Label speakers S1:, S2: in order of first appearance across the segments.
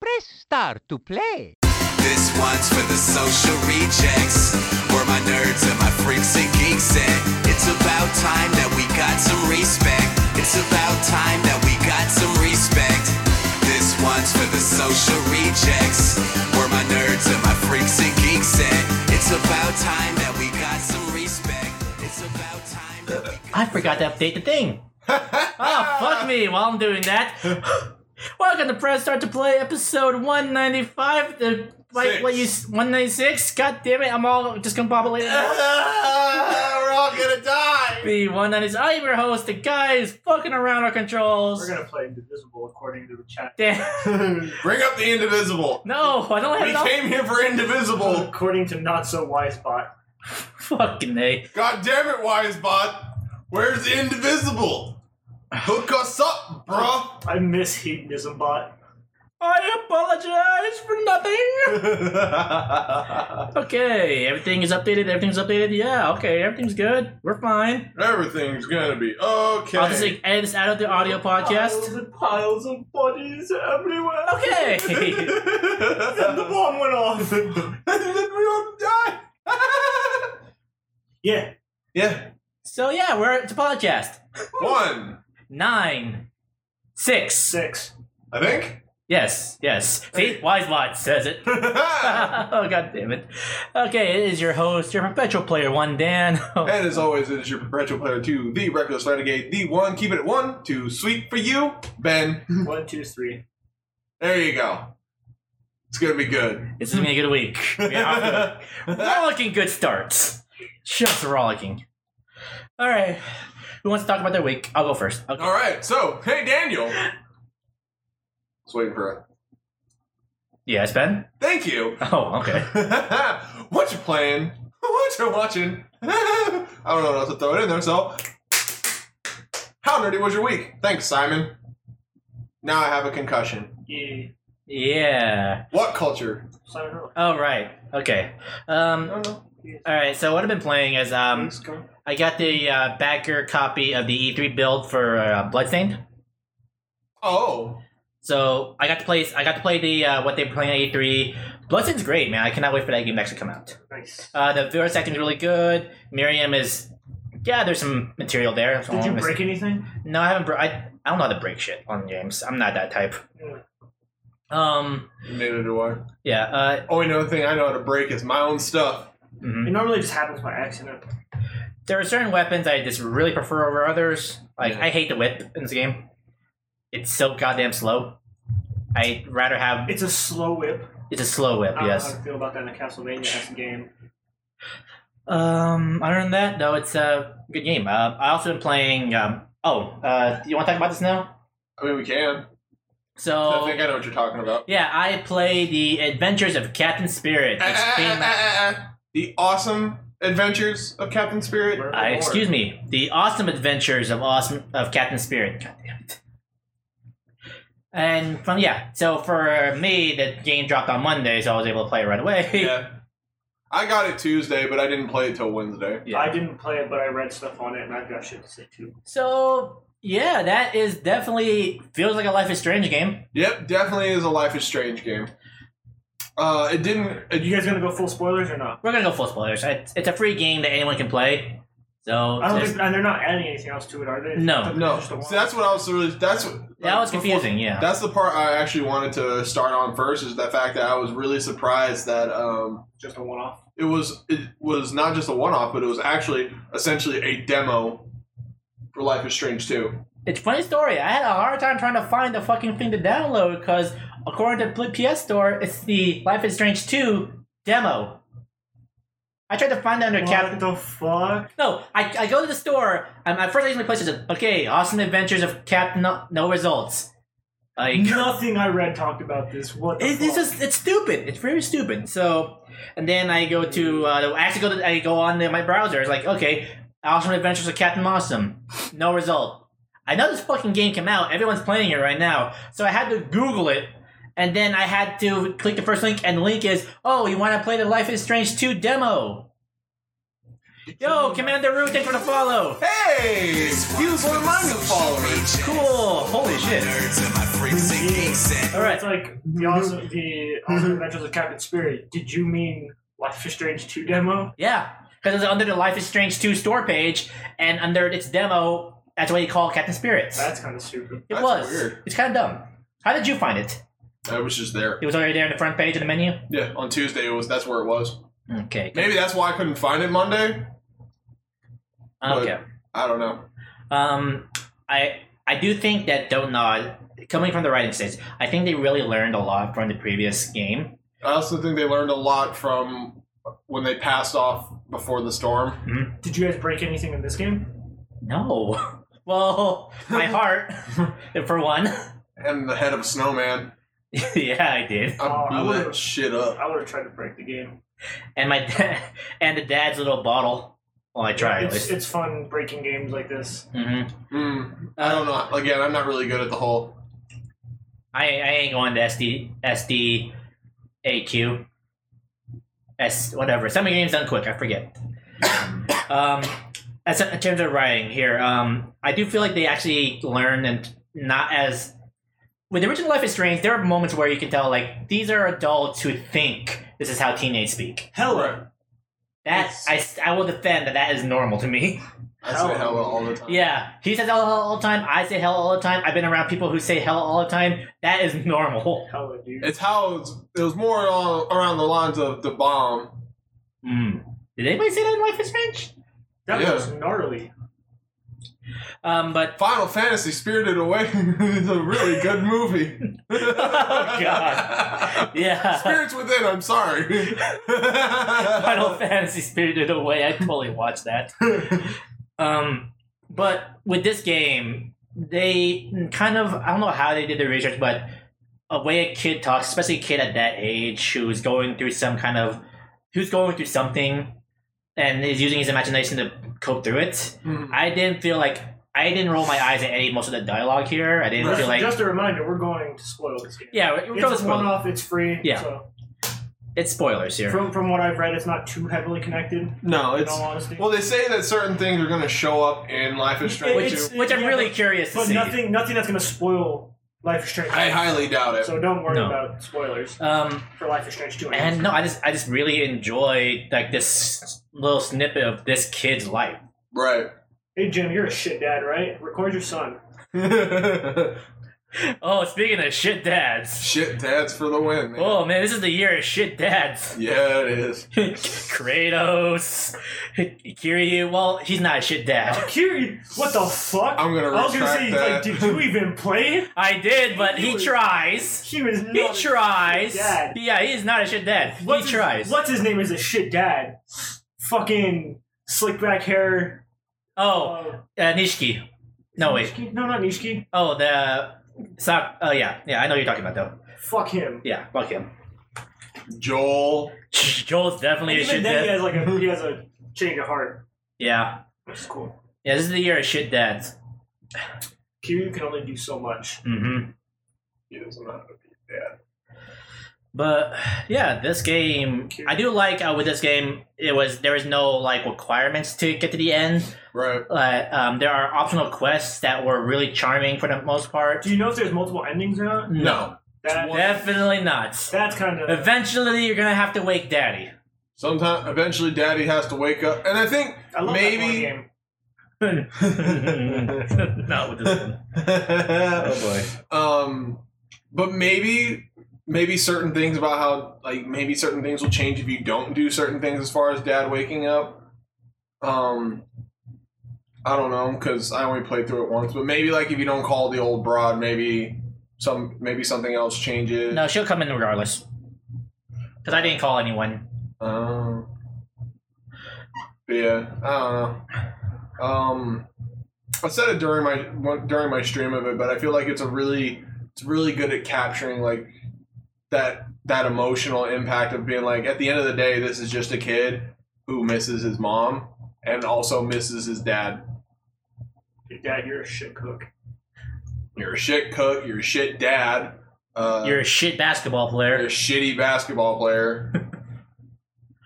S1: Let's start to play.
S2: This one's for the social rejects. We're my nerds and my freaks and geeks, and it's about time that we got some respect. It's about time that we got some respect. This one's for the social rejects. We're my nerds and my freaks and geeks, and it's about time that we got some respect. It's about time that we
S3: I forgot to update the thing. oh, fuck me while I'm doing that. Welcome to Press Start to Play episode 195. The, like, what you, s- 196? God damn it, I'm all discombobulated. now.
S4: Ah, we're all gonna die.
S3: the 196. I'm your host, the guy who's fucking around our controls.
S5: We're gonna play Indivisible according to the chat.
S3: Damn.
S4: Bring up the indivisible.
S3: No, I don't have
S4: We
S3: enough-
S4: came here for indivisible.
S5: According to Not So Wise Bot.
S3: Fucking A.
S4: God damn it, Wisebot. Where's the indivisible? Hook us up, bruh.
S5: I miss Hedonism Bot.
S3: I apologize for nothing. Okay, everything is updated. Everything's updated. Yeah, okay, everything's good. We're fine.
S4: Everything's gonna be okay.
S3: I'll just like, edit this out of the audio podcast.
S5: and piles of bodies everywhere.
S3: Okay.
S5: and the bomb went off.
S4: And then we all die.
S5: yeah.
S4: yeah.
S3: so yeah, we're it's a podcast.
S4: One.
S3: Nine, six.
S5: Six.
S4: I think.
S3: Yes, yes. See, wise lot says it. oh god damn it. Okay, it is your host, your perpetual player one, Dan.
S4: And as always, it is your perpetual player two, the reckless renegade, the one. Keep it at one, two. Sweet for you, Ben.
S5: One, two, three.
S4: There you go. It's gonna be good.
S3: This is gonna be a good week. We are off to a rollicking good starts. Just rollicking. All right. Who wants to talk about their week? I'll go first. Okay.
S4: All right. So, hey, Daniel. Just waiting for a
S3: Yes, Ben.
S4: thank you.
S3: Oh, okay.
S4: what you playing? What you watching? I don't know what else to throw it in there. So, how nerdy was your week? Thanks, Simon. Now I have a concussion.
S5: Yeah.
S3: Yeah.
S4: What culture?
S5: Sign off.
S3: All right. Okay.
S4: I
S3: Um.
S4: don't know.
S3: All right. So what I've been playing is um, I got the uh, backer copy of the E3 build for uh, Bloodstained.
S4: Oh,
S3: So I got to play. I got to play the uh, what they were playing at E3. Bloodstained's great, man. I cannot wait for that game to actually come out.
S5: Nice.
S3: Uh, the voice acting is really good. Miriam is, yeah. There's some material there. That's all
S5: Did you
S3: I'm gonna
S5: break anything?
S3: No, I haven't. Bro- I I don't know how to break shit on games. I'm not that type.
S5: Yeah.
S3: Um.
S4: neither do I.
S3: Yeah. Uh.
S4: Only other thing I know how to break is my own stuff.
S3: mhm.
S5: It normally just happens by accident.
S3: There are certain weapons I just really prefer over others. Like
S4: Yeah.
S3: I hate the whip in this game. It's so goddamn slow. I'd rather have
S5: It's a slow whip.
S3: it's a slow whip.
S5: I don't know
S3: Yes.
S5: how I feel about that in a Castlevania game.
S3: Um. Other than that, no, it's a good game. Uh, I also been playing. Um. Oh. Uh. Do you want to talk about this now?
S4: I mean, we can. I
S3: So.
S4: think I know what you're talking about.
S3: Yeah, I play the Adventures of Captain Spirit. which
S4: Ah, ah,
S3: came out-
S4: ah, ah, ah. The awesome adventures of Captain Spirit.
S3: I, uh, excuse me. The awesome adventures of awesome of Captain Spirit. God damn it. And from yeah, so for me, the game dropped on Monday, so I was able to play it right away.
S4: Yeah. I got it Tuesday, but I didn't play it till Wednesday.
S3: Yeah.
S5: I didn't play it, but I read stuff on it, and I've got shit to say too.
S3: So yeah, that is definitely feels like a Life is Strange game.
S4: Yep, definitely is a Life is Strange game. Uh, it didn't.
S5: Are you guys gonna go full spoilers or not?
S3: We're gonna go full spoilers. It's, it's a free game that anyone can play. So
S5: I don't
S3: just-
S5: think, and they're not adding anything else to it, are they?
S3: No.
S4: No,
S5: Just the one.
S4: so that's what I was really. That's what.
S3: that was
S4: before-
S3: confusing. Yeah.
S4: That's the part I actually wanted to start on first is the fact that I was really surprised that um,
S5: just a one-off.
S4: it was it was not just a one off, but it was actually essentially a demo for Life is Strange 2.
S3: It's a funny story. I had a hard time trying to find the fucking thing to download because, according to Bl- PS Store, it's the Life is Strange 2 demo. I tried to find it under Captain.
S5: What the fuck?
S3: No, I, I go to the store. I'm at first I usually place it. Okay, awesome adventures of Captain. No, no results. Like
S5: Nothing I read talked about this. What? The
S3: it,
S5: fuck?
S3: it's just it's stupid. It's very stupid. So, and then I go to uh, I actually go to I go on to my browser. It's like okay, Awesome Adventures of Captain Awesome. No result. I know this fucking game came out. Everyone's playing it right now. So I had to Google it, and then I had to click the first link, and the link is oh you want to play the Life is Strange two demo. Yo, Commander Root, thanks for the follow.
S4: Hey! He was one of my new followers.
S3: Cool. Holy shit.
S2: Nerds and my freaks and geeks and
S3: All right.
S5: It's like the
S4: Mm-hmm.
S5: awesome, the awesome Adventures of Captain Spirit. Did you mean Life is Strange 2 demo?
S3: Yeah, because it's under the Life is Strange 2 store page, and under its demo, that's what you call Captain Spirits.
S5: That's kind of stupid.
S3: it
S4: that's
S3: was.
S4: weird.
S3: It's kind of dumb. How did you find it?
S4: I was just there.
S3: It was already there in the front page of the menu?
S4: Yeah, on Tuesday it was. That's where it was.
S3: Okay.
S4: Maybe that's why I couldn't find it Monday. but-
S3: Okay.
S4: I don't know.
S3: Um, I I do think that Don't Nod, coming from the writing stage, I think they really learned a lot from the previous game.
S4: I also think they learned a lot from when they passed off before the storm.
S5: Did you guys break anything in this game?
S3: No. Well, my heart, for one.
S4: and the head of a snowman.
S3: yeah, I did.
S4: I
S5: Oh, I
S4: blew
S5: would've-
S4: that shit up.
S5: I would have tried to break the game.
S3: And my dad, and the dad's little bottle. Well, I tried at
S5: It's,
S3: least.
S5: it's fun breaking games like this.
S3: hmm
S4: Mm, I don't know. Again, I'm not really good at the whole.
S3: I, I ain't going to SD SD AQ S whatever. Some games done quick. I forget. um, as in terms of writing here, um, I do feel like they actually learn and not as with the original Life is Strange. There are moments where you can tell like these are adults who think this is how teenagers speak.
S4: Hella.
S3: That I, I will defend that that is normal to me.
S4: I say
S5: Hella.
S4: hella all the time.
S3: Yeah, he says hell all the time. I say hell all the time. I've been around people who say hell all the time. That is normal.
S5: Hell, dude.
S4: It's how it's, it was more on, around the lines of the bomb.
S3: Mm. Did anybody say that in Life is Strange?
S5: That
S4: yeah.
S5: was gnarly.
S3: Um, but
S4: Final Fantasy Spirited Away is a really good movie. oh,
S3: God. yeah,
S4: Spirits Within, I'm sorry.
S3: Final Fantasy Spirited Away. I totally watched that. Um, but with this game, they kind of I don't know how they did the research, but a way a kid talks, especially a kid at that age who's going through some kind of who's going through something and is using his imagination to cope through it.
S4: Mm.
S3: I didn't feel like I didn't roll my eyes at any most of the dialogue here. I didn't
S4: Right.
S3: feel like
S5: Just a reminder, we're going to spoil this game.
S3: yeah, we're- we're going
S5: It's a one
S3: spoil-
S5: off, it's free.
S3: Yeah.
S5: So.
S3: it's spoilers here.
S5: From, from what I've read, it's not too heavily connected,
S4: no,
S5: in
S4: it's.
S5: all honesty.
S4: Well, they say that certain things are going to show up in Life is Strange
S3: which,
S4: 2.
S3: which I'm
S5: yeah,
S3: really
S5: but-
S3: curious to
S5: but
S3: see.
S5: nothing nothing that's going to spoil Life is Strange.
S4: I highly doubt it.
S5: so don't worry
S3: No.
S5: about spoilers
S3: Um,
S5: for Life is Strange 2.
S3: and no, I just I just really enjoyed like this little snippet of this kid's life.
S4: Right.
S5: Hey Jim, you're a shit dad, right? Record your son.
S3: Oh, speaking of shit dads.
S4: Shit, dads for the win, man.
S3: Oh man, this is the year of shit dads.
S4: Yeah, it is.
S3: Kratos, Kiryu. Well, he's not a shit dad.
S5: Kiri, what the fuck?
S4: I'm gonna
S5: I was gonna say,
S4: retract
S5: he's
S4: that.
S5: like, did you even play?
S3: I did, but he tries.
S5: He was
S3: He
S5: not.
S3: tries.
S5: dad.
S3: Yeah, he is not a shit dad.
S5: what's
S3: He
S5: his-
S3: tries.
S5: What's his name? Is a shit dad. Fucking slick back hair.
S3: Oh,
S5: Uh,
S3: uh, Nishiki. No wait.
S5: Nishiki? No, not Nishiki.
S3: Oh, the. Sak- oh yeah, yeah. I know who you're talking about though.
S5: Fuck him.
S3: Yeah, fuck him.
S4: Joel.
S3: Joel's definitely a
S5: Even
S3: shit
S5: then, he
S3: dad.
S5: has like a he has a change of heart,
S3: Yeah.
S5: which is cool.
S3: Yeah, this is the year of shit dads.
S5: Kiryu can only do so much.
S3: Mm-hmm.
S4: He is not a good dad.
S3: But yeah, this game I do like uh, with this game it was there is no like requirements to get to the end.
S4: Right.
S3: Uh, um, there are optional quests that were really charming for the most part.
S5: Do you know if there's multiple endings or not?
S4: No.
S5: That,
S3: Definitely not.
S5: that's kind of
S3: Eventually you're gonna have to wake daddy.
S4: Sometime, eventually, daddy has to wake up. And I think
S5: I love that one
S4: maybe.
S5: game.
S3: not with this one. Oh, boy.
S4: um, but maybe, maybe certain things about how, like, maybe certain things will change if you don't do certain things as far as dad waking up. Um, I don't know because I only played through it once. But maybe, like, if you don't call the old broad, maybe some, maybe something else changes.
S3: No, she'll come in regardless. Cause I didn't call anyone.
S4: Um. but yeah, I don't know. Um, I said it during my one- during my stream of it, but I feel like it's a really it's really good at capturing like that that emotional impact of being like at the end of the day, this is just a kid who misses his mom and also misses his dad.
S5: Dad, you're a shit cook.
S4: You're a shit cook. You're a shit dad. Uh,
S3: You're a shit basketball
S4: You're
S3: player.
S4: a shitty basketball player.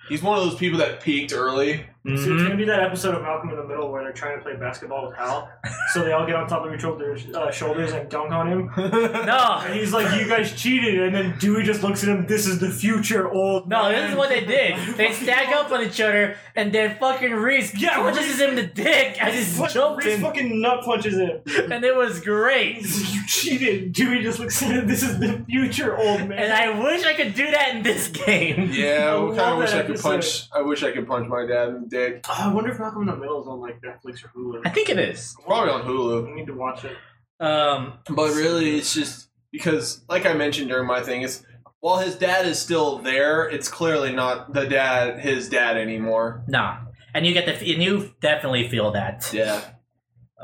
S4: He's one of those people that peaked early
S5: So
S3: Mm-hmm.
S5: it's gonna be that episode of Malcolm in the Middle where they're trying to play basketball with Hal, so they all get on top of each other's uh, shoulders and dunk on him.
S3: No,
S5: And he's like, "You guys cheated," and then Dewey just looks at him. This is the future, old
S3: no,
S5: man."
S3: this is what they did. They stack up on each other, and then fucking Reese
S1: Yeah,
S3: punches
S1: Reese-
S3: him in the dick as he's
S1: Fuck, Reese
S3: jumping,
S1: fucking nut punches him.
S3: and it was great.
S5: He's like,
S1: You cheated.
S5: Dewey just looks at him. This is the future, old man.
S3: And I wish I could do that in this game.
S4: Yeah,
S5: I
S4: I kind
S5: love
S4: of wish
S5: that
S4: I could punch. I wish I could punch my dad in the dick.
S5: Oh, I wonder if Malcolm in the Middle is on like Netflix or Hulu.
S3: I think it is.
S4: Probably on Hulu.
S5: I need to watch it.
S3: Um,
S4: But really, it's just because, like I mentioned during my thing, it's while his dad is still there, it's clearly not the dad, his dad anymore.
S3: nah. And you get the, and you definitely feel that.
S4: Yeah.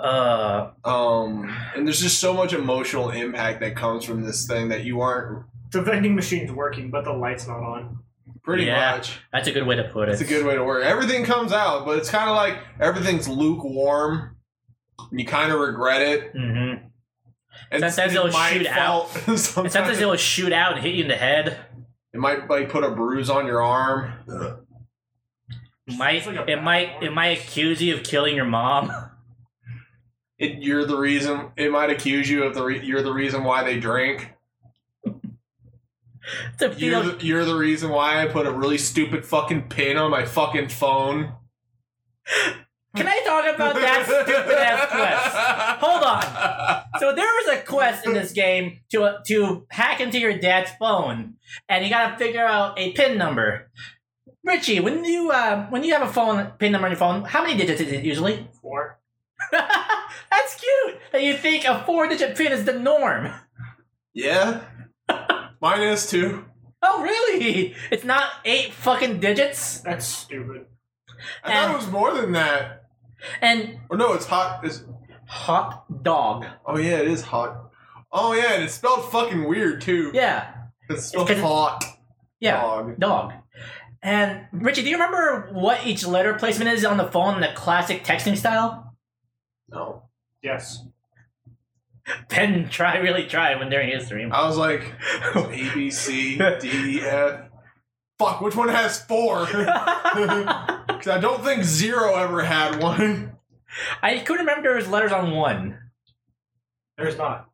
S3: Uh,
S4: Um, and there's just so much emotional impact that comes from this thing that you aren't
S5: The vending machine's working, but the light's not on.
S4: pretty
S3: Yeah.
S4: much.
S3: that's a good way to put it.
S4: It's a good way to work. Everything comes out, but it's kind of like everything's lukewarm. You kind of regret it.
S3: Mm-hmm.
S4: And
S3: Sometimes
S4: it's
S3: it'll
S4: my
S3: shoot
S4: fault.
S3: And
S4: sometimes
S3: sometimes it will shoot out and hit you in the head.
S4: it might like put a bruise on your arm.
S3: Might
S5: It's like a
S3: it
S5: bad
S3: might it
S5: one.
S3: might accuse you of killing your mom.
S4: It, you're the reason. It might accuse you of the. Re- you're the reason why they drink.
S3: It's a
S4: You're
S3: feel-
S4: the, you're the reason why I put a really stupid fucking pin on my fucking phone.
S3: Can I talk about that stupid ass quest? Hold on. So there was a quest in this game to to hack into your dad's phone, and you got to figure out a pin number. Richie, when you uh, when you have a phone pin number on your phone, how many digits is it usually?
S5: Four.
S3: That's cute. That you think a four digit pin is the norm.
S4: Yeah. Mine is too.
S3: Oh really? It's not eight fucking digits.
S5: That's stupid.
S4: I thought it was more than that.
S3: And
S4: Or no, it's hot. It's,
S3: hot dog.
S4: oh yeah, it is hot. Oh yeah, and it's spelled fucking weird too.
S3: Yeah,
S4: It's spelled
S3: It's 'cause-
S4: hot.
S3: yeah.
S4: Dog.
S3: dog. And Richie, do you remember what each letter placement is on the phone in the classic texting style?
S4: No.
S5: Yes.
S3: Ben try really try when during his stream.
S4: I was like A B C D E, F. Fuck, which one has four? Because I don't think zero ever had one.
S3: I couldn't remember there was letters on one.
S5: There's not.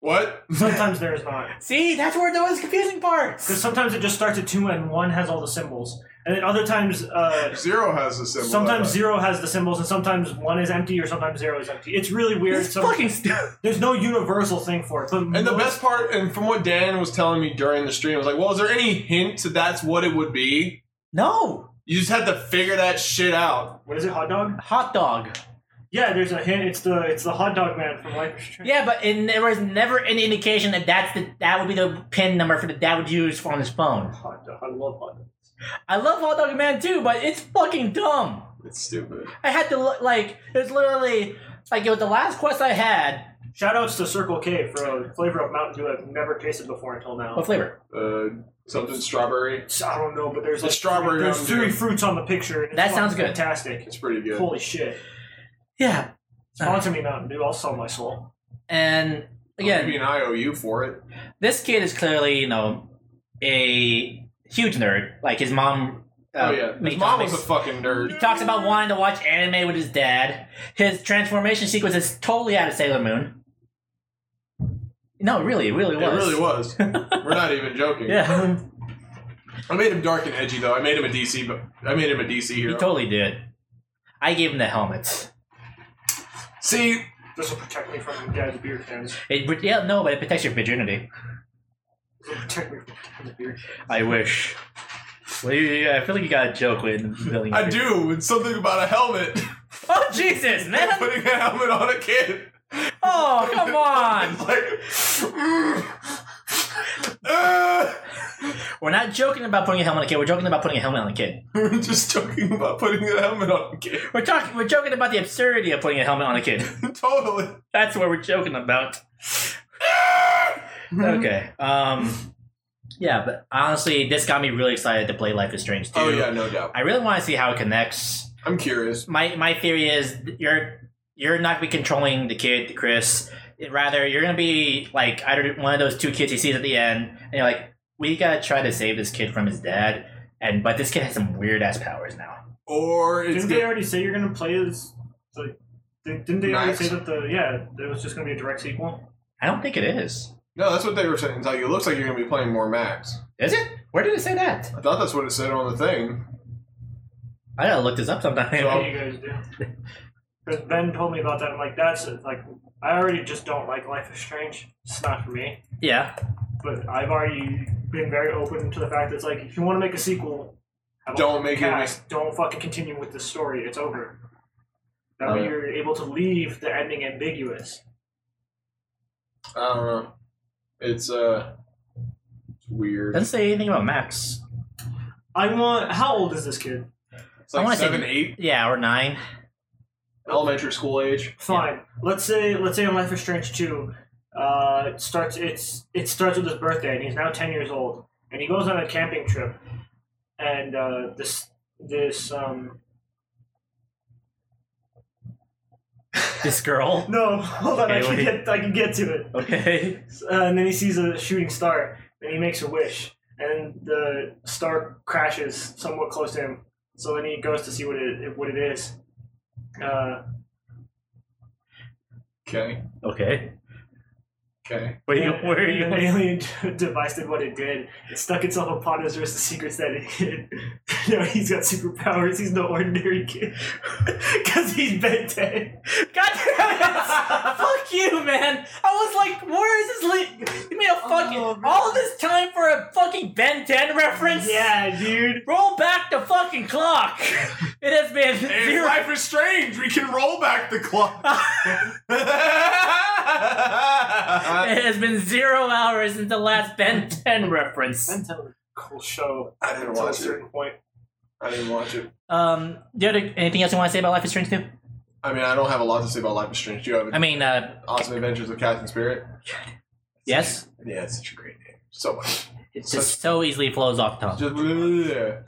S4: What?
S5: Sometimes there is not.
S3: See, that's where those confusing
S5: Because
S3: parts.
S5: sometimes it just starts at two and one has all the symbols. And then other times, uh,
S4: Zero has a symbol.
S5: sometimes
S4: zero.
S5: zero has the symbols and sometimes one is empty or sometimes zero is empty. It's really weird.
S3: It's
S5: So
S3: fucking stupid.
S5: there's no universal thing for it. But
S4: And the
S5: most-
S4: best part, and from what Dan was telling me during the stream, I was like, well, is there any hint that that's what it would be?
S3: No,
S4: You just had to figure that shit out.
S5: What is it, hot dog?
S3: hot dog.
S5: Yeah, there's a hint. It's the it's the hot dog man from Life is Strange.
S3: Yeah, but it, there was never any indication that that's the that would be the pin number for the dad would use for on his phone.
S5: Hot dog. I love hot dog.
S3: I love Hot Dog Man too, but it's fucking dumb.
S4: It's stupid.
S3: I had to look like it was literally like it was the last quest I had.
S5: Shoutouts to Circle K for a flavor of Mountain Dew I've never tasted before until now.
S3: What flavor?
S4: Uh, something strawberry.
S5: It's- I don't know, but there's
S4: The
S5: like
S4: strawberry
S5: There's
S4: Mountain
S5: three
S4: Dew.
S5: fruits on the picture. And it's
S3: That
S5: fucking
S3: sounds good.
S5: Fantastic.
S4: It's pretty good.
S5: Holy shit!
S3: Yeah,
S5: Sponsor me, Mountain Dew. I'll sell my soul.
S3: and
S4: I'll give you
S3: again,
S4: an IOU for it.
S3: this kid is clearly you know a huge nerd. Like his mom. Uh,
S4: oh yeah, his
S3: made
S4: mom
S3: comics.
S4: was a fucking
S3: He
S4: nerd.
S3: talks about wanting to watch anime with his dad. His transformation sequence is totally out of Sailor Moon. No, really, it really
S4: It
S3: was.
S4: really was. We're not even joking.
S3: Yeah,
S4: I made him dark and edgy though. I made him a DC, but I made him a DC
S3: he
S4: hero.
S3: totally did. I gave him the helmet.
S4: See,
S5: This will protect me from dad's beer cans.
S3: It, yeah, no, but it protects your virginity.
S5: This will protect me from dad's beer. cans.
S3: I wish. Well, you- you- I feel like you got a joke with building.
S4: I do. It's something about a helmet.
S3: Oh Jesus, man!
S4: Putting a helmet on a kid.
S3: Oh come on!
S4: It's like, mm, uh,
S3: We're not joking about putting a helmet on a kid. We're joking about putting a helmet on a kid.
S4: we're just joking about putting a helmet on a kid.
S3: We're talking. We're joking about the absurdity of putting a helmet on a kid.
S4: totally.
S3: That's what we're joking about. okay. Um. Yeah, but honestly, this got me really excited to play Life is Strange too.
S4: Oh yeah, no doubt.
S3: I really want to see how it connects.
S4: I'm curious.
S3: My my theory is you're you're not gonna be controlling the kid, Chris. Rather, you're gonna be like either one of those two kids he sees at the end, and you're like, we gotta try to save this kid from his dad. And but this kid has some weird ass powers now.
S4: Or it's
S5: Didn't
S4: good.
S5: they already say you're gonna play as like? di- Didn't they already
S4: Max?
S5: say that the yeah there was just gonna be a direct sequel?
S3: I don't think it is.
S4: No, that's what they were saying. It's like, it looks like you're going to be playing more Max.
S3: Is it? Where did it say that?
S4: I thought that's what it said on the thing.
S3: I gotta look this up sometime.
S5: What do you guys do? Because Ben told me about that. I'm like, that's it. like I already just don't like Life is Strange. It's not for me.
S3: yeah.
S5: But I've already been very open to the fact that it's like if you want to make a sequel, have a
S4: Don't
S5: fucking
S4: make it
S5: cast. Don't fucking continue with this story. It's over. That way
S4: Oh, yeah.
S5: you're able to leave the ending ambiguous.
S4: I don't know. It's, uh, it's weird.
S3: Doesn't say anything about Max.
S5: I want. How old is this kid?
S4: It's
S3: I
S4: like
S3: wanna say-
S4: 7, 8,
S3: Yeah, or nine.
S4: elementary school age.
S5: Fine. Let's say let's say in Life is Strange two, uh, it starts it's it starts with his birthday and he's now ten years old and he goes on a camping trip, and uh, this this um
S3: This girl.
S5: no hold on I can
S3: Okay,
S5: get I can get to it
S3: Okay.
S5: uh, and then he sees a shooting star and he makes a wish and the star crashes somewhat close to him so then he goes to see what it what it is. Uh,
S4: Okay.
S3: Okay.
S4: Okay.
S3: Where you, where are
S5: and
S3: you?
S5: An alien device did what it did. It stuck itself upon his wrist the secrets that it hid. now he's got superpowers. He's no ordinary kid. Because he's been dead.
S3: God damn it! Fuck you, man! I was like, where is this? Li- you made a fucking
S5: Oh, man.
S3: all this time for a fucking Ben Ten reference?
S5: Yeah, dude.
S3: Roll back the fucking clock. It has been zero.
S4: is strange. We can roll back the clock. I
S3: It has been zero hours since the last Uh, Ben Ten reference.
S5: Benton, cool show.
S4: didn't
S5: Until a
S4: watch it.
S5: certain point.
S4: I didn't watch it.
S3: Um, the other anything else you want to say about Life is Strange Two?
S4: I mean, I don't have a lot to say about Life is Strange. Do you have
S3: I mean, uh,
S4: Awesome Adventures of Captain Spirit?
S3: yes,
S4: Yeah, it's such a great name. So much.
S3: it just so easily flows off the tongue.
S4: Just bleh.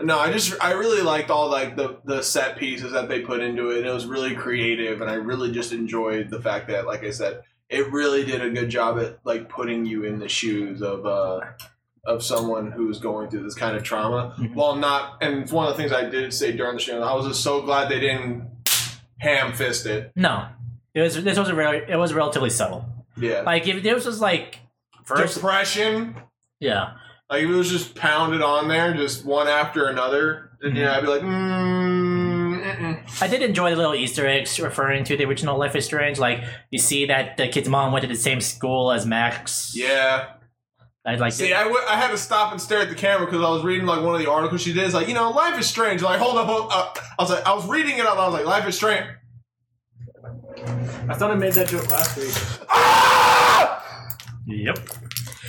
S4: No, I just I really liked all like the the set pieces that they put into it. It was really creative, and I really just enjoyed the fact that, like I said, it really did a good job at like putting you in the shoes of uh of someone who's going through this kind of trauma.
S3: Mhm.
S4: Well, not and it's one of the things I did say during the show. I was just so glad they didn't ham fist it.
S3: No, it was this was a rel- it was relatively subtle.
S4: Yeah,
S3: Like if this was like first,
S4: depression.
S3: yeah,
S4: Like if it was just pounded on there, just one after another, and you know, I'd be like, mm, mm-mm.
S3: I did enjoy the little Easter eggs referring to the original Life is Strange. Like you see that the kid's mom went to the same school as Max.
S4: yeah.
S3: I like
S4: See, I, w- I had to stop and stare at the camera because I was reading like one of the articles she did. It's like, you know, life is strange. Like, hold up, hold up. I was like, I was reading it up. I was like, life is strange.
S5: I thought I made that joke last week.
S4: Ah!
S3: Yep.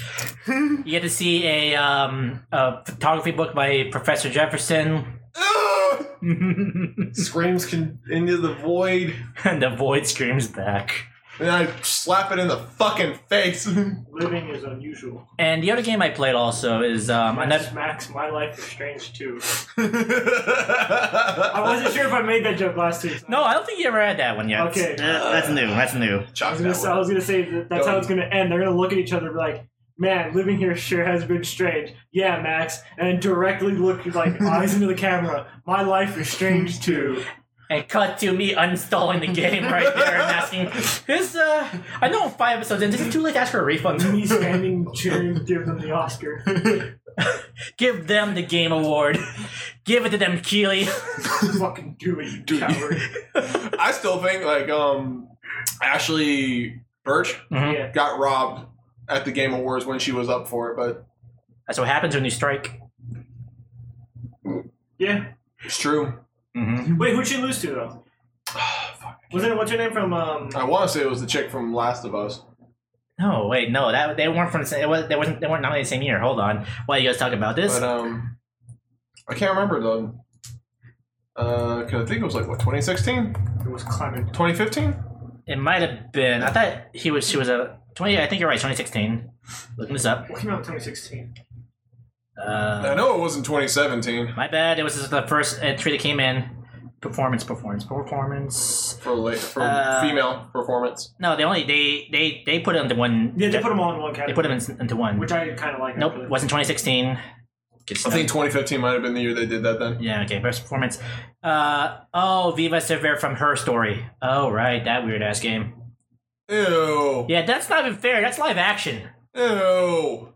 S3: you get to see a, um, a photography book by Professor Jefferson.
S4: Ugh!
S3: and
S4: Screams can- into the void,
S3: the void screams back.
S4: and I slap it in the fucking face.
S5: Living is unusual.
S3: And the other game I played also is um,
S5: Max,
S3: another.
S5: Max, my life is strange too. I
S4: I
S5: wasn't sure if I made that joke last week.
S3: No, I don't think you ever had that one yet.
S5: Okay.
S3: That- Uh, that's new. That's new.
S5: I was, gonna, say- I was gonna say that that's how it's gonna end. They're gonna look at each other and be like, "Man, living here sure has been strange." Yeah, Max, and then directly look like eyes into the camera. My life is strange too.
S3: And cut to me uninstalling the game right there and asking, "This uh, I know I'm five episodes in. Is it too late to ask for a refund?
S5: Me standing cheering, give them the Oscar.
S3: Give them the game award. Give it to them, Keely."
S5: Fucking do it, you coward.
S4: I still think like um Ashley Birch
S3: Mhm.
S5: Yeah,
S4: got robbed at the Game Awards when she was up for it, but
S3: That's what happens when you strike.
S5: yeah.
S4: it's true.
S3: Mm-hmm.
S5: Wait, who'd she lose to though? Was it what's her name from? Um,
S4: I want to say it was the chick from Last of Us.
S3: No, wait, no, that they weren't from. the same- It was, they wasn't. They weren't nominated the same year. Hold on, while you guys talk about this,
S4: But um I can't remember the uh, 'cause I think it was like what 2016,
S5: it was Clement.
S4: 2015.
S3: it might have been. I thought he was. She was a twenty. I think you're right. Twenty sixteen. Looking this up.
S5: What came out in 2016?
S4: I
S3: Uh,
S4: know it wasn't 2017
S3: my bad. It was just the first entry that came in. Performance, performance, performance.
S4: for late for
S3: Uh,
S4: female performance.
S3: No, they only they they they put it into one.
S5: Yeah, they put them all in one
S3: They
S5: category,
S3: put them in, into one.
S5: which I kind of like.
S3: nope,
S5: actually.
S3: wasn't twenty sixteen. Good
S4: I
S3: stuff.
S4: think 2015 might have been the year they did that then.
S3: yeah, okay, best performance. Uh, oh, Viva Sever from Her Story. Oh, right, that weird ass game.
S4: Ew.
S3: Yeah, that's not even fair. That's live action.
S4: Ew.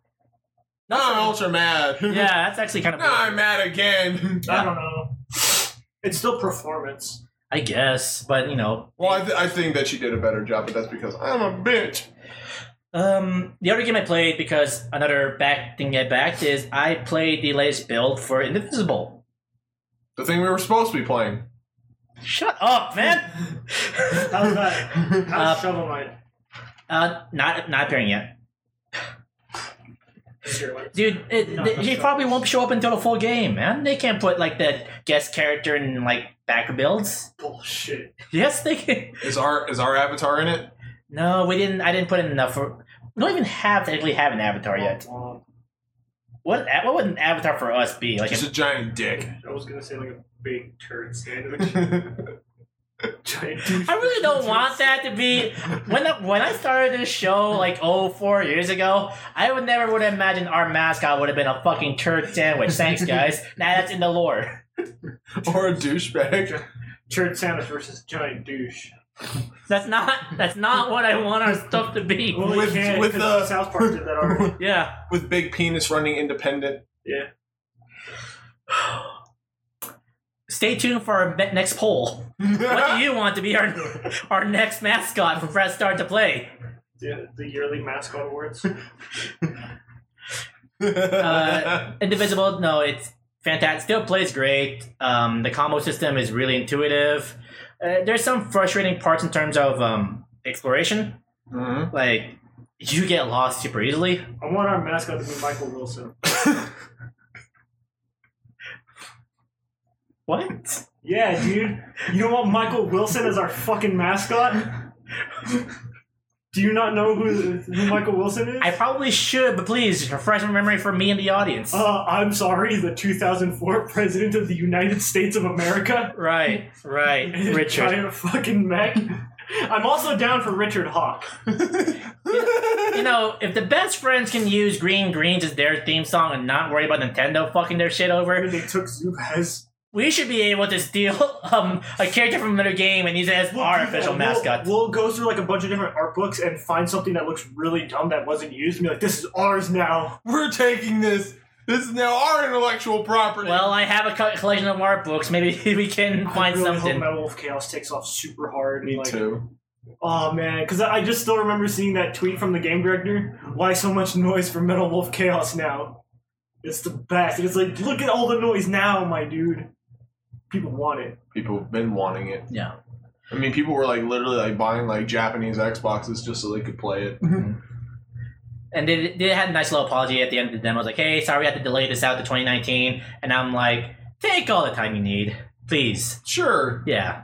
S4: Now I'm ultra mad.
S3: Yeah, that's actually kind of.
S4: now I'm mad again.
S5: I don't know. It's still performance.
S3: I guess, but you know,
S4: well, I, th- I think that she did a better job, but that's because I'm a bitch.
S3: Um, the other game I played because another back thing I backed is I played the latest build for Indivisible.
S4: The thing we were supposed to be playing.
S3: Shut up, man.
S5: How's that? How's
S3: Uh,
S5: Shovel Knight?
S3: uh, not not appearing yet,
S5: Zero.
S3: dude. It,
S5: No,
S3: th-
S5: no,
S3: he
S5: sure.
S3: probably won't show up until the full game, man. They can't put like the guest character in like backer builds.
S5: oh, Bullshit.
S3: Yes, they can.
S4: Is our is our avatar in it?
S3: No, we didn't. I didn't put in enough for. We don't even have technically have an avatar yet.
S5: Womp
S3: What what would an avatar for us be like?
S4: Just
S3: If,
S4: a giant dick.
S5: womp. I was gonna say like a big turd sandwich. Giant douche.
S3: I really don't want that to be when I, when I started this show like oh four years ago. I would never would have imagined our mascot would have been a fucking turd sandwich. Thanks, guys. Now that's in the lore.
S4: or a douchebag.
S5: Turd sandwich versus giant douche.
S3: That's not that's not what I want our stuff to be.
S5: Well,
S4: With-
S5: you can't,
S4: with,
S5: 'cause
S4: uh,
S5: South Park did that already.
S3: Yeah.
S4: With big penis running independent.
S5: yeah.
S3: Stay tuned for our be- next poll.
S5: Uh,
S3: What do you want to be our our next mascot for Press Start to Play?
S5: The, the yearly mascot awards.
S3: Uh, Indivisible, no, it's fantastic. Still plays great. Um, the combo system is really intuitive. Uh, there's some frustrating parts in terms of um, exploration.
S4: Mhm.
S3: Like you get lost super easily.
S5: I want our mascot to be Michael Wilson.
S3: What?
S5: Yeah, dude. You don't want Michael Wilson as our fucking mascot? Do you not know who, who Michael Wilson is?
S3: I probably should, but please refresh my memory for me and the audience.
S5: Uh, I'm sorry, the 2004 president of the United States of America.
S3: Right, right, Richard.
S5: Giant fucking mech. I'm also down for Richard Hawk.
S3: You know, if the best friends can use Green Greens as their theme song and not worry about Nintendo fucking their shit over,
S5: They took Zubaz.
S3: We should be able to steal um, a character from another game and use it as our official
S5: We'll-
S3: mascot.
S5: We'll go through like a bunch of different art books and find something that looks really dumb that wasn't used and be like, this is ours now.
S4: We're taking this. This is now our intellectual property.
S3: Well, I have a co- collection of art books. Maybe we can
S5: I
S3: find
S5: really hope
S3: something.
S5: Metal Wolf Chaos takes off super hard. and,
S4: me
S5: like,
S4: too.
S5: Oh man, because I I just still remember seeing that tweet from the game director. Why so much noise for Metal Wolf Chaos now? It's the best. And it's like, look at all the noise now, my dude. People want it.
S4: People have been wanting it.
S3: Yeah.
S4: I mean, people were like literally like buying like Japanese Xboxes just so they could play it.
S3: And they, they had a nice little apology at the end of the demo. It's like, hey, sorry we had to delay this out to 2019. And I'm like, take all the time you need. Please.
S4: Sure.
S3: Yeah.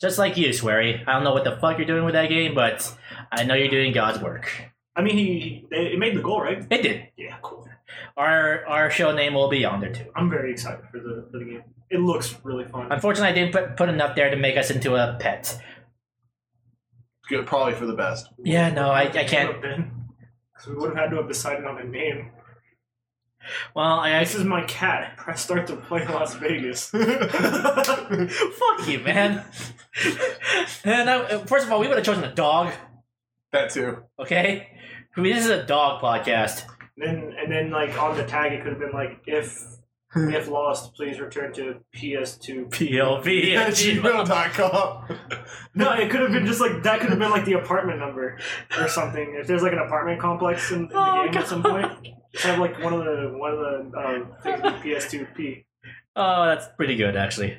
S3: Just like you, Swery. I don't know what the fuck you're doing with that game, but I know you're doing God's work.
S5: I mean, he they, it made the goal, right?
S3: It did.
S5: Yeah, cool.
S3: Our our show name will be on there too.
S5: I'm very excited for the for the game. It looks really fun.
S3: Unfortunately, I didn't put, put enough there to make us into a pet.
S4: Good, probably for the best.
S3: Yeah, no, I, I can't.
S5: Because we would have had to have decided on a name.
S3: Well, I, I
S5: Uh, This is my cat. Press start to play Las Vegas.
S3: Fuck you, man. and I, first of all, we would have chosen a dog.
S4: That too.
S3: Okay, I mean, this is a dog podcast.
S5: Then and then like on the tag, it could have been like if if lost, please return to PS2.
S3: PLV.
S4: At gmail.com.
S5: No, it could have been just like that. Could have been like the apartment number or something. If there's like an apartment complex in, in the
S3: Oh,
S5: game at some point, have like one of the one of the um, things with PS2P.
S3: Oh, that's pretty good actually.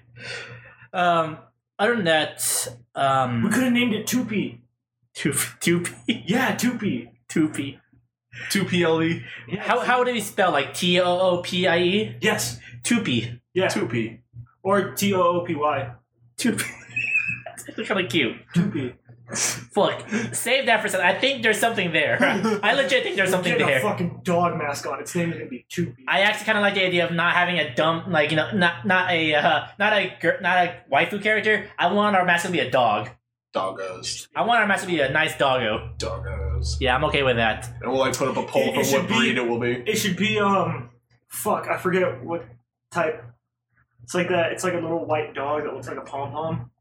S3: Um, other than that,
S5: We
S3: um,
S5: could have named it 2P.
S3: two two p
S5: Yeah, 2P.
S3: two p.
S4: 2PLE.
S3: E?
S5: Yeah,
S3: How how do we spell like T O O P I E?
S5: Yes.
S3: Two p.
S5: Yeah.
S4: 2P.
S5: Or T O O P Y.
S3: Two p. That's kind of cute.
S5: 2P.
S3: Fuck. Save that for a second. I think there's something there. I legit think there's something
S5: Get a
S3: there.
S5: fucking dog mascot. Its name is gonna be 2P.
S3: I actually kind of like the idea of not having a dumb, like you know, not not a uh, not a gir- not a waifu character. I want our mascot to be a dog.
S4: Doggos.
S3: I want our mascot to be a nice doggo.
S4: Doggos.
S3: Yeah, I'm okay with that.
S4: And we'll like put up a poll
S5: It- it
S4: for what
S5: should be-
S4: breed it will be.
S5: It should be um fuck, I forget what type. It's like that. It's like a little white dog that looks like a pom pom.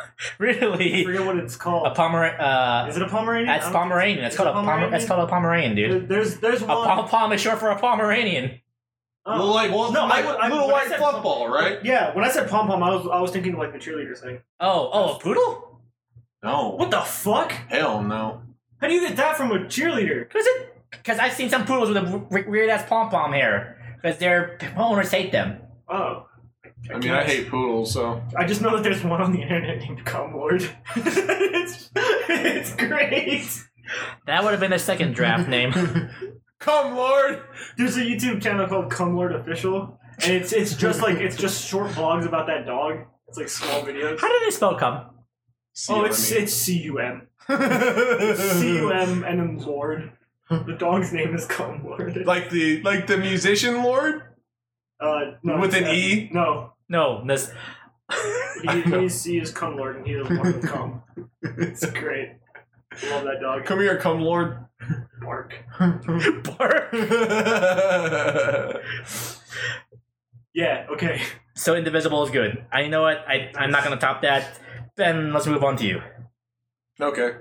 S5: I
S3: Really?
S5: forget what it's
S3: A
S5: called.
S3: Pomer. Uh,
S5: Is it a Pomeranian? I
S3: that's
S5: don't think
S3: Pomeranian. That's
S5: is it
S3: called a Pomer. That's called a Pomeranian, dude.
S5: There- There's there's
S3: A
S5: one.
S3: pom pom is short for a Pomeranian.
S5: Oh.
S4: Little like well,
S5: No, I
S4: like,
S5: would- I-
S4: little
S5: when I
S4: white
S5: said-
S4: football, right?
S5: Yeah, when I said pom pom, I was I was thinking like the cheerleader thing.
S3: Oh, oh, a poodle?
S4: No,
S5: What the fuck?
S4: hell no.
S5: How do you get that from a cheerleader?
S3: Cause it. Because I've seen some poodles with a weird ass pom pom hair. Because their owners hate them.
S5: Oh,
S4: I mean, I hate poodles, so
S5: I just know that there's one on the internet named Comlord. it's it's great.
S3: That would have been their second draft name.
S4: come, Lord.
S5: There's a YouTube channel called Comlord Official, and it's it's just like it's just short vlogs about that dog. It's like small videos.
S3: How did they spell cum?
S5: Oh, it's it's C U M C U M and then Lord. The dog's name is Comlord.
S4: like the like the musician Lord.
S5: Uh, no,
S4: With an
S5: uh,
S4: E?
S5: No,
S3: No, this.
S5: he, he's, he is cum lord and he is lord of cum. It's great. Love that dog.
S4: E? Come here, come, Lord.
S5: Bark.
S3: Bark.
S5: Yeah. Okay.
S3: So indivisible is good. I you know what I I'm not gonna top that. Ben, let's move on to you.
S4: okay.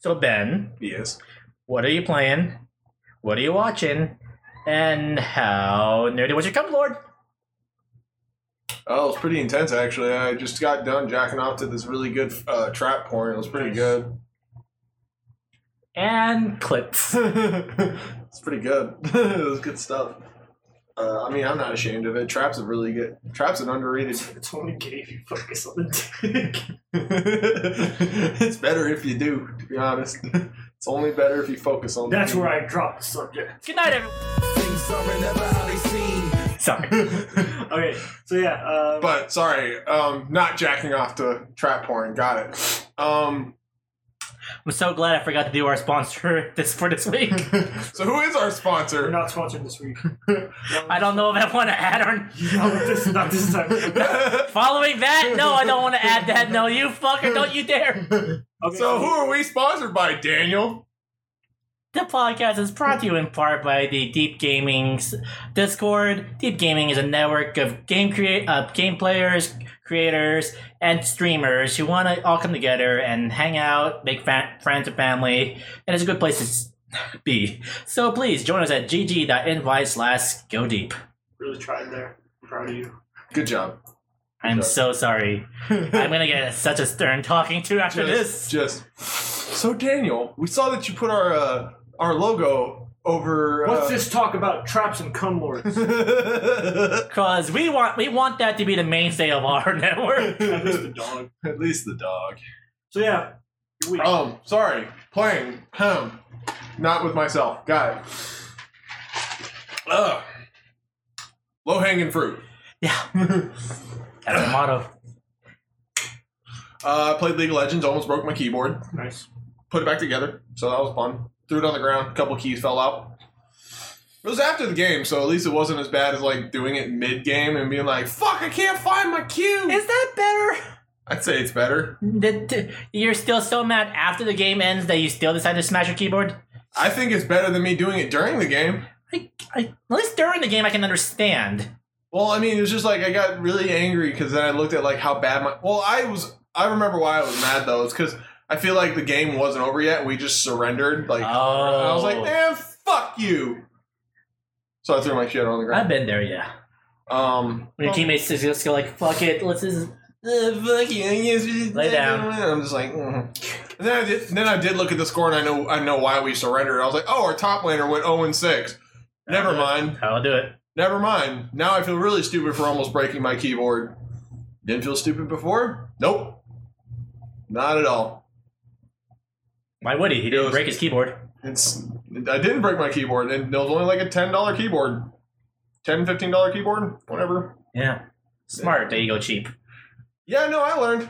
S3: So Ben,
S4: Yes.
S3: what are you playing? What are you watching? And how nerdy was your cum lord?
S4: Oh, it was pretty intense actually. I just got done jacking off to this really good uh, trap porn. It was pretty
S5: Nice.
S4: good.
S3: And clips.
S4: it's pretty good. it was good stuff. Uh, I mean, I'm not ashamed of it. Traps are really good. Traps an underrated.
S5: It's only gay if you focus on the dick.
S4: it's better if you do, to be honest. It's only better if you focus on.
S5: That's where I dropped the subject.
S3: good night, everyone.
S2: Things are never how they seem.
S3: Sorry.
S5: Okay. So yeah. Um,
S4: But sorry, um, not jacking off to trap porn. Got it. Um,
S3: I'm so glad I forgot to do our sponsor this for this week.
S4: so who is our
S5: we're
S4: sponsor?
S5: not sponsored this week.
S3: I don't know if I want to add on.
S5: Not this. Not this time.
S3: Following that, no, I don't want to add that. No, you fucker, don't you dare.
S5: Okay,
S4: so who are we sponsored by, Daniel?
S3: The podcast is brought to you in part by the Deep Gaming's Discord. Deep Gaming is a network of game create uh, game players, creators, and streamers who want to all come together and hang out, make fa- friends and family, and it's a good place to s- be. So please join us at gg.invite slash go deep.
S5: really tried there. I'm proud of you.
S4: Good job.
S3: I'm so sorry. I'm gonna get such a stern talking to after this.
S4: Just, just. So Daniel, we saw that you put our uh, our logo over. uh,
S5: What's this talk about traps and cum lords?
S3: Cause we want we want that to be the mainstay of our network.
S5: I missed the dog.
S4: At least the dog.
S5: So yeah. your Week.
S4: Um, sorry, playing. Um, not with myself. Got it. Ugh. Low hanging fruit.
S3: Yeah. That's the motto.
S4: Uh, played League of Legends. Almost broke my keyboard.
S5: Nice.
S4: Put it back together. So that was fun. Threw it on the ground. A couple keys fell out. It was after the game, so at least it wasn't as bad as like doing it mid game and being like, "Fuck, I can't find my cue."
S3: Is that better?
S4: I'd say it's better.
S3: That th- you're still so mad after the game ends that you still decide to smash your keyboard?
S4: I think it's better than me doing it during the game.
S3: I, I, at least during the game, I can understand.
S4: Well, I mean, it was just like I got really angry because then I looked at like how bad my. Well, I was. I remember why I was mad though. It's because I feel like the game wasn't over yet. We just surrendered. Like I was like,
S3: Oh.
S4: man, fuck you. So I threw my shit on the
S3: I've
S4: ground.
S3: been there, yeah.
S4: Um,
S3: When your teammates just go like, "Fuck it, let's just."
S4: uh, fuck you. yes, yes,
S3: Lay down.
S4: and I'm just like. mm. And then I did. Then I did look at the score, and I know I know why we surrendered. I was like, oh, our top laner went zero and six. Never
S3: Uh-huh.
S4: mind.
S3: I'll do it.
S4: Never mind. Now I feel really stupid for almost breaking my keyboard. Didn't feel stupid before? Nope. Not at all.
S3: Why would he? He didn't
S4: was-
S3: break his keyboard.
S4: It's I didn't break my keyboard, and it was only like a ten dollar keyboard. $10, $15 keyboard? Whatever.
S3: Yeah, smart. There you go, cheap.
S4: Yeah, no, I learned.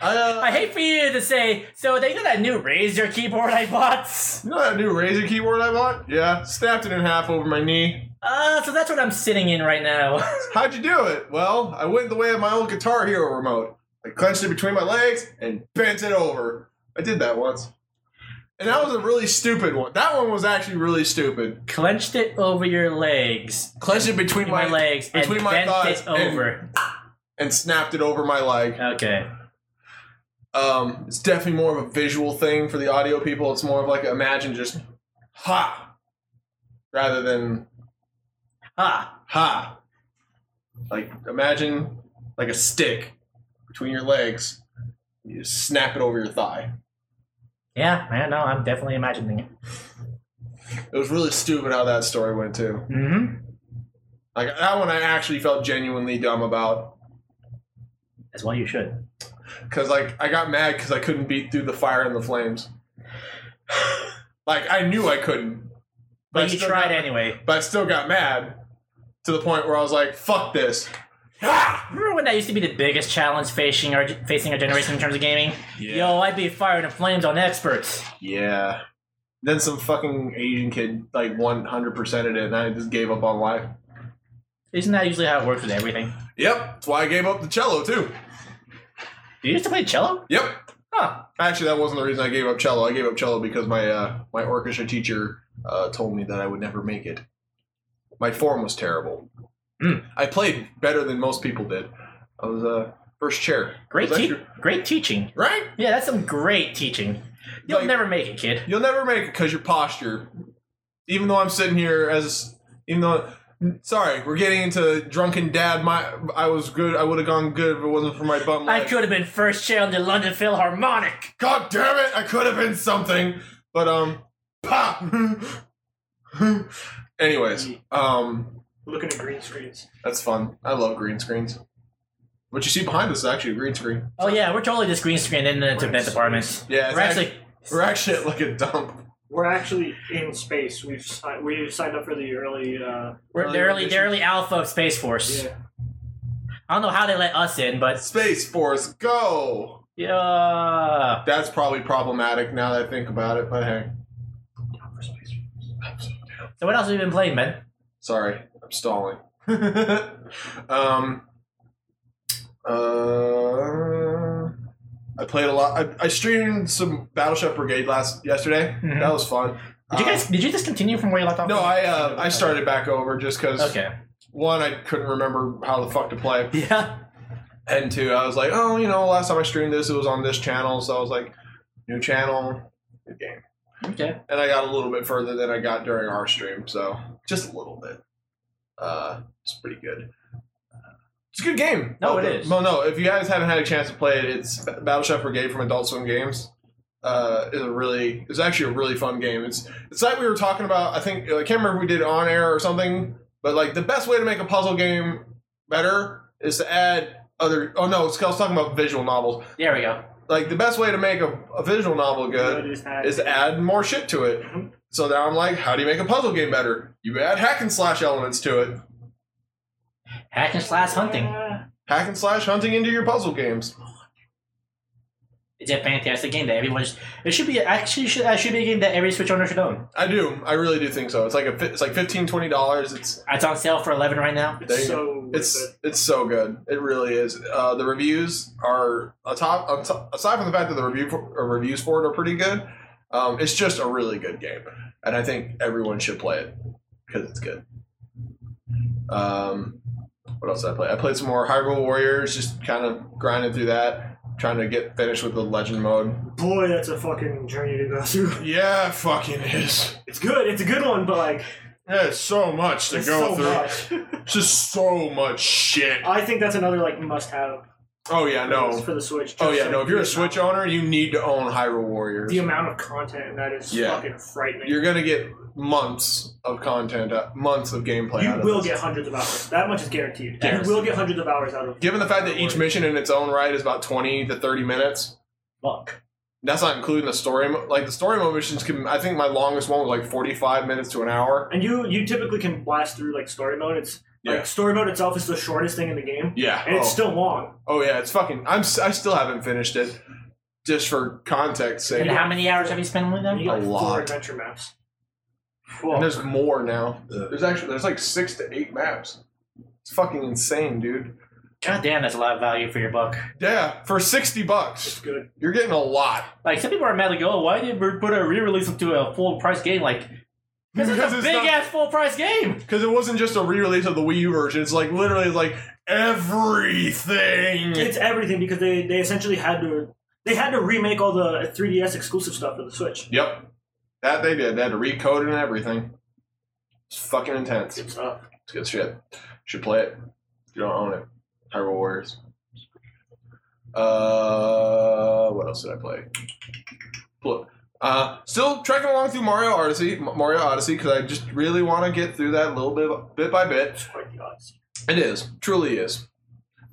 S4: I, uh,
S3: I hate for you to say. So they got that new Razer keyboard I bought.
S4: you know that new Razer keyboard I bought? Yeah, snapped it in half over my knee.
S3: Uh, so that's what I'm sitting in right now.
S4: How'd you do it? Well, I went the way of my old Guitar Hero remote. I clenched it between my legs and bent it over. I did that once. And that was a really stupid one. That one was actually really stupid.
S3: Clenched it over your legs,
S4: Clenched it between
S3: in my, legs, and
S4: between my
S3: bent
S4: thighs
S3: it
S4: and-
S3: over.
S4: and snapped it over my leg.
S3: okay.
S4: Um, it's definitely more of a visual thing for the audio people. It's more of like imagine just ha rather than
S3: Ah,
S4: ha. Like imagine like a stick between your legs. You just snap it over your thigh.
S3: yeah, I know. I'm definitely imagining it.
S4: It was really stupid how that story went too.
S3: Mm-hmm.
S4: Like that one, I actually felt genuinely dumb about
S3: As well, you should.
S4: because like I got mad because I couldn't beat through the fire and the flames. like I knew I couldn't,
S3: But
S4: I
S3: you
S4: still
S3: tried
S4: got-
S3: anyway.
S4: but I still got mad to the point where I was like, "Fuck this!" Ah!
S3: Remember when that used to be the biggest challenge facing our facing our generation in terms of gaming?
S4: Yeah.
S3: Yo, I'd be firing the flames on experts.
S4: Yeah. Then some fucking Asian kid like one hundred percented it, and I just gave up on life.
S3: Isn't that usually how it works with everything?
S4: Yep, that's why I gave up the cello too.
S3: Do you used to play cello?
S4: Yep.
S3: Huh.
S4: Actually, that wasn't the reason I gave up cello. I gave up cello because my uh, my orchestra teacher uh, told me that I would never make it. My form was terrible.
S3: Mm.
S4: I played better than most people did. I was uh, first chair.
S3: Great,
S4: Was that
S3: te-
S4: your-
S3: great teaching.
S4: right?
S3: Yeah, that's some great teaching. You'll
S4: Like-
S3: never make it, kid.
S4: You'll never make it because your posture. Even though I'm sitting here as, even though, sorry, we're getting into drunken dad. My, I was good. I would have gone good if it wasn't for my bum.
S3: I
S4: leg.
S3: could have been first chair on the London Philharmonic.
S4: God damn it! I could have been something, but um, pop. Anyways, um,
S5: Looking at green screens.
S4: that's fun. I love green screens. What you see behind us is actually a green screen.
S3: Oh yeah, we're totally just green screen in the Tibet department.
S4: Yeah, it's
S3: We're actually,
S4: we're actually at like a dump.
S5: We're actually in space. We've si- we've signed up for the early. Uh,
S3: we're the early, the early alpha of Space Force.
S5: yeah.
S3: I don't know how they let us in, but
S4: Space Force, go!
S3: yeah,
S4: That's probably problematic now that I think about it, but hey.
S5: Down for space.
S3: So what else have you been playing, man?
S4: Sorry, I'm stalling. um, uh, I played a lot. I, I streamed some Battleship Brigade last yesterday.
S3: Mhm.
S4: That was fun.
S3: Did you
S4: Uh,
S3: guys? Did you just continue from where you left off?
S4: no, I uh, I started back over just because
S3: Okay.
S4: one I couldn't remember how the fuck to play,
S3: Yeah.
S4: and two I was like, oh, you know, last time I streamed this, it was on this channel, so I was like, new channel, new game,
S3: Okay.
S4: and I got a little bit further than I got during our stream, so just a little bit. Uh, it's pretty good. It's a good game.
S3: No,
S4: it
S3: it
S4: is.
S3: is.
S4: Well, no, if you guys haven't had a chance to play it, it's Battle Chef Brigade from Adult Swim Games. Uh, is a really it's actually a really fun game. It's it's like we were talking about. I think I can't remember if we did on air or something, but like the best way to make a puzzle game better is to add other. Oh no, it's- I was talking about visual novels.
S3: There we go.
S4: Like the best way to make a, a visual novel good
S5: Good is that-
S4: Uh, is add more shit to it.
S5: Mhm.
S4: So now I'm like, how do you make a puzzle game better? You add hack and slash elements to it.
S3: Hack and slash hunting.
S5: Yeah.
S4: Hack and slash hunting into your puzzle games.
S3: It's a fantastic game that everyone's. It should be actually should uh, should be a game that every Switch owner should own.
S4: I do. I really do think so. It's like a fi- it's like 15 20 dollars. It's
S3: It's on sale for eleven right now.
S4: There you
S5: It's so.
S4: it's
S5: good.
S4: it's so good. It really is. Uh, the reviews are atop, atop aside from the fact that the review for, uh, reviews for it are pretty good. Um, it's just a really good game, and I think everyone should play it because it's good. Um, what else did I play? I played some more Hyrule Warriors. Just kind of grinding through that, trying to get finished with the Legend mode.
S5: boy, that's a fucking journey to go through.
S4: Yeah, it fucking is.
S5: It's good. It's a good one, but like
S4: There's so much to
S5: it's
S4: go
S5: so
S4: through.
S5: much.
S4: It's just so much shit.
S5: I think that's another like must-have.
S4: Oh yeah, no.
S5: For the Switch.
S4: Oh
S5: just,
S4: yeah,
S5: like,
S4: no. If you're
S5: the
S4: a Switch
S5: amount-
S4: owner, you need to own Hyrule Warriors.
S5: the amount of content in that is
S4: Yeah.
S5: fucking frightening.
S4: You're gonna get months of content, uh, months of gameplay. out
S5: you
S4: of
S5: will
S4: this.
S5: get hundreds of hours. That much is guaranteed.
S4: Guaranteed.
S5: You will get hundreds of hours out of.
S4: Given the fact that each mission in its own right is about 20 to 30 minutes,
S3: Fuck.
S4: that's not including the story. Mo- like the story mode missions can. I think my longest one was like 45 minutes to an hour.
S5: And you you typically can blast through like story mode. It's
S4: Yeah.
S5: like story mode itself is the shortest thing in the game,
S4: Yeah.
S5: and
S4: oh.
S5: it's still long.
S4: oh yeah, it's fucking. I'm. s- I still haven't finished it. Just for context sake.
S3: And how many hours have you spent with
S5: And
S3: them?
S5: you get like
S4: A
S5: four
S4: lot.
S5: adventure maps.
S4: And there's more now. There's actually there's like six to eight maps. It's fucking insane, dude.
S3: God damn, that's a lot of value for your buck.
S4: Yeah, for sixty bucks,
S5: good.
S4: you're getting a lot
S3: Like some people are mad like, oh, why did Roberta re-release them to a full price game? Like, this is
S4: Because
S3: a
S4: it's
S3: big
S4: not-
S3: ass full price game.
S4: because it wasn't just a re-release of the Wii U version. It's like literally like everything.
S5: It's everything because they, they essentially had to they had to remake all the 3DS exclusive stuff for the Switch.
S4: Yep, that they did. They had to recode it and everything. It's fucking intense.
S5: It's up.
S4: It's good shit. Should play it. If you don't own it. Hyrule Warriors. Uh, what else did I play? Pull it. Uh, still trekking along through Mario Odyssey, M- Mario Odyssey, because I just really want to get through that little bit, bit by bit.
S5: It's quite the odds.
S4: It is, truly is.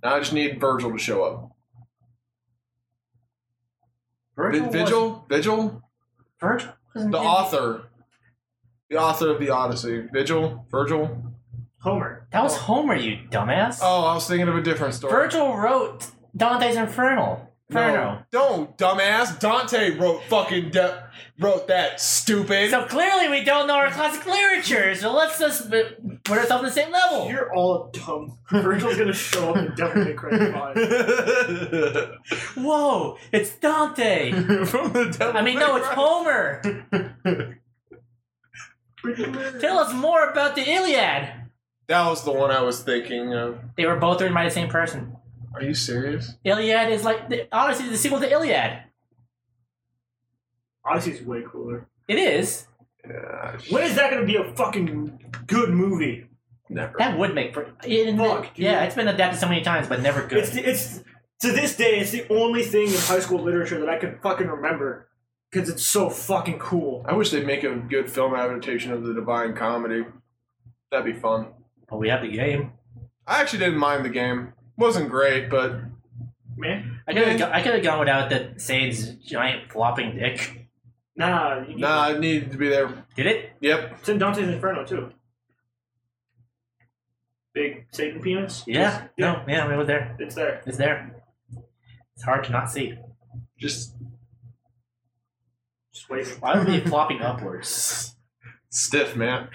S4: Now I just need Virgil to show up. Vi-
S3: Virgil, was,
S4: Vigil, Vigil,
S3: Virgil wasn't
S4: the
S3: in-
S4: author, the author of the Odyssey. Vigil, Virgil.
S5: Homer.
S3: That was Homer, you dumbass.
S4: Oh, I was thinking of a different story.
S3: Virgil wrote Dante's Inferno. Inferno.
S4: No, don't, dumbass. Dante wrote fucking de- wrote that stupid.
S3: So clearly we don't know our classic literature, so let's just b- put ourselves on the same level.
S5: You're all dumb. Virgil's gonna show up and definitely crack on.
S4: From
S3: Whoa, it's Dante.
S4: the devil.
S3: I mean, no, it's Homer. Tell us more about the Iliad.
S4: That was the one I was thinking of.
S3: They were both written by the same person.
S4: Are you serious?
S3: Iliad is like the, honestly the sequel to Iliad.
S5: Odyssey's way cooler.
S3: It is.
S5: When is that gonna be a fucking good movie?
S4: Never.
S3: That would make for it- it-
S5: Fuck, dude.
S3: yeah. It's been adapted so many times, but never good.
S5: It's the, it's to this day it's the only thing in high school literature that I can fucking remember because it's so fucking cool.
S4: I wish they'd make a good film adaptation of the Divine Comedy. That'd be fun.
S3: but we have the game.
S4: I actually didn't mind the game. wasn't great, but
S5: Man,
S3: I could have I could have gone without that Sane's giant flopping dick.
S5: nah, you,
S4: nah, it needed to be there.
S3: Did it?
S4: Yep.
S5: It's in Dante's Inferno too. Big Satan penis.
S3: Yeah. No. Yeah. It was there.
S5: It's there.
S3: It's there. It's hard to not see.
S4: Just
S5: Just wait.
S3: Why would it be flopping upwards?
S4: stiff, man.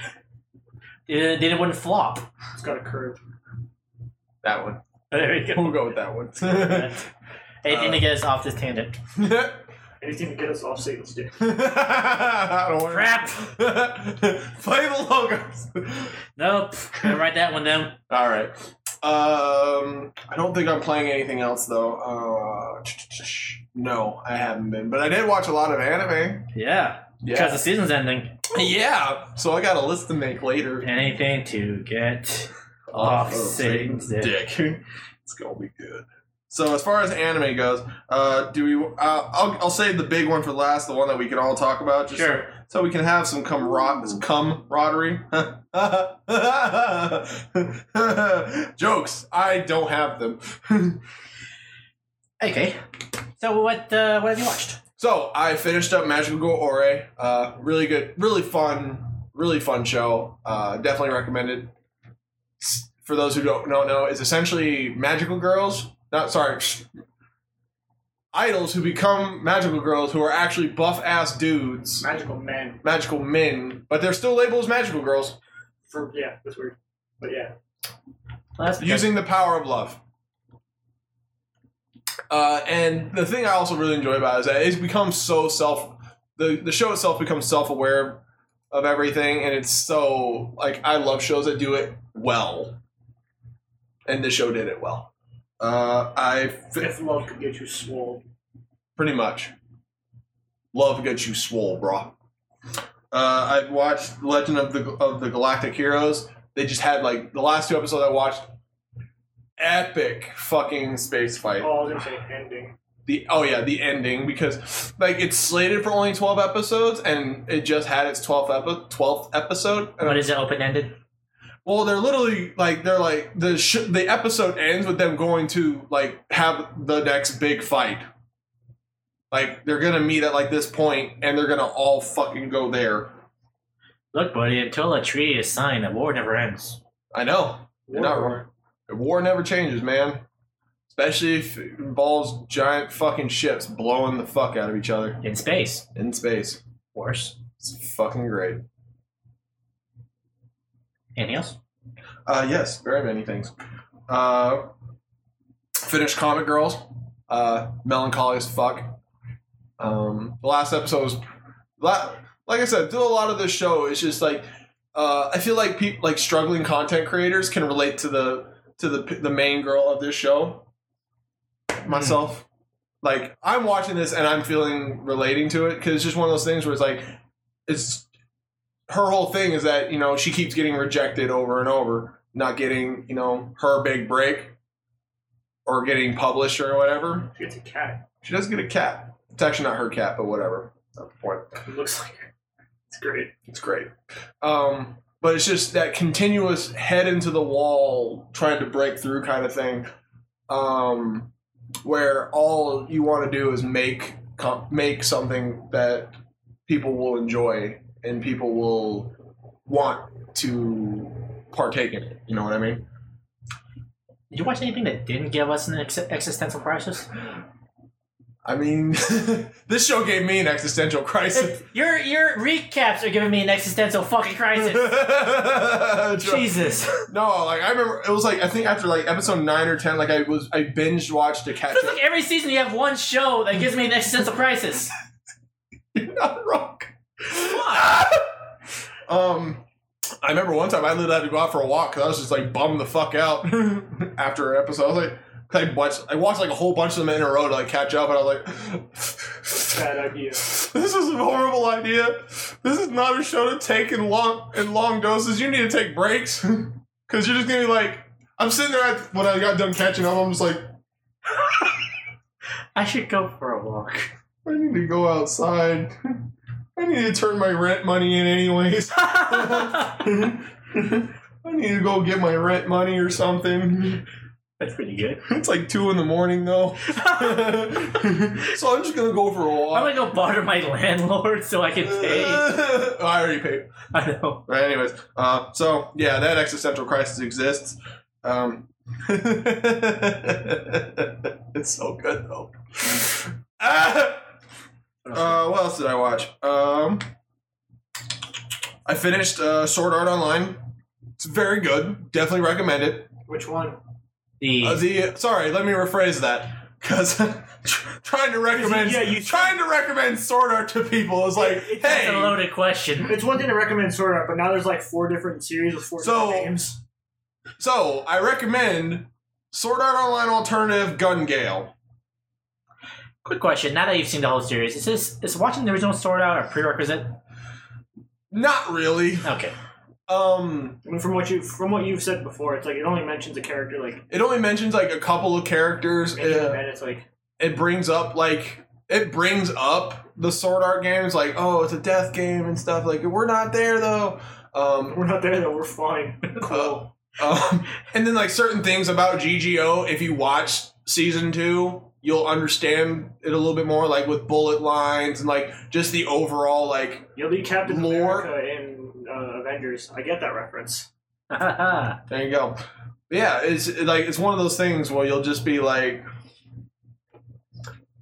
S3: It, then it wouldn't flop.
S5: It's got a curve.
S4: That one.
S3: There you go.
S4: We'll go with that one.
S3: Anything to get us off this tangent.
S5: Anything to get us off Satan's dick.
S4: I don't want
S3: Crap.
S4: Play the logos.
S3: Nope. Gonna write that one down.
S4: All right. Um, I don't think I'm playing anything else though. Uh, no, I haven't been, but I did watch a lot of anime.
S3: Yeah. Because the season's ending.
S4: yeah. So I got a list to make later.
S3: Anything to get off Satan's dick.
S4: Oh, dick. it's gonna be good. So as far as anime goes, uh, do we? Uh, I'll, I'll save the big one for last, the one that we can all talk about. Just
S3: Sure.
S4: so we can have some camar- camaraderie. Jokes. I don't have them.
S3: Okay. So what uh, what have you watched?
S4: so I finished up Magical Girl Ore. Uh, really good, really fun, really fun show. Uh, definitely recommended. For those who don't don't know, is essentially magical girls. Not sorry. Idols who become magical girls who are actually buff ass dudes,
S5: Magical man.
S4: magical men, but they're still labeled as magical girls.
S5: For yeah, that's weird. But yeah,
S3: Well, that's because-
S4: using the power of love. Uh, and the thing I also really enjoy about it is that it's become so self. The, the show itself becomes self aware of everything, and it's so like I love shows that do it well, and this show did it well. Uh, I fi-
S5: if love could get you swole,
S4: pretty much love gets you swole, bro. Uh, I've watched Legend of the of the Galactic Heroes. They just had like the last two episodes I watched. Epic fucking space fight.
S5: oh, I was gonna say ending.
S4: The oh yeah, the ending because like it's slated for only twelve episodes and it just had its twelfth epi- twelfth episode. And
S3: What is it? Open ended.
S4: well, they're literally like they're like the sh- the episode ends with them going to like have the next big fight. Like they're gonna meet at like this point, and they're gonna all fucking go there.
S3: Look, buddy. Until a treaty is signed, the war never ends.
S4: I know. You're not wrong. War never changes, man. Especially if it involves giant fucking ships blowing the fuck out of each other
S3: In space,
S4: in space.
S3: wars.
S4: It's fucking great.
S3: Anything else?
S4: Uh, yes, very many things. Uh, finished Comic Girls. Uh, melancholy as fuck. Um, the last episode was, la- like I said, do a lot of this show. It's just like uh, I feel like people like struggling content creators can relate to the to the the main girl of this show. Myself, like I'm watching this and I'm feeling relating to it because it's just one of those things where it's like it's her whole thing is that you know she keeps getting rejected over and over, not getting you know her big break or getting published or whatever.
S5: She gets a cat.
S4: She does get a cat. It's actually not her cat, but whatever. Not the point.
S5: It looks like her. It's great.
S4: It's great. Um, but it's just that continuous head into the wall, trying to break through kind of thing, um, where all you want to do is make com- make something that people will enjoy and people will want to partake in it. You know what I mean?
S3: Did you watch anything that didn't give us an ex- existential crisis?
S4: I mean, this show gave me an existential crisis.
S3: your your recaps are giving me an existential fucking crisis. Jesus.
S4: No, like I remember, it was like I think after like episode nine or ten, like I was I binge watched to catch
S3: It's
S4: up.
S3: like every season you have one show that gives me an existential crisis.
S4: You're not wrong.
S3: Fuck.
S4: Um, I remember one time I literally had to go out for a walk because I was just like bummed the fuck out after an episode. I was like, 'cause I watched I watched like a whole bunch of them in a row to like catch up, and I was like,
S5: Bad idea.
S4: this is a horrible idea. This is not a show to take in long in long doses. You need to take breaks because you're just gonna be like, I'm sitting there at, when I got done catching up. I'm just like.
S3: I should go for a walk.
S4: I need to go outside. I need to turn my rent money in anyways. I need to go get my rent money or something.
S3: That's pretty good.
S4: It's like two in the morning though. so I'm just gonna go for a
S3: I'm
S4: walk.
S3: gonna go bother my landlord so I can pay.
S4: I already paid.
S3: I know.
S4: But anyways, uh, so yeah, that existential crisis exists. Um, it's so good though. Ah! Uh, what else did I watch? Um, I finished uh, Sword Art Online. It's very good. Definitely recommend it.
S5: Which one?
S3: The,
S4: Uh, the sorry, let me rephrase that because trying to recommend
S5: Yeah, you-
S4: trying to recommend Sword Art to people is like,
S5: It-
S3: that's a
S4: hey,
S3: loaded question.
S5: It's one thing to recommend Sword Art, but now there's like four different series with four
S4: So-
S5: different names.
S4: so I recommend Sword Art Online alternative Gun Gale.
S3: Quick question. Now that you've seen the whole series, is this is watching the original Sword Out a prerequisite?
S4: Not really.
S3: Okay.
S4: Um,
S5: I mean, from what you from what you've said before, it's like it only mentions a character like
S4: it only mentions like a couple of characters.
S5: maybe
S4: uh,
S5: and it's like
S4: it brings up like it brings up the sword art games like oh it's a death game and stuff like we're not there though um,
S5: we're not there though. We're fine.
S4: uh, um, and then like certain things about ggo if you watch season two you'll understand it a little bit more like with bullet lines and like just the overall like
S5: You'll be Captain
S4: Lore.
S5: America in uh, Avengers. I get that reference.
S4: there you go yeah it's it, like it's one of those things where you'll just be like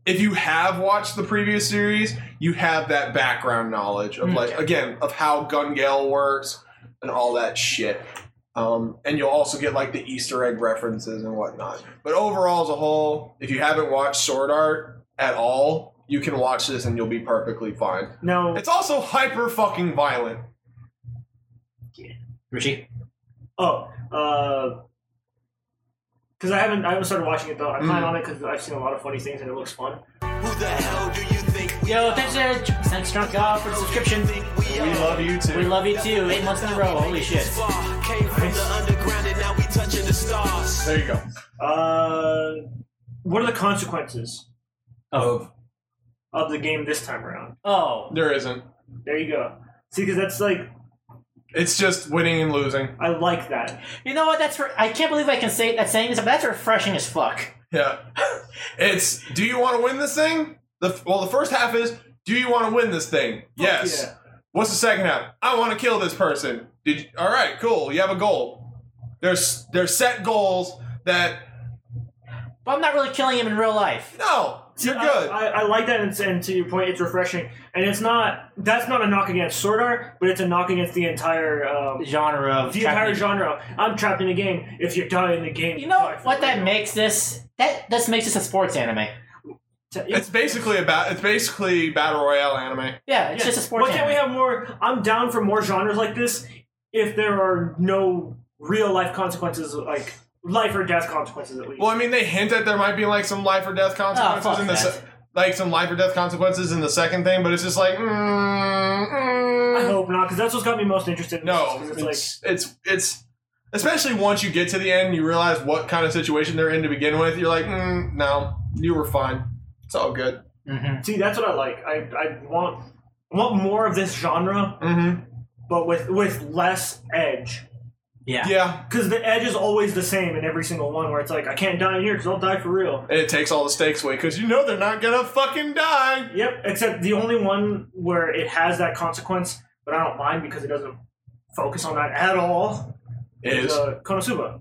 S4: if you have watched the previous series, you have that background knowledge
S3: Mm.
S4: of like again of how Gun Gale works and all that shit. Um, and you'll also get like the Easter egg references and whatnot. But overall, as a whole, if you haven't watched Sword Art at all, you can watch this and you'll be perfectly fine.
S5: No,
S4: It's also hyper fucking violent.
S3: Richie?
S5: Oh, because I haven't I haven't started watching it though. I
S4: Mm.
S5: plan on it because I've seen a lot of funny things and it looks fun.
S2: Who the hell do you think we
S3: Yo, thanks, uh, thanks Drunk God, for the subscription.
S2: think we are?
S4: We love you too.
S3: We love you too. Eight months in a row. Holy shit.
S2: Came from the underground and now we touching the stars.
S4: there you go.
S5: Uh, what are the consequences
S3: Oh.
S5: of the game this time around?
S3: Oh.
S4: There isn't.
S5: There you go. See, because that's like
S4: It's just winning and losing.
S5: I like that.
S3: You know what? That's re- I can't believe I can say that saying this, but that's refreshing as fuck.
S4: Yeah. It's do you want to win this thing? The well, the first half is do you want to win this thing? yes.
S5: yeah.
S4: What's the second half? I want to kill this person. Did you, all right, cool. You have a goal. There's there's set goals that
S3: But I'm not really killing him in real life.
S4: no. You're
S5: I-
S4: good.
S5: I, I like that, and, and to your point, it's refreshing, and it's not. That's not a knock against sword art, but it's a knock against the entire um,
S3: genre of
S5: the
S3: trap
S5: entire
S3: music.
S5: genre. I'm trapped in the game. If you die in the game,
S3: You know
S5: die for
S3: what that
S5: real.
S3: makes this? That this makes this a sports anime.
S5: It's-
S4: It's basically about. It's basically battle royale anime.
S3: Yeah, it's
S5: yeah.
S3: just a sports
S5: Why
S3: anime.
S5: can't we have more? I'm down for more genres like this if there are no real life consequences, like life or death consequences at least.
S4: Well, I mean, they hint that there might be like some life or death
S5: Ah,
S4: consequences
S3: fuck
S4: in the
S3: that.
S4: se- like some life or death consequences in the second thing, but it's just like. Mm, mm.
S5: I hope not, because that's what's got me most interested. In
S4: No,
S5: this, 'cause it's
S4: it's, it's it's especially once you get to the end, and you realize what kind of situation they're in to begin with. You're like, mm, no, you were fine. It's all good.
S3: Mhm.
S5: like see, that's what I like. I I want I want more of this genre,
S4: Mm-hmm.
S5: but with with less edge.
S3: Yeah.
S4: Yeah,
S5: Because the edge is always the same in every single one, where it's like I can't die in here because I'll die for real.
S4: and it takes all the stakes away because you know they're not gonna fucking die.
S5: Yep, except the only one where it has that consequence, but I don't mind because it doesn't focus on that at all.
S4: Is
S5: uh, Konosuba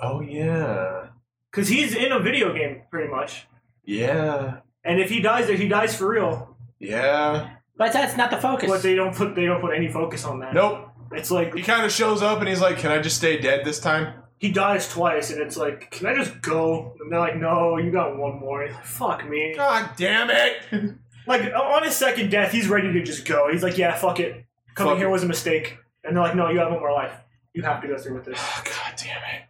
S4: oh yeah,
S5: because he's in a video game pretty much,
S4: yeah,
S5: and if he dies, there he dies for real.
S4: yeah.
S3: But that's not the focus.
S5: But they don't put they don't put any focus on that.
S4: Nope.
S5: it's like
S4: He kind of shows up and he's like, "Can I just stay dead this time?"
S5: he dies twice, and it's like, can I just go? And they're like, no, you got one more. He's like, fuck me.
S4: God damn it!
S5: Like on his second death, he's ready to just go. He's like, yeah, fuck it. Coming
S4: Fuck
S5: here
S4: it.
S5: was a mistake, and they're like, no, you have one more life. You have to go through with this.
S4: Oh, God damn it!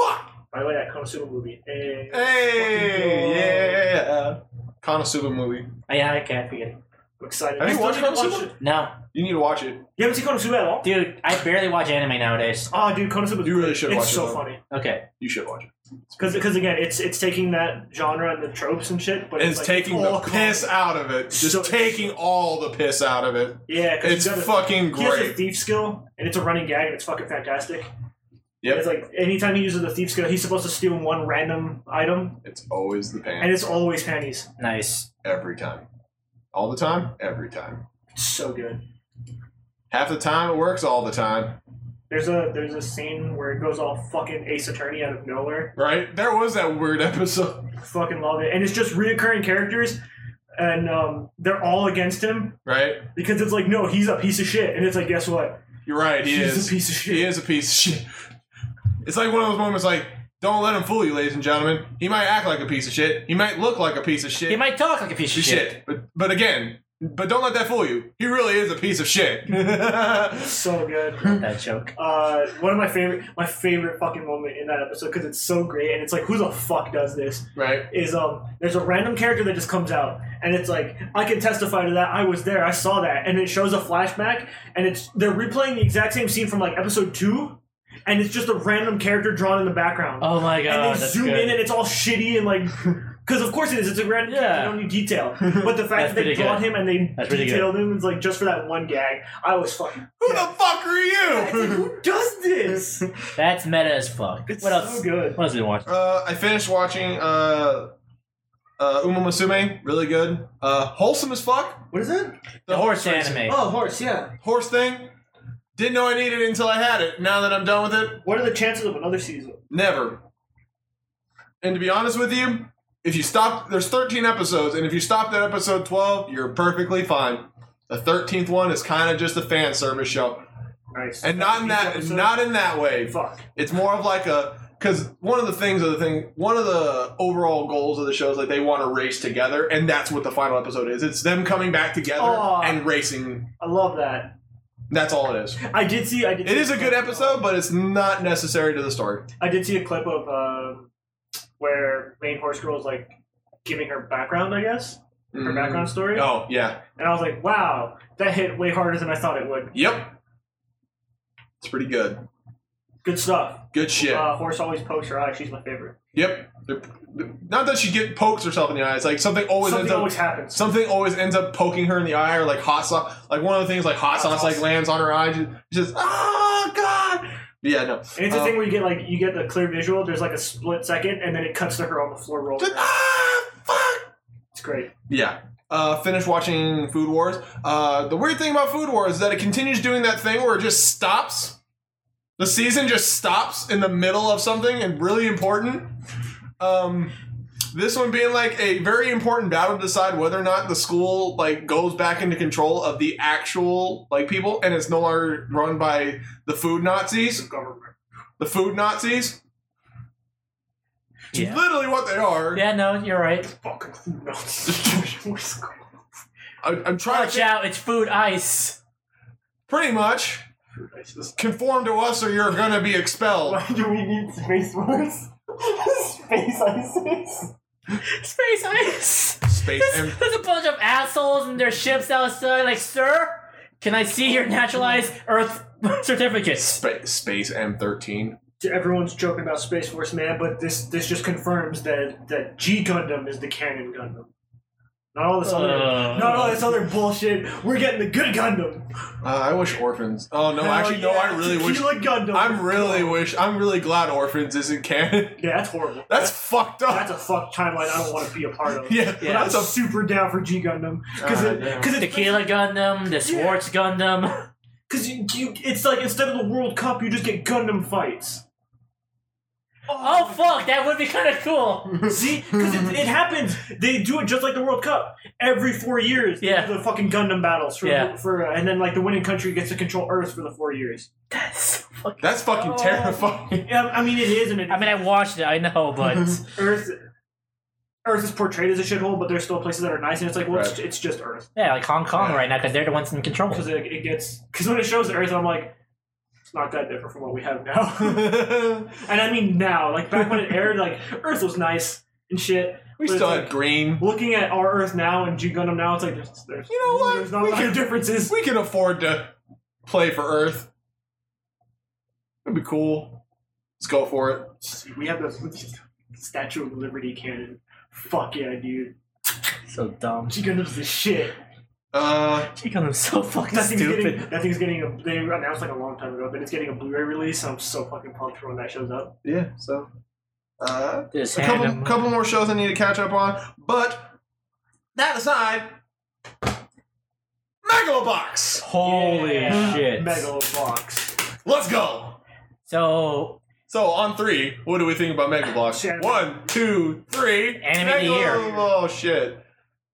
S4: Fuck!
S5: By the way, that Konosuba movie. Eh, Hey. Fucking go.
S4: Hey, yeah. Konosuba movie.
S3: Oh, yeah, I can't forget. it.
S5: I'm excited.
S4: Have
S5: I
S4: you
S5: still
S4: watched
S5: need to watch
S4: Konosuba?
S5: it.
S3: No,
S4: You need to watch it.
S5: You haven't seen Konosuba at all?
S3: dude, I barely watch anime nowadays.
S5: Ah, dude, Konosuba.
S4: You really should
S5: It's
S4: watch it,
S5: so
S4: though.
S5: funny
S3: Okay.
S4: You should watch it.
S5: because again, it's it's taking that genre and the tropes and shit, but
S4: It's
S5: it's, like, oh,
S4: taking the
S5: all
S4: piss out of it. Just
S5: So-
S4: taking all the piss out of it.
S5: Yeah, 'cause
S4: It's
S5: he's got a-
S4: fucking
S5: He has a
S4: great.
S5: thief skill, and it's a running gag, and it's fucking fantastic.
S4: Yep.
S5: It's like anytime he uses the thief skill, he's supposed to steal one random item,
S4: It's always the
S5: and
S4: pan.
S5: it's always panties.
S3: Nice.
S4: Every time. All the time? Every time.
S5: It's so good.
S4: Half the time it works, all the time.
S5: There's a there's a scene where it goes all fucking Ace Attorney out of nowhere.
S4: Right? There was that weird episode.
S5: Fucking love it, and it's just reoccurring characters, and um, they're all against him
S4: Right?
S5: because it's like, no, he's a piece of shit, and it's like, guess what?
S4: You're right. He
S5: He's
S4: is.
S5: a piece of shit.
S4: He is a piece of shit. It's like one of those moments like, don't let him fool you, ladies and gentlemen. He might act like a piece of shit. He might look like a piece of shit.
S3: He might talk like a piece of
S4: piece of
S3: shit.
S4: shit. But, but again, but don't let that fool you. He really is a piece of shit.
S5: So good.
S3: That joke.
S5: uh, one of my favorite my favorite fucking moment in that episode because it's so great and it's like who the fuck does this
S4: right?
S5: is um there's a random character that just comes out and it's like I can testify to that I was there I saw that and it shows a flashback and it's they're replaying the exact same scene from like episode two and it's just a random character drawn in the background
S3: Oh my god,
S5: and they
S3: that's
S5: zoom
S3: good.
S5: in and it's all shitty and like because of course it is it's a random
S3: Yeah.
S5: character, you don't need detail but the
S3: That's
S5: fact that they
S3: pretty
S5: brought
S3: good.
S5: him and they
S3: That's pretty good.
S5: detailed him is like just for that one gag I was fucking
S4: Who the fuck are
S5: Like,
S4: you?
S5: who does this?
S3: That's meta as fuck.
S5: It's
S3: what else?
S5: so good.
S3: What else did we watch?
S4: uh, I finished watching uh, uh, Uma Musume. Really good. Uh, wholesome as fuck.
S5: What is it?
S3: The horse
S4: racing-
S3: anime.
S5: Oh, horse. Yeah.
S4: Horse thing. Didn't know I needed it until I had it. Now that I'm done with it,
S5: What are the chances of another season?
S4: never. And to be honest with you, if you stop, there's 13 episodes, and if you stop at episode 12, you're perfectly fine. The 13th one is kind of just a fan service show,
S5: Nice.
S4: and not in that,
S5: Episode?
S4: not in that way.
S5: Fuck.
S4: It's more of like a because one of the things of the thing, one of the overall goals of the show is like they want to race together, and that's what the final episode is. It's them coming back together
S5: Aw.
S4: and racing.
S5: I love that.
S4: That's all it is.
S5: I did see. I did.
S4: It
S5: see
S4: is a good episode, but it's not necessary to the story.
S5: I did see a clip of um where main horse girl is like giving her background. I guess her background story.
S4: Oh yeah,
S5: And I was like, wow, that hit way harder than I thought it would.
S4: yep. It's pretty good.
S5: Good stuff.
S4: Good shit.
S5: Uh, horse always pokes her eye. She's my favorite.
S4: Yep. Not that she get pokes herself in the eye. It's like something always
S5: Something
S4: ends up.
S5: always happens.
S4: Something always ends up poking her in the eye, or like hot sauce. Like one of the things, like hot,
S5: Hot
S4: sauce, like
S5: sauce.
S4: lands on her eye. Just, just oh god. Yeah, no.
S5: And it's a
S4: Uh,
S5: thing where you get like you get the clear visual. There's like a split second, and then it cuts to her on the floor rolling.
S4: Just, ah, fuck.
S5: It's great.
S4: Yeah. Uh, finished watching Food Wars. Uh, the weird thing about Food Wars is that it continues doing that thing where it just stops. The season just stops in the middle of something and really important. Um, This one being like a very important battle to decide whether or not the school like goes back into control of the actual like people and it's no longer run by the food Nazis.
S5: government.
S4: The food Nazis. It's
S3: Yeah.
S4: Literally what they are.
S3: Yeah, no, you're right.
S5: Fucking food Nazis.
S4: I, I'm trying
S3: Watch
S4: to
S3: out, it's food ice.
S4: pretty much conform to us or you're gonna be expelled.
S5: Why do we need space wars? space ISIS?
S3: Space ice.
S4: Space and
S3: There's, there's a bunch of assholes and their ships outside. Like, sir, can I see your naturalized Earth certificate?
S4: space space M thirteen.
S5: Everyone's joking about Space Force Man, but this this just confirms that that G Gundam is the canon Gundam. Not all this other,
S3: Uh.
S5: not all this other bullshit. We're getting the good Gundam.
S4: Uh, I wish orphans. Oh no,
S5: Hell
S4: actually no,
S5: yeah,
S4: I really wish.
S5: Tequila Gundam.
S4: I'm really wish. I'm really glad orphans isn't canon.
S5: Yeah, that's horrible.
S4: That's fucked up.
S5: That's a fucked timeline. I don't want to be a part of.
S4: yeah,
S3: Yeah.
S5: I'm
S4: that's a
S5: super down for G Gundam because
S4: Ah,
S5: it
S4: damn.
S5: because it's
S3: Tequila Gundam, the Schwartz Gundam.
S5: because you, you it's like instead of the World Cup, you just get Gundam fights.
S3: Oh fuck, that would be kind of cool.
S5: See, because it, it happens. They do it just like the World Cup every four years. they
S3: Yeah.
S5: do the fucking Gundam battles for,
S3: Yeah.
S5: for uh, and then like the winning country gets to control Earth for the four years.
S3: That's.
S4: that's fucking
S5: Oh.
S4: terrifying.
S5: Yeah, I mean it is, and it,
S3: I mean, I watched it. I know, but
S5: Earth. Earth is portrayed as a shithole, but there's still places that are nice, and it's like, well, it's,
S4: Right.
S5: it's just Earth
S3: yeah, like Hong Kong
S4: Yeah.
S3: right now because they're the ones in control.
S5: because it, it gets because when it shows Earth, I'm like, it's not that different from what we have now,
S4: we
S5: and I mean now, like back when it aired, like Earth was nice and shit. but it's
S4: still
S5: like,
S4: had green.
S5: looking at our Earth now and G Gundam now, it's like there's, there's
S4: You know what?
S5: There's not
S4: We
S5: a lot of
S4: could-
S5: differences.
S4: We can afford to play for Earth. It'd be cool. Let's go for it.
S5: We have the Statue of Liberty cannon. Fuck yeah, dude.
S3: So dumb.
S5: G Gundam's the shit.
S4: Uh,
S3: G Gundam's so fucking
S5: That thing's
S3: stupid.
S5: getting that thing's getting a they announced like a long time ago, but it's getting a Blu-ray release. So I'm so fucking pumped for when that shows up.
S4: yeah. So, uh,
S3: Just
S4: a
S3: hand
S4: couple
S3: him-
S4: couple more shows I need to catch up on. But that aside, Megalobox.
S3: Holy
S5: Yeah.
S3: shit!
S5: Megalobox.
S4: Let's go.
S3: So
S4: So on three, what do we think about
S5: Shannon.
S4: Megalobox? One, two, three.
S3: Anime of the
S4: Megalo-
S3: year.
S4: Oh shit!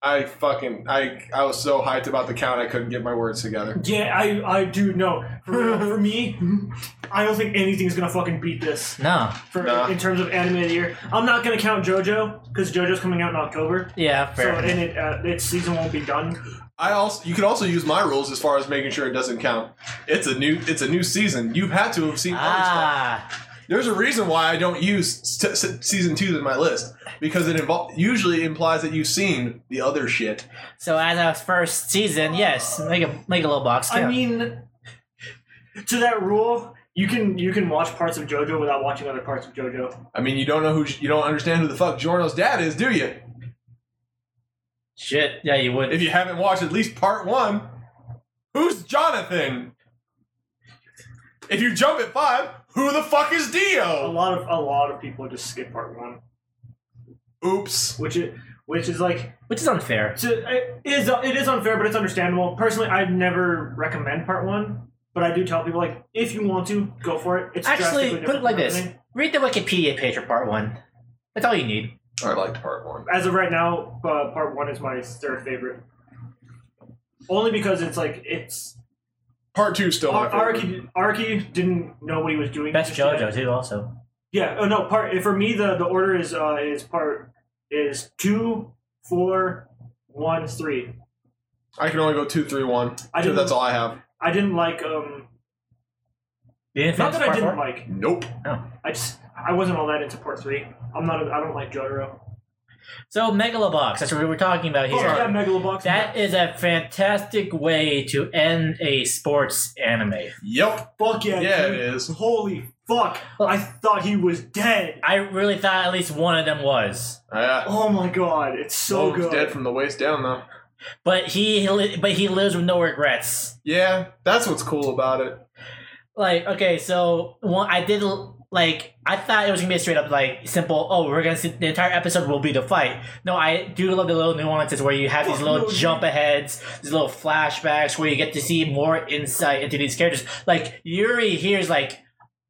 S4: I fucking I I was so hyped about the count I couldn't get my words together.
S5: Yeah, I I do know. For, for me, I don't think anything's gonna fucking beat this
S3: no,
S5: for
S4: Nah.
S5: in terms of anime of the year. I'm not gonna count JoJo because JoJo's coming out in October.
S3: yeah,
S5: So
S3: fair.
S5: and it uh, its season won't be done.
S4: I also you can also use my rules as far as making sure it doesn't count. It's a new it's a new season. You've had to have seen other stuff.
S3: ah,
S4: There's a reason why I don't use s- s- season two in my list because it invol- usually implies that you've seen the other shit.
S3: so as a first season, yes, make a make a little box.
S5: I
S3: yeah.
S5: mean, to that rule, you can you can watch parts of JoJo without watching other parts of JoJo.
S4: I mean, you don't know who you don't understand who the fuck Giorno's dad is, do you?
S3: shit. Yeah, you would.
S4: if you haven't watched at least part one, who's Jonathan? If you jump at five, who the fuck is
S5: A
S4: Dio?
S5: lot of a lot of people just skip part one,
S4: Oops.
S5: which it which is like
S3: which is unfair.
S5: to, it is it is unfair, but it's understandable. Personally, I'd never recommend part one, but I do tell people like if you want to go for it. It's drastically
S3: Actually, put it
S5: different
S3: like
S5: from
S3: this:
S5: everything.
S3: read the Wikipedia page for part one. That's all you need.
S4: I liked part one.
S5: As of right now, uh, part one is my third favorite. Only because it's like it's
S4: Part two still my favorite.
S5: Araki. Araki didn't know what he was doing.
S3: Best
S5: just
S3: JoJo
S5: yet.
S3: too, also.
S5: Yeah. Oh no. Part for me the the order is uh is part is two four one three.
S4: I can only go two, three, one.
S5: I
S4: So
S5: didn't-
S4: that's all I have.
S5: I didn't like um
S3: You didn't
S5: not
S3: finish
S5: that I
S3: part
S5: didn't
S3: four?
S5: like
S4: Nope.
S5: I just I wasn't all that into part three. I'm not a, I don't like Jotaro.
S3: So Megalobox, that's what we were talking about
S5: Oh,
S3: here.
S5: yeah, Megalobox.
S3: That is a fantastic way to end a sports anime.
S4: Yep.
S5: fuck yeah.
S4: Yeah, it
S5: dude.
S4: is.
S5: Holy fuck! I thought he was dead.
S3: I really thought at least one of them was,
S4: Yeah.
S5: Oh my god, it's so
S4: Logan's
S5: good.
S4: uh, dead from the waist down, though.
S3: but he he li- but he lives with no regrets.
S4: Yeah, that's what's cool about it.
S3: Like okay, so one I did l- like I thought it was gonna be a straight up like simple. Oh, we're gonna see the entire episode will be the fight. No, I do love the little nuances where you have these
S5: Fuck
S3: little
S5: no, dude.
S3: jump aheads, these little flashbacks where you get to see more insight into these characters. Like Yuri here is like.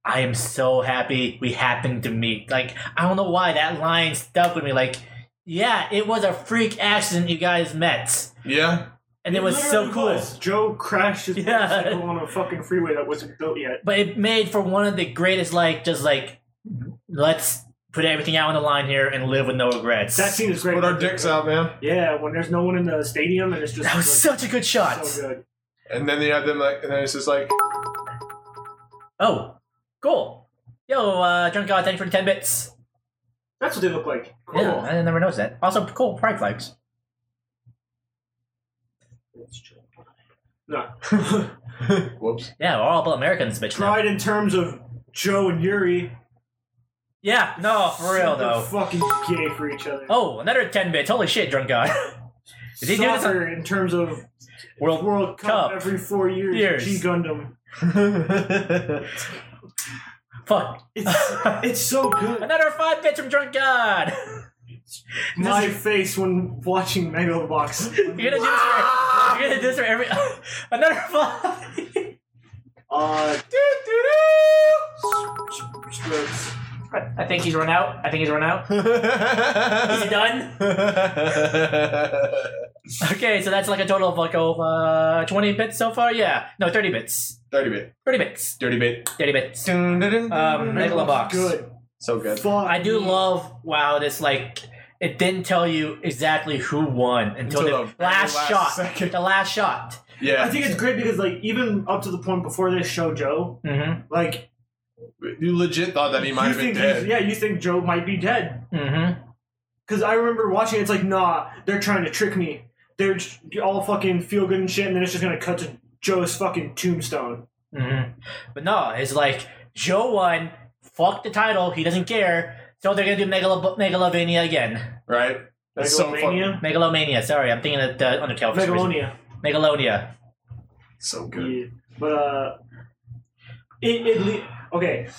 S3: I am so happy we happened to meet. Like, I don't know why that line stuck with me. Like, Yeah, it was a freak accident you guys met.
S4: Yeah.
S3: And it, was so
S5: literally
S3: cool.
S5: was. Joe crashed his
S3: Yeah.
S5: motorcycle on a fucking freeway that wasn't built yet.
S3: But it made for one of the greatest, like, just like, let's put everything out on the line here and live with no regrets.
S5: That scene is great.
S4: Put our dicks out, man.
S5: Yeah, when there's no one in the stadium and it's just
S3: That was
S5: like,
S3: such a good shot.
S5: so good.
S4: And then you have them like, and then it's just like,
S3: Oh, cool. Yo, uh, Drunk God, thanks for the 10 bits.
S5: That's what they look like.
S4: cool.
S3: Yeah, I never noticed that. Also, cool, pride flags.
S5: No.
S4: Whoops.
S3: Yeah, we're all about Americans, bitch. now.
S5: Pride in terms of Joe and Yuri.
S3: Yeah, no, Oh, for real,
S5: Super
S3: though.
S5: Fucking gay for each other.
S3: Oh, another 10 bits. Holy shit, Drunk God. Is he doing this on-
S5: Soccer in terms of
S3: World
S5: World
S3: Cup.
S5: Cup, every four years.
S3: Years.
S5: G Gundam.
S3: Fuck.
S5: It's it's so good.
S3: Another five bits from Drunk God.
S5: My face when watching Megalobox.
S3: You're gonna do this for, you're gonna do this for every another five.
S5: Uh,
S3: I think he's run out. I think he's run out. Is he done? Okay, so that's like a total of like over uh, 20 bits so far. Yeah, no, 30 bits,
S4: Dirty bit.
S3: 30 bits,
S4: Dirty bit.
S3: 30 bits.
S4: Dun, dun, dun,
S3: Um,
S4: dun.
S3: Megalobox.
S5: Good.
S4: So good.
S5: Fuck.
S3: I do love wow. This like it didn't tell you exactly who won until,
S4: Until
S3: the,
S4: the
S3: last,
S4: very last
S3: shot.
S4: second.
S3: The last shot.
S5: I
S4: Yeah.
S5: think it's great because like even up to the point before they show Joe,
S3: Mm-hmm.
S5: like
S4: You legit thought that he might
S5: you
S4: have been
S5: think
S4: dead.
S5: he's- yeah, you think Joe might be dead
S3: Mm-hmm.
S5: because I remember watching. It's like nah, they're trying to trick me. They're just all fucking feel good and shit, and then it's just gonna cut to Joe's fucking tombstone.
S3: Mm-hmm. But no, it's like Joe won. Fuck the title. He doesn't care. So they're gonna do Megalo- Megalovania again.
S4: Right? That's so fucking.
S5: Megalomania.
S3: Megalomania. Sorry, I'm thinking of the Undertale. for some reason.
S5: Megalonia.
S3: Megalonia.
S4: So good.
S5: Yeah. But uh, it, it le- okay.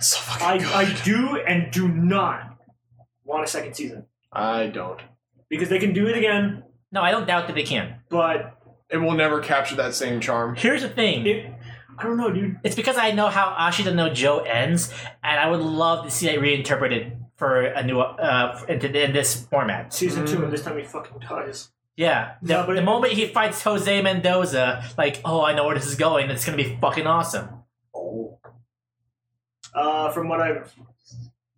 S4: So fucking
S5: I
S4: good.
S5: I do and do not want a second season
S4: I don't.
S5: because they can do it again,
S3: No, I don't doubt that they can.
S5: but
S4: It will never capture that same charm.
S3: Here's the thing.
S5: it. I don't know, dude.
S3: It's because I know how Ashita no Joe ends, and I would love to see that reinterpreted for a new uh in, in this format.
S5: Season two,
S4: Mm.
S5: and this time he fucking dies.
S3: Yeah, the,
S5: No, but
S3: the
S5: it-
S3: moment he fights Jose Mendoza, like, oh, I know where this is going. It's gonna be fucking awesome.
S4: Oh.
S5: Uh, from what I've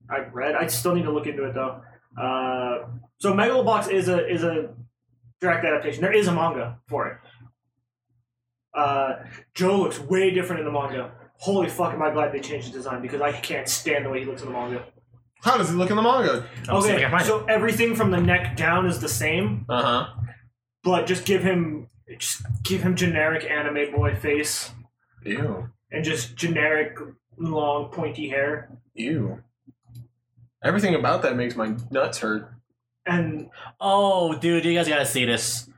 S5: I've read, I still need to look into it though. Uh, so Megalobox is a is a direct adaptation. There is a manga for it. Uh, Joe looks way different in the manga. Holy fuck! Am I glad they changed the design because I can't stand the way he looks in the manga.
S4: How does it look in the manga?
S3: I'll see if I
S5: Okay,
S3: can find it.
S5: so everything from the neck down is the same,
S4: Uh huh.
S5: but just give him just give him generic anime boy face
S4: Ew.
S5: and just generic long pointy hair
S4: Ew. Everything about that makes my nuts hurt.
S5: and
S3: Oh, dude, you guys gotta see this.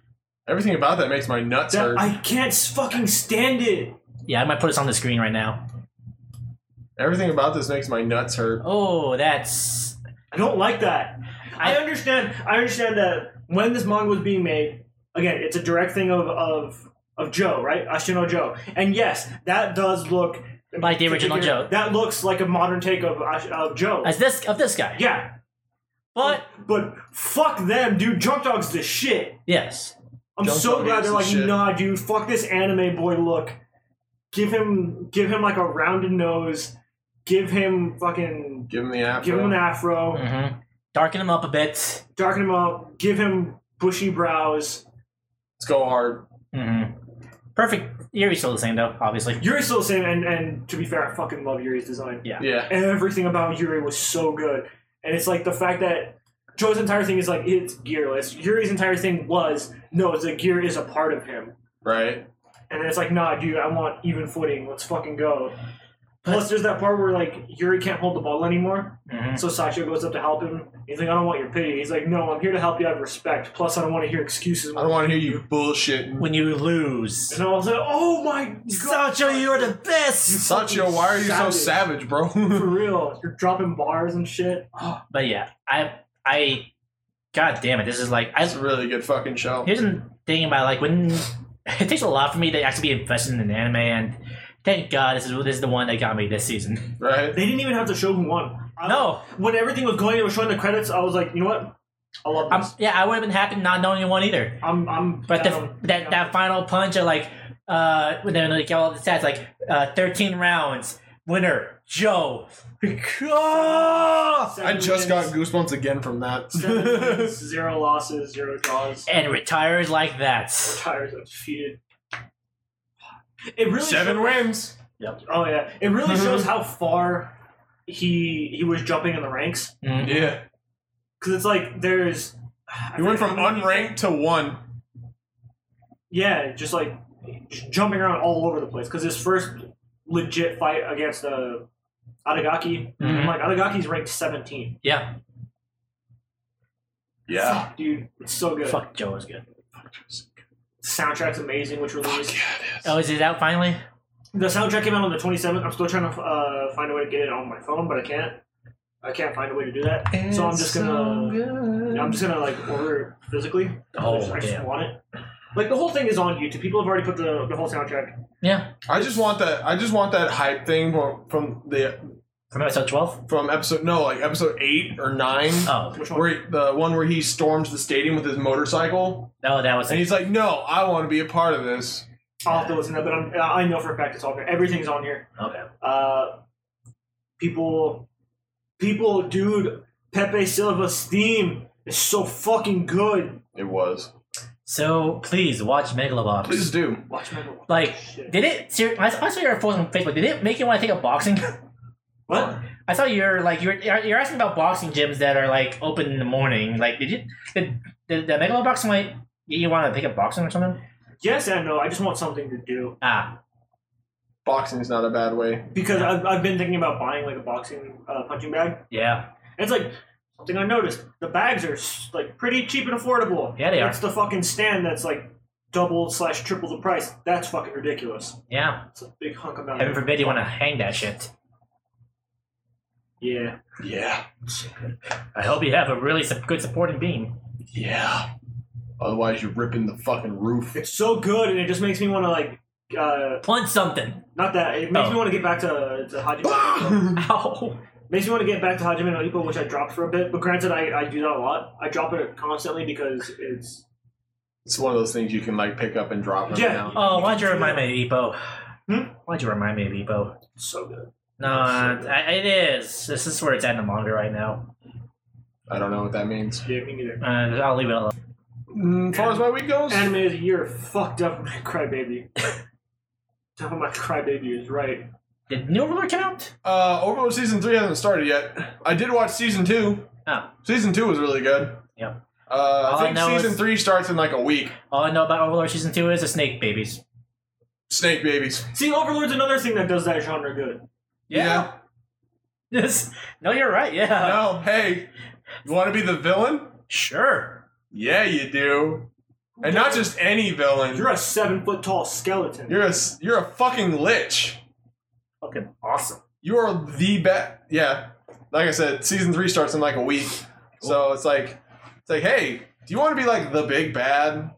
S4: Everything about that makes my nuts
S5: that
S4: hurt.
S5: I can't s- fucking stand it.
S3: Yeah, I might put this on the screen right now.
S4: Everything about this makes my nuts hurt.
S3: Oh, that's
S5: I don't like that. I,
S3: I-
S5: understand. I understand that when this manga was being made, again, it's a direct thing of of of Joe, right? Ashino Joe, and yes, that does look
S3: Like the original Joe.
S5: That looks like a modern take of Ash- of Joe.
S3: as this of this guy.
S5: yeah,
S3: But
S5: but fuck them, dude. Junk Dog's the shit.
S3: yes,
S5: I'm
S4: Junk
S5: so
S4: Dog
S5: glad
S4: is
S5: they're
S4: the
S5: like,
S4: shit.
S5: nah, dude. Fuck this anime boy look. Give him, give him like a rounded nose. Give him fucking,
S4: Give him the afro.
S5: give him an afro.
S3: mm-hmm. darken him up a bit.
S5: darken him up, give him bushy brows.
S4: Let's go hard.
S3: Mm-hmm. Perfect. Yuri's still the same though, obviously.
S5: Yuri's still the same, and, and to be fair, I fucking love Yuri's design.
S3: Yeah.
S4: Yeah.
S5: Everything about Yuri was so good. And it's like the fact that Joe's entire thing is like, it's gearless. Yuri's entire thing was, no, the gear is a part of him.
S4: Right.
S5: And then it's like, nah, dude, I want even footing. Let's fucking go. Plus, there's that part where like Yuri can't hold the ball anymore,
S3: Mhm.
S5: so Sasha goes up to help him. He's like, "I don't want your pity." He's like, "No, I'm here to help you out of respect. Plus, I don't want to hear excuses."
S4: I don't want to hear you bullshitting.
S3: When you lose,
S5: And I was like, "Oh my god,
S3: Sancho, you're the best.
S4: Sancho, why are you so savage, bro?
S5: For real, you're dropping bars and shit.
S3: But yeah, I, I, god damn it, this is like, I,
S4: That's a really good fucking show.
S3: here's the thing about like when it takes a lot for me to actually be invested in an anime, and thank God this is this is the one that got me this season.
S4: Right?
S5: They didn't even have to show who won. I-
S3: No,
S5: When everything was going, it was showing the credits. I was like, you know what? I love
S3: I'm,
S5: this.
S3: yeah, I would have been happy not knowing one either.
S5: I'm, I'm
S3: But the,
S5: down.
S3: that that final punch of like uh when they like all the stats like uh thirteen rounds winner Joe. and
S5: Seven
S4: I just got
S5: wins,
S4: goosebumps again from that.
S5: seven wins, zero losses, zero draws.
S3: retires like that.
S5: Tires undefeated. It really
S4: Seven
S5: shows-
S4: wins.
S5: Oh yeah, it really
S4: Mhm.
S5: shows how far he he was jumping in the ranks.
S3: Mm.
S4: Yeah.
S5: Because it's like there's. I
S4: He went
S5: forget
S4: from
S5: how many-
S4: unranked to one.
S5: Yeah, just like j- jumping around all over the place. Because his first legit fight against uh, Adagaki,
S3: Mhm.
S5: like Adagaki's ranked 17.
S3: Yeah.
S5: Fuck, dude, it's so good.
S3: Fuck Joe is good.
S5: The soundtrack's amazing, which released.
S3: Oh, is it out finally?
S5: The soundtrack came out on the 27th. I'm still trying to uh, find a way to get it on my phone, but I can't. I can't find a way to do that. so I'm just gonna. I'm just gonna like order it physically. I just,
S3: Oh
S5: I just
S3: damn.
S5: want it. Like the whole thing is on YouTube. People have already put the, the whole soundtrack.
S3: Yeah.
S4: I just want that. I just want that hype thing from, from the
S3: From episode twelve?
S4: from episode no, like episode eight or nine,
S3: Oh.
S5: Which one?
S4: where he- the one where he storms the stadium with his motorcycle,
S3: No, that was
S4: and he's like, "No, I want to be a part of this."
S5: I'll have to listen to that, but I'm, I know for a fact it's all there. Everything's on here.
S3: okay.
S5: Uh, people, people, dude, Pepe Silva's theme is so fucking good.
S4: It was.
S3: So please watch Megalobox.
S4: Please do.
S5: Watch my watch
S3: Like,
S5: shit.
S3: Did it? Ser- I I saw your post on Facebook. Did it make you want to take up boxing?
S5: what?
S3: I saw you're like you're you're asking about boxing gyms that are like open in the morning. Like, did you did did the Megalo boxing like you, you want to pick up boxing or something?
S5: Yes and no. I just want something to do
S3: Ah,
S4: Boxing's not a bad way.
S5: because I've, I've been thinking about buying like a boxing uh, punching bag.
S3: yeah,
S5: It's like something I noticed. The bags are s- like pretty cheap and affordable.
S3: Yeah, they are.
S5: It's the fucking stand that's like double slash triple the price. That's fucking ridiculous.
S3: yeah.
S5: It's a big hunk of
S3: Heaven
S5: money.
S3: forbid you want to hang that shit.
S5: Yeah.
S4: Yeah.
S3: I hope you have a really sup- good supporting beam.
S4: Yeah. Otherwise, you're ripping the fucking roof.
S5: It's so good, and it just makes me want to like. Uh,
S3: Punch something.
S5: not that it makes
S3: Oh.
S5: me want to get back to, to Hajime. no Ippo.
S3: Ow.
S5: makes me want to get back to Hajime no Ippo, which I dropped for a bit. But granted, I, I do that a lot. I drop it constantly because it's
S4: It's one of those things you can like pick up and drop. every
S5: Yeah.
S4: now and
S3: Oh, why'd you remind me of Epo?
S5: Hmm?
S3: Why'd you remind me of Epo?
S5: so good.
S3: No,
S4: Oh,
S3: I, it is. This is where it's at in the manga right now.
S4: I don't know what that means.
S5: Yeah, me neither.
S3: Uh, I'll leave it alone.
S4: Mm, as far as my week goes,
S5: Anime of the year, fuck Devil May Cry Baby. Devil May Cry Baby is right.
S3: Did New Ruler come out?
S4: uh, Overlord season three hasn't started yet. I did watch season two.
S3: Oh.
S4: Season two was really good.
S3: Yeah.
S4: Uh,
S3: All I
S4: I think
S3: know
S4: season
S3: is-
S4: three starts in like a week.
S3: All I know about Overlord Season 2 is the snake babies.
S4: Snake babies.
S5: See, Overlord's another thing that does that genre good.
S3: Yes. No, you're right.
S4: Yeah.
S3: Yeah.
S4: No. Hey, you want to be the villain?
S3: Sure.
S4: Yeah, you do. And not just any villain.
S5: You're a seven foot tall skeleton.
S4: You're a s- you're a fucking lich.
S3: Fucking awesome.
S4: You are the best. Yeah. Like I said, season three starts in like a week, so it's like it's like, hey, do you want to be like the big bad,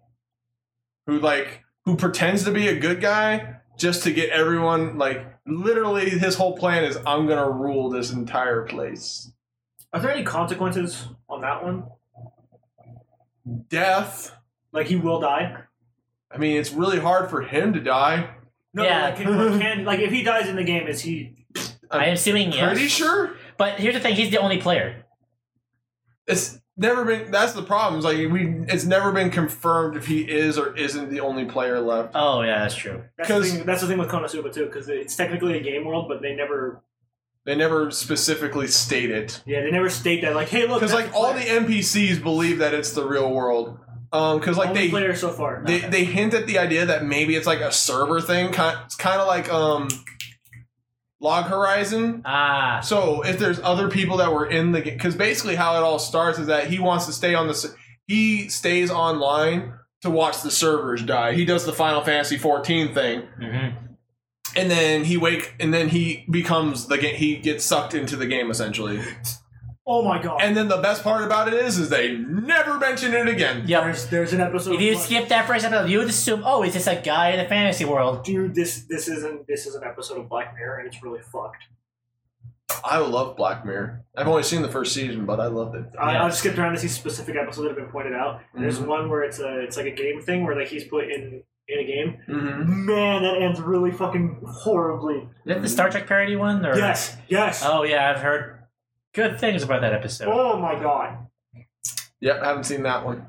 S4: who like who pretends to be a good guy just to get everyone like literally his whole plan is I'm gonna rule this entire place.
S5: Are there any consequences on that one?
S4: Death.
S5: Like he will die.
S4: I mean, it's really hard for him to die.
S5: No,
S3: Yeah.
S5: like, can, can- like if he dies in the game, is he?
S4: I'm
S3: I'm assuming yes.
S4: Pretty sure.
S3: But here's the thing: he's the only player.
S4: It's never been. That's the problem. It's like we. It's never been confirmed if he is or isn't the only player left.
S3: Oh yeah, that's true.
S5: That's the
S4: 'Cause-
S5: thing. That's the thing with Konosuba too, because it's technically a game world, but they never.
S4: They never specifically state it.
S5: Yeah, they never state that. Like, hey, look,
S4: because
S5: Oh, that's
S4: like all the NPCs believe that it's the real world. Um, because like
S5: only
S4: they,
S5: player so far.
S4: they they hint at the idea that maybe it's like a server thing. Kind it's kind of like um, Log Horizon.
S3: Ah,
S4: So if there's other people that were in the game, because basically how it all starts is that he wants to stay on the s- he stays online to watch the servers die. He does the Final Fantasy 14 thing,
S3: mhm.
S4: and then he wake and then he becomes the game. He gets sucked into the game essentially.
S5: oh my god.
S4: And then the best part about it is, is they never mention it again.
S3: yep.
S5: there's there's an episode.
S3: If you
S5: of-
S3: skip that first episode, you would assume, oh, he's just a guy in a fantasy world.
S5: dude, this this isn't this is an episode of Black Mirror, and it's really fucked.
S4: I love Black Mirror. I've only seen the first season, but I loved it.
S5: I,
S3: Yeah. Mm-hmm.
S5: I've skipped around to see specific episodes that have been pointed out. And There's
S4: Mhm.
S5: one where it's a it's like a game thing where like he's put in in a game.
S4: Mm-hmm.
S5: Man, that ends really fucking horribly.
S3: Is that the Star Trek parody one? Or?
S5: Yes, yes.
S3: Oh yeah, I've heard good things about that episode.
S5: oh my god,
S4: Yep, I haven't seen that one.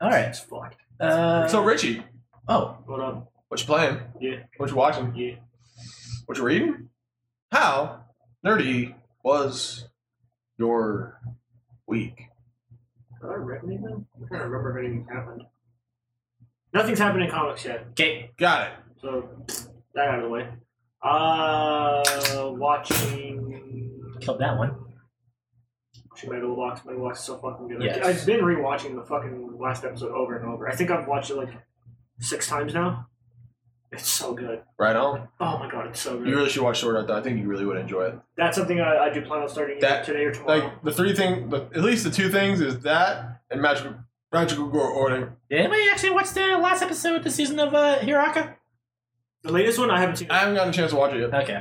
S3: All right.
S5: it's fucked.
S3: Uh,
S4: So Richie,
S3: oh,
S5: Hold on.
S4: what you playing?
S5: Yeah.
S4: What you watching?
S5: Yeah.
S4: What you reading? How nerdy was your week?
S5: Did I read anything? I can't remember if anything happened. Nothing's happened in comics yet,
S3: okay.
S4: Got it.
S5: so that out of the way. Uh, watching.
S3: Killed that one.
S5: Watching Megalobox. Megalobox is so fucking good.
S3: Yes.
S5: I've been rewatching the fucking last episode over and over. I think I've watched it like six times now. It's so good.
S4: Right on.
S5: Oh my god, it's so good.
S4: You really should watch Sword Art. Though. I think you really would enjoy it.
S5: That's something I, I do plan on starting either
S4: That-
S5: today or tomorrow.
S4: Like the three thing, the, at least the two things is that and magical magical girl order.
S3: Did anybody actually watch the last episode of the season of uh, Hiraka?
S5: the latest one I haven't seen.
S4: I haven't gotten a chance to watch it yet.
S3: Okay.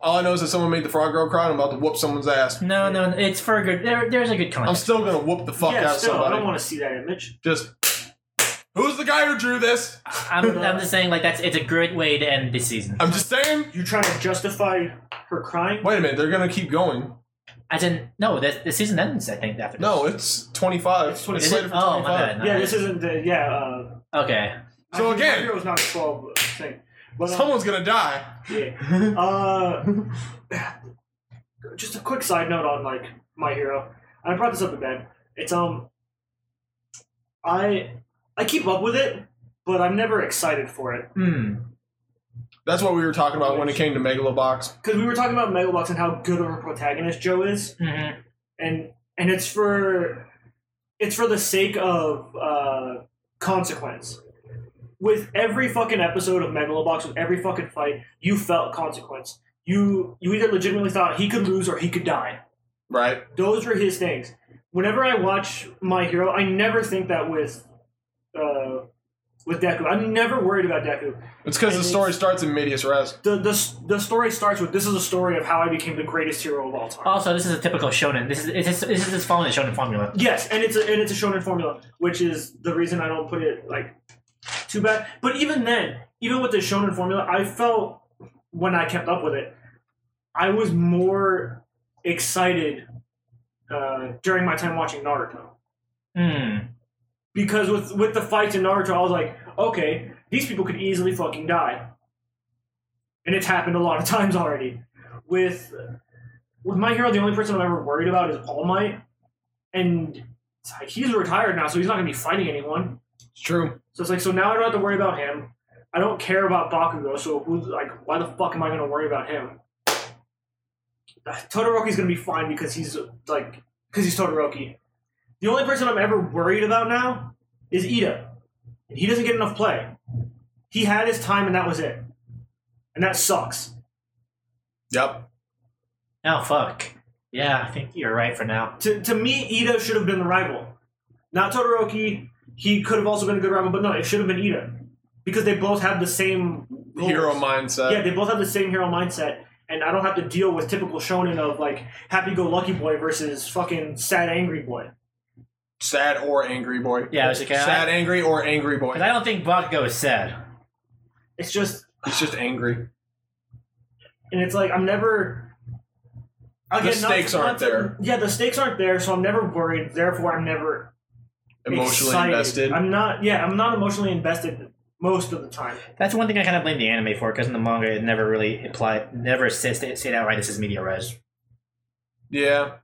S4: All I know is that someone made the frog girl cry. and I'm about to whoop someone's ass.
S3: No, no, no, it's for a good. There, there's a good
S4: I'm
S3: context.
S4: still gonna whoop the fuck
S5: yeah,
S4: out of
S5: still, I
S4: somebody.
S5: don't want to see that image.
S4: Just who's the guy who drew this?
S3: I'm, I'm just saying, like that's it's a great way to end this season.
S4: I'm just saying.
S5: You're trying to justify her crying?
S4: Wait a minute, they're gonna keep going.
S3: As in, no, the, the season ends. I think after.
S4: No,
S3: This.
S4: it's 25.
S5: It's
S4: It's,
S5: 20.
S3: Is
S4: slated
S3: it?
S4: for
S3: Oh
S4: 25.
S3: my bad.
S5: Yeah,
S3: no.
S5: this isn't the. Yeah, uh.
S3: Okay.
S4: So
S5: I-
S4: again-
S5: Hero was not a 12 thing. But, uh,
S4: Someone's gonna die.
S5: yeah. Uh, just a quick side note on like my hero. I brought this up in bed. It's um, I I keep up with it, but I'm never excited for it
S3: Hmm.
S4: That's what we were talking about when it came to Megalobox.
S5: because we were talking about Megalobox and how good of a protagonist Joe is,
S3: hmm
S5: and and it's for it's for the sake of uh, consequence. With every fucking episode of Megalobox, with every fucking fight, you felt consequence. You you either legitimately thought he could lose or he could die.
S4: Right.
S5: those were his things. Whenever I watch My Hero, I never think that with uh, with Deku. I'm never worried about Deku.
S4: It's because the
S5: And
S4: story
S5: it's-
S4: starts in medias res.
S5: The, the s- the story starts with this is a story of how I became the greatest hero of all time.
S3: Also, this is a typical shonen. This is it's, it's, this is just following the shonen formula.
S5: yes, and it's a and it's a shonen formula, which is the reason I don't put it like too bad. But even then, even with the shonen formula, I felt when I kept up with it, I was more excited uh, during my time watching Naruto.
S3: Hmm.
S5: because with with the fights in Naruto, I was like, okay, these people could easily fucking die, and it's happened a lot of times already. With with my hero, the only person I'm ever worried about is All Might, and it's like, he's retired now, so he's not gonna be fighting anyone.
S4: It's true.
S5: So it's like, so now I don't have to worry about him. I don't care about Bakugo, so who, like, why the fuck am I gonna worry about him? Uh, Todoroki's gonna be fine because he's like, because he's Todoroki. The only person I'm ever worried about now is Ida, and he doesn't get enough play. He had his time, and that was it, and that sucks.
S4: Yep.
S3: Oh fuck. Yeah, I think you're right for now.
S5: To to me, Ida should have been the rival, not Todoroki. He could have also been a good rival, but no, it should have been Ida because they both have the same
S4: Hero
S5: goals.
S4: mindset.
S5: Yeah, they both have the same hero mindset, and I don't have to deal with typical shonen of like happy go lucky boy versus fucking sad angry boy.
S4: Sad or angry boy.
S3: Yeah, I was like, I-
S4: Sad, angry, or angry boy.
S3: Because I don't think Bakugo is sad.
S5: It's just,
S4: He's just angry.
S5: and it's like I'm never. Again,
S4: The
S5: not-
S4: stakes
S5: not
S4: aren't
S5: to-
S4: there.
S5: Yeah, the stakes aren't there, so I'm never worried. Therefore, I'm never
S4: Emotionally
S5: excited.
S4: invested.
S5: I'm not. Yeah, I'm not emotionally invested most of the time.
S3: That's one thing I kind of blame the anime for, because in the manga it never really implied, never said said outright this is media res.
S4: yeah.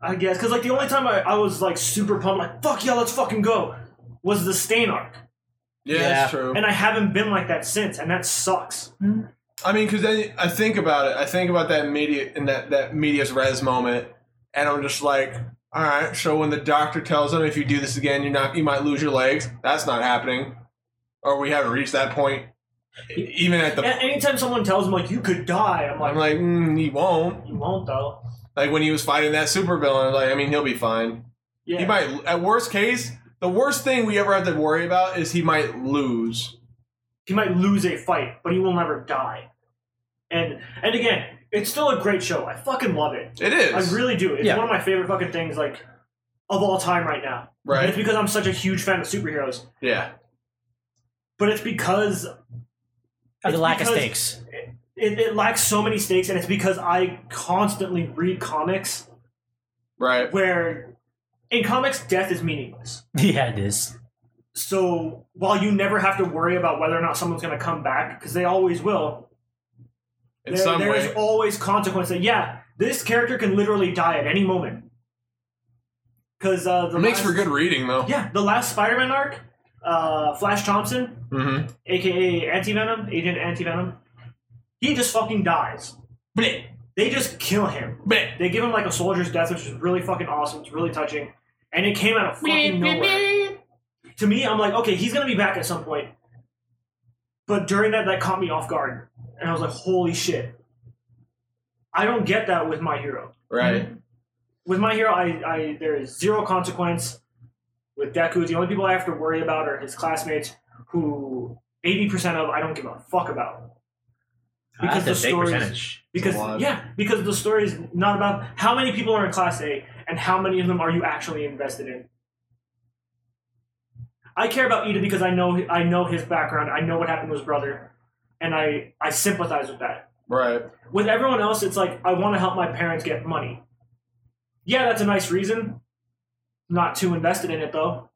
S5: I guess because like the only time I, I was like super pumped, like fuck yeah, let's fucking go, was the stain arc,
S4: Yeah,
S3: Yeah.
S4: that's true.
S5: and I haven't been like that since, and that sucks.
S4: I mean, because then I think about it. I think about that media in that that media's res moment, and I'm just like, all right. So when the doctor tells him if you do this again, you're not, you might lose your legs. That's not happening, or we haven't reached that point. E- Even at the,
S5: A- anytime someone tells him like you could die, I'm like,
S4: I'm like, mm, he won't.
S5: you won't though.
S4: Like when he was fighting that supervillain, like I mean, he'll be fine.
S5: Yeah.
S4: He might. At worst case, the worst thing we ever have to worry about is he might lose.
S5: he might lose a fight, but he will never die. And and again, It's still a great show. I fucking love it.
S4: It is.
S5: I really do. It's
S3: Yeah.
S5: one of my favorite fucking things, like of all time right now. And
S4: right?
S5: it's because I'm such a huge fan of superheroes.
S4: Yeah.
S5: But it's because
S3: Of the lack of
S5: because-
S3: stakes.
S5: it, it lacks so many stakes, and it's because I constantly read comics
S4: Right.
S5: where, in comics, death is meaningless.
S3: yeah, it is.
S5: So while you never have to worry about whether or not someone's going to come back, because they always will,
S4: In
S5: there-
S4: some
S5: there's
S4: way.
S5: always consequence that yeah, this character can literally die at any moment. Because uh, the
S4: It makes
S5: last-
S4: for good reading, though.
S5: Yeah, the last Spider-Man arc, uh, Flash Thompson,
S4: Mm-hmm.
S5: aka Anti Venom, Agent Anti Venom, he just fucking dies. Bleh. They just kill him.
S4: Bleh.
S5: They give him like a soldier's death, which is really fucking awesome. It's really touching, and it came out of fucking nowhere. To me, I'm like, okay, he's gonna be back at some point. But during that, that caught me off guard, and I was like, holy shit. I don't get that with my hero
S4: Right.
S5: with my hero, I, I there is zero consequence. With Deku, the only people I have to worry about are his classmates, who eighty percent of I don't give a fuck about. Because
S3: That's
S5: the
S3: a big
S5: stories-
S3: percentage.
S5: Because
S4: a lot.
S5: yeah, because the story is not about how many people are in class A and how many of them are you actually invested in. I care about Ida because I know I know his background, I know what happened to his brother, and I I sympathize with that
S4: Right.
S5: with everyone else, it's like I want to help my parents get money. Yeah, that's a nice reason. Not too invested in it though.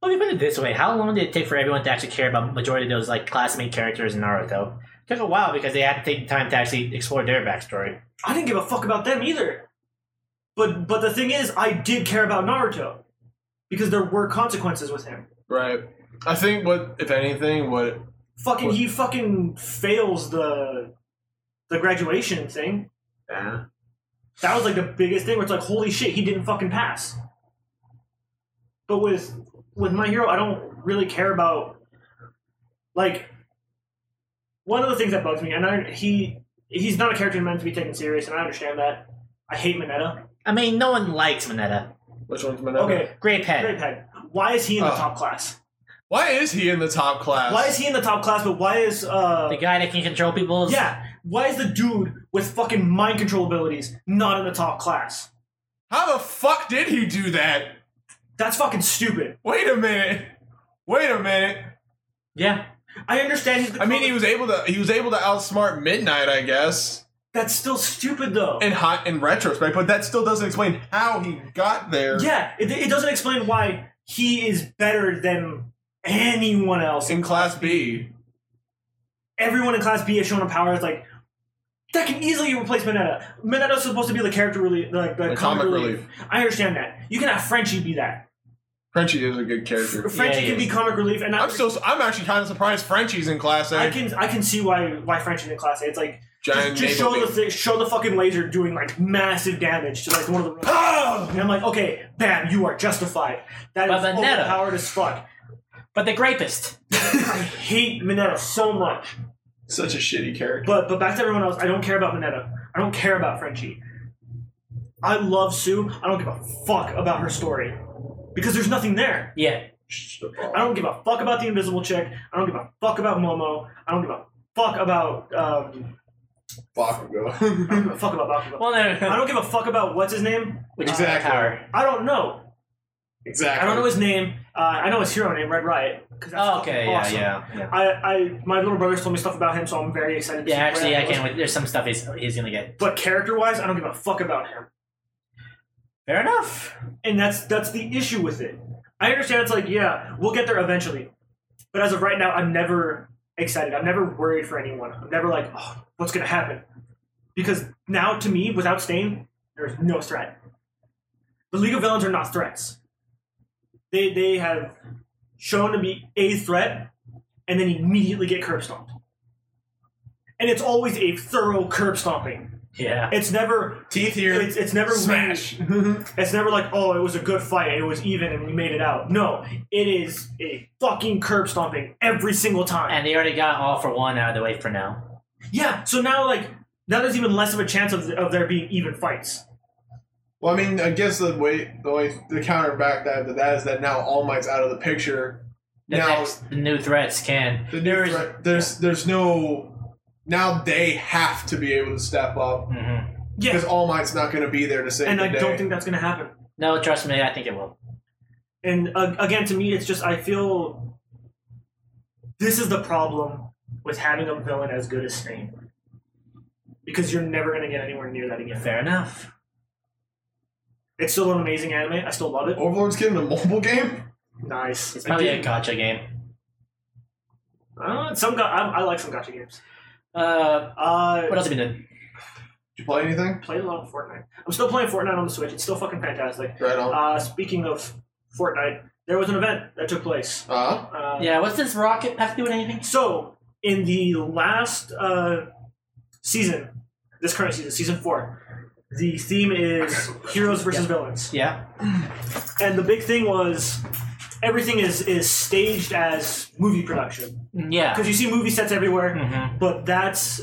S3: Well, if you put it this way, how long did it take for everyone to actually care about majority of those like classmate characters in Naruto? took a while because they had to take the time to actually explore their backstory.
S5: I didn't give a fuck about them either. But but the thing is, I did care about Naruto because there were consequences with him.
S4: Right. I think what, if anything, what
S5: Fucking he fucking fails the the graduation thing.
S4: Yeah.
S5: That was like the biggest thing where it's like, holy shit, he didn't fucking pass. But with with my hero, I don't really care about like one of the things that bugs me, and I he he's not a character meant to be taken serious, and I understand that. I hate Mineta.
S3: I mean, no one likes Mineta.
S4: Which one's Mineta?
S5: Okay,
S3: Grape
S5: great
S3: head.
S5: head. Why is he in the
S4: Oh.
S5: top class?
S4: Why is he in the top class?
S5: Why is he in the top class? But why is
S3: The
S5: uh
S3: guy that can control people's.
S5: yeah? Why is the dude with fucking mind control abilities not in the top class?
S4: How the fuck did he do that?
S5: That's fucking stupid.
S4: Wait a minute. Wait a minute.
S3: Yeah.
S5: I understand he's. The
S4: I mean, he was able to he was able to outsmart Midnight, I guess,
S5: That's still stupid though.
S4: in hot in retrospect, but that still doesn't explain how he got there.
S5: Yeah, it, it doesn't explain why he is better than anyone else.
S4: In Class B,
S5: Everyone in Class B is shown a power that's like that can easily replace Mineta. Mineta's supposed to be the character really like the,
S4: The
S5: comic,
S4: comic
S5: relief.
S4: relief.
S5: I understand that. You can have Frenchie be that.
S4: Frenchie is a good character.
S5: Frenchie
S3: he
S5: can be
S3: is.
S5: comic relief, and I,
S4: I'm still I'm actually kind of surprised Frenchie's in Class A.
S5: I can I can see why why Frenchie's in Class A. It's like
S4: Giant
S5: just, just
S4: navel
S5: show the
S4: beam.
S5: thi- show the fucking laser doing like massive damage to like one of the.
S4: Oh!
S5: And I'm like, okay, bam, you are justified. That is
S3: But Mineta-
S5: overpowered as fuck.
S3: But the grapist.
S5: I hate Mineta so much.
S4: Such a shitty character.
S5: But but back to everyone else, I don't care about Mineta. I don't care about Frenchie. I love Sue. I don't give a fuck about her story. Because there's nothing there.
S3: Yeah.
S5: I don't give a fuck about the invisible chick. I don't give a fuck about Momo. I don't give a fuck about um I don't
S4: Bakugo.
S5: give a fuck about Bakugo.
S3: Well, no.
S5: I don't give a fuck about what's his name.
S3: Which is
S4: Exactly.
S3: power.
S5: I don't know.
S4: exactly.
S5: I don't know his name. Uh, I know his hero name, Red Riot. 'cause that's
S3: Oh, okay.
S5: fucking
S3: Yeah,
S5: awesome.
S3: yeah. Yeah.
S5: I, I my little brother's told me stuff about him, so I'm very excited. To
S3: Yeah, actually,
S5: see where
S3: I
S5: that goes.
S3: can't wait. There's some stuff he's, he's gonna get.
S5: But character wise, I don't give a fuck about him.
S3: Fair enough.
S5: and that's that's the issue with it. I understand it's like, yeah, we'll get there eventually, but as of right now, I'm never excited. I'm never worried for anyone. I'm never like, oh, what's gonna happen? Because now, to me, without Stain, there's no threat. The League of Villains are not threats. They they have shown to be a threat, and then immediately get curb stomped. And it's always a thorough curb stomping.
S3: Yeah.
S5: It's never
S4: Teeth here.
S5: it's it's never
S4: Smash.
S5: it's never like, oh, it was a good fight, it was even, and we made it out. No, it is a fucking curb stomping every single time.
S3: And they already got all for one out of the way for now.
S5: yeah, so now like now there's even less of a chance of, of there being even fights.
S4: Well, I mean, I guess the way the way the counter back that to that is that now All Might's out of the picture.
S3: The
S4: now
S3: next the new threats can.
S4: the new
S3: there is-
S4: threat- there's there's no Now they have to be able to step up
S3: Mm-hmm.
S5: Yeah,
S4: because All Might's not going to be there to save
S5: and
S4: the
S5: I
S4: day.
S5: don't think that's gonna happen.
S3: No, trust me, I think it will.
S5: And uh, again, to me, it's just I feel this is the problem with having a villain as good as Snape, because you're never gonna get anywhere near that again.
S3: Fair enough.
S5: It's still an amazing anime. I still love it.
S4: Overlord's getting a mobile game.
S5: Nice.
S3: It's probably
S5: I
S3: a
S5: did-
S3: gotcha game.
S5: Uh, some ga- I, I like some gacha games.
S3: Uh,
S5: Uh,
S3: what else have you done?
S4: Did you play anything?
S5: played a lot of Fortnite. I'm still playing Fortnite on the Switch. It's still fucking fantastic.
S4: Right on.
S5: Uh, speaking of Fortnite, there was an event that took place.
S4: Uh,
S5: Uh,
S3: Yeah, what's this rocket have to do with anything?
S5: So, in the last uh, season, this current season, season four, the theme is heroes versus villains,
S3: Yeah.
S5: and the big thing was everything is is staged as movie production
S3: Yeah.
S5: because you see movie sets everywhere,
S3: Mm-hmm.
S5: but that's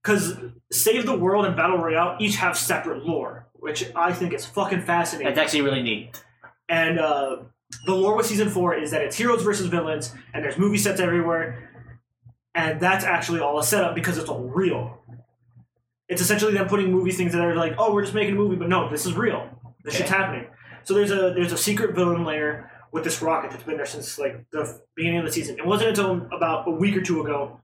S5: because Save the World and Battle Royale each have separate lore, which I think is fucking fascinating.
S3: That's actually really neat.
S5: And uh, the lore with season four is that it's heroes versus villains, and there's movie sets everywhere, and that's actually all a setup because it's all real. It's essentially them putting movie things that are like, oh, we're just making a movie, but no, this is real. This shit's
S3: Okay.
S5: happening. So there's a there's a secret villain layer with this rocket that's been there since like the beginning of the season. It wasn't until about a week or two ago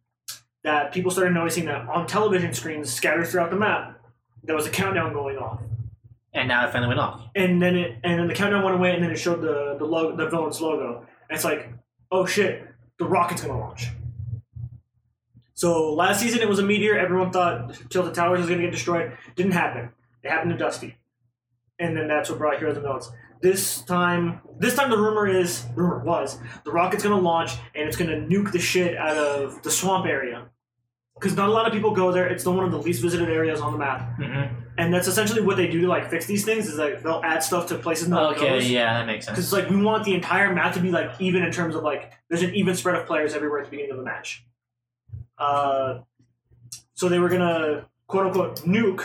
S5: that people started noticing that on television screens scattered throughout the map, there was a countdown going off
S3: And now it finally went off.
S5: and then it and then the countdown went away, and then it showed the the logo, the villain's logo. And it's like, oh shit, the rocket's gonna launch. So last season it was a meteor. Everyone thought Tilted Towers was gonna get destroyed. Didn't happen. It happened to Dusty, and then that's what brought Heroes and Villains. This time, this time the rumor is rumor was the rocket's gonna launch and it's gonna nuke the shit out of the swamp area. Because not a lot of people go there. It's the one of the least visited areas on the map
S3: Mm-hmm.
S5: and that's essentially what they do to like fix these things is like they'll add stuff to places no one
S3: Oh, Okay,
S5: goes.
S3: yeah, that makes sense.
S5: Because like we want the entire map to be like even in terms of like there's an even spread of players everywhere at the beginning of the match. Uh, so they were gonna quote unquote nuke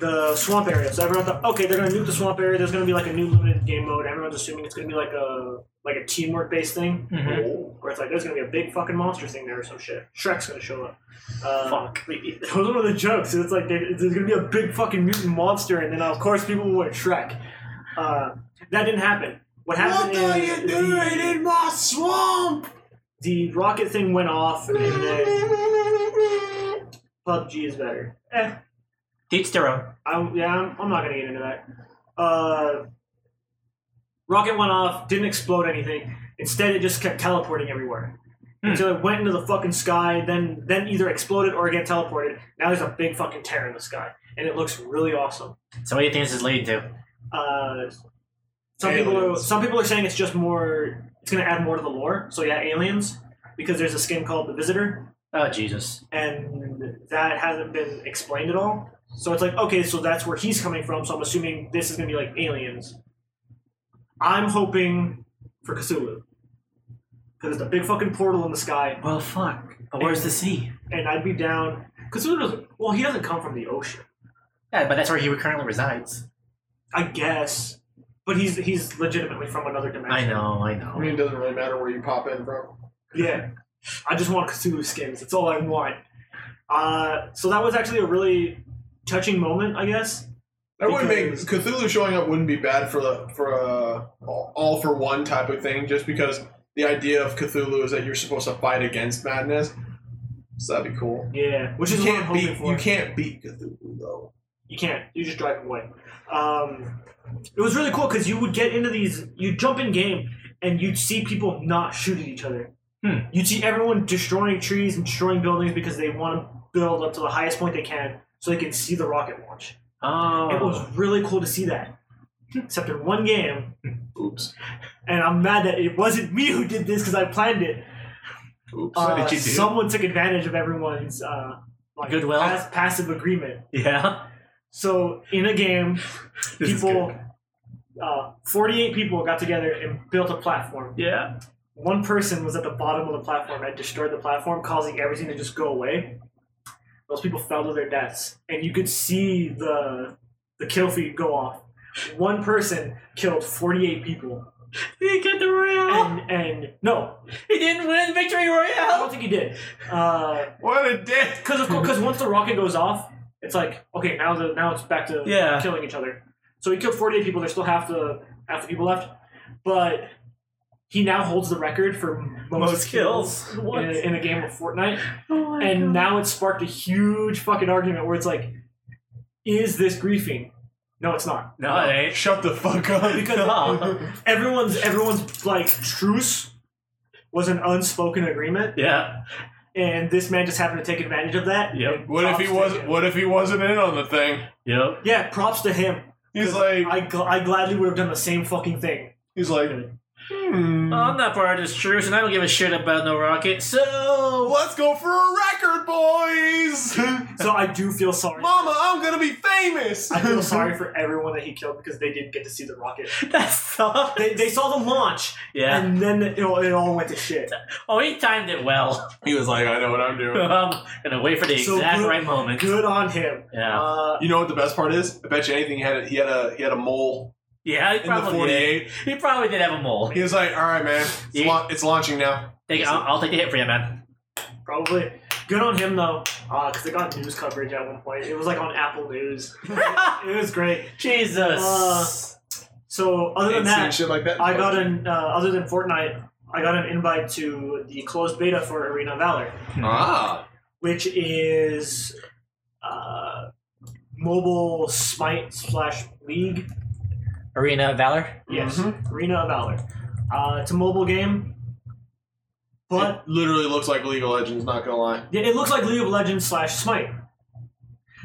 S5: the swamp area. So everyone thought, okay, they're gonna nuke the swamp area. There's gonna be like a new limited game mode. Everyone's assuming it's gonna be like a like a teamwork based thing,
S3: Mhm.
S5: where it's like there's gonna be a big fucking monster thing there or some shit. Shrek's gonna show up. Uh, Fuck. It was one of the jokes. It's like there- there's gonna be a big fucking mutant monster, and then of course people will want Shrek. Uh, that didn't happen. What happened is the,
S4: in my swamp?
S5: the rocket thing went off, and then PUBG is better. Eh,
S3: Teach their own.
S5: I, yeah, I'm, I'm not gonna get into that. Uh, rocket went off, didn't explode anything. Instead, it just kept teleporting everywhere
S3: Hmm.
S5: until it went into the fucking sky. Then, then either exploded or again teleported. Now there's a big fucking tear in the sky, and it looks really awesome.
S3: So what do you think this is leading to?
S5: Uh, some people, are,
S4: Aliens.
S5: some people are saying it's just more. It's gonna add more to the lore. So yeah, aliens, because there's a skin called the Visitor,
S3: Oh Jesus.
S5: and that hasn't been explained at all. So it's like, okay, so that's where he's coming from. So I'm assuming this is going to be like aliens. I'm hoping for Cthulhu because it's a big fucking portal in the sky,
S3: Well, fuck. But
S5: where's the
S3: Oh, sea?
S5: and I'd be down. Cthulhu doesn't. Well, he doesn't come from the ocean,
S3: Yeah, but that's where he currently resides.
S5: I guess. But he's he's legitimately from another dimension.
S3: I know, I
S4: I
S3: know.
S4: mean, it doesn't really matter where you pop in from.
S5: Yeah. I just want Cthulhu skins. That's all I want. Uh, so that was actually a really touching moment, I guess.
S4: That wouldn't make
S5: Because-
S4: Cthulhu showing up wouldn't be bad for the for uh, all all for one type of thing, just because the idea of Cthulhu is that you're supposed to fight against madness. So that'd be cool.
S5: Yeah, which
S4: you
S5: is what I'm
S4: can't
S5: hoping
S4: beat
S5: for.
S4: you can't beat Cthulhu though.
S5: You can't. You just drive away. Um, it was really cool because you would get into these. You jump in game and you'd see people not shoot at each other.
S3: Hmm.
S5: You'd see everyone destroying trees and destroying buildings because they want to build up to the highest point they can so they can see the rocket launch. It was
S3: Oh.
S5: really cool to see that. Except in one game,
S4: Oops.
S5: and I'm mad that it wasn't me who did this because I planned it.
S4: Oops.
S5: Uh,
S4: what did you do?
S5: Someone took advantage of everyone's uh, like
S3: Goodwill?
S5: pass- passive agreement.
S3: Yeah.
S5: So in a game,
S3: This is
S5: people, uh, 48 people got together and built a platform.
S3: Yeah.
S5: One person was at the bottom of the platform and destroyed the platform, causing everything to just go away. Those people fell to their deaths, and you could see the the kill feed go off. One person killed 48 people.
S3: He got the Royale.
S5: And, and no,
S3: He didn't win the Victory
S5: I don't
S3: Royale.
S5: think he did. Because
S4: What a dick!
S5: of course, because once the rocket goes off, it's like okay, now the now it's back to
S3: Yeah.
S5: killing each other. So he killed forty eight people. There's still half the half the people left, but he now holds the record for most,
S3: Most kills. What?
S5: in, a- in a game of Fortnite.
S3: Oh my
S5: and now it sparked a huge fucking argument where it's like, is this griefing? No, it's not.
S3: no, it ain't.
S4: Shut the fuck up.
S3: No.
S5: Everyone's everyone's like truce was an unspoken agreement,
S3: Yeah.
S5: and this man just happened to take advantage of that.
S3: Yep.
S5: and
S4: What if
S5: props
S4: he
S5: to
S4: wasn't?
S5: him.
S4: What if he wasn't in on the thing?
S3: Yep.
S5: Yeah, props to him.
S4: He's like,
S5: I, gl- I gladly would have done the same fucking thing.
S4: he's like, hmm.
S3: Well, I'm not part of this truce, and I don't give a shit about no rocket. So
S4: Let's go for a record, boys.
S5: So I do feel sorry.
S4: Mama, I'm gonna be famous.
S5: I feel sorry for everyone that he killed because they didn't get to see the rocket.
S3: that sucks.
S5: They, they saw them launch,
S3: Yeah.
S5: and then it all, it all went to shit.
S3: oh, he timed it well.
S4: He was like, I know what I'm doing.
S3: I'm gonna wait for the
S5: So
S3: exact
S5: good-
S3: right moment.
S5: Good on him.
S3: Yeah.
S5: Uh,
S4: You know what the best part is? I bet you anything he had a, he had a he had a mole
S3: yeah. He
S4: in the
S3: probably did.
S4: 48.
S3: He probably did have a mole.
S4: He was like, all right, man, it's,
S3: Yeah.
S4: la- it's launching now.
S3: Take, I'll, I'll take the hit for you, man.
S5: Probably. Good on him though, because they got news coverage at one point. It was like on Apple News. It was great.
S3: Jesus.
S5: Uh, So other than
S4: Ain't seen
S5: that,
S4: shit like that. in
S5: I got
S4: fucking-
S5: an uh, other than Fortnite, I got an invite to the closed beta for Arena of Valor,
S4: Ah,
S5: which is uh, mobile Smite slash League.
S3: Arena of Valor.
S5: Yes,
S4: Mhm.
S5: Arena of Valor. Uh, it's a mobile game, but
S4: it literally looks like League of Legends. Not gonna lie.
S5: Yeah, it looks like League of Legends slash Smite.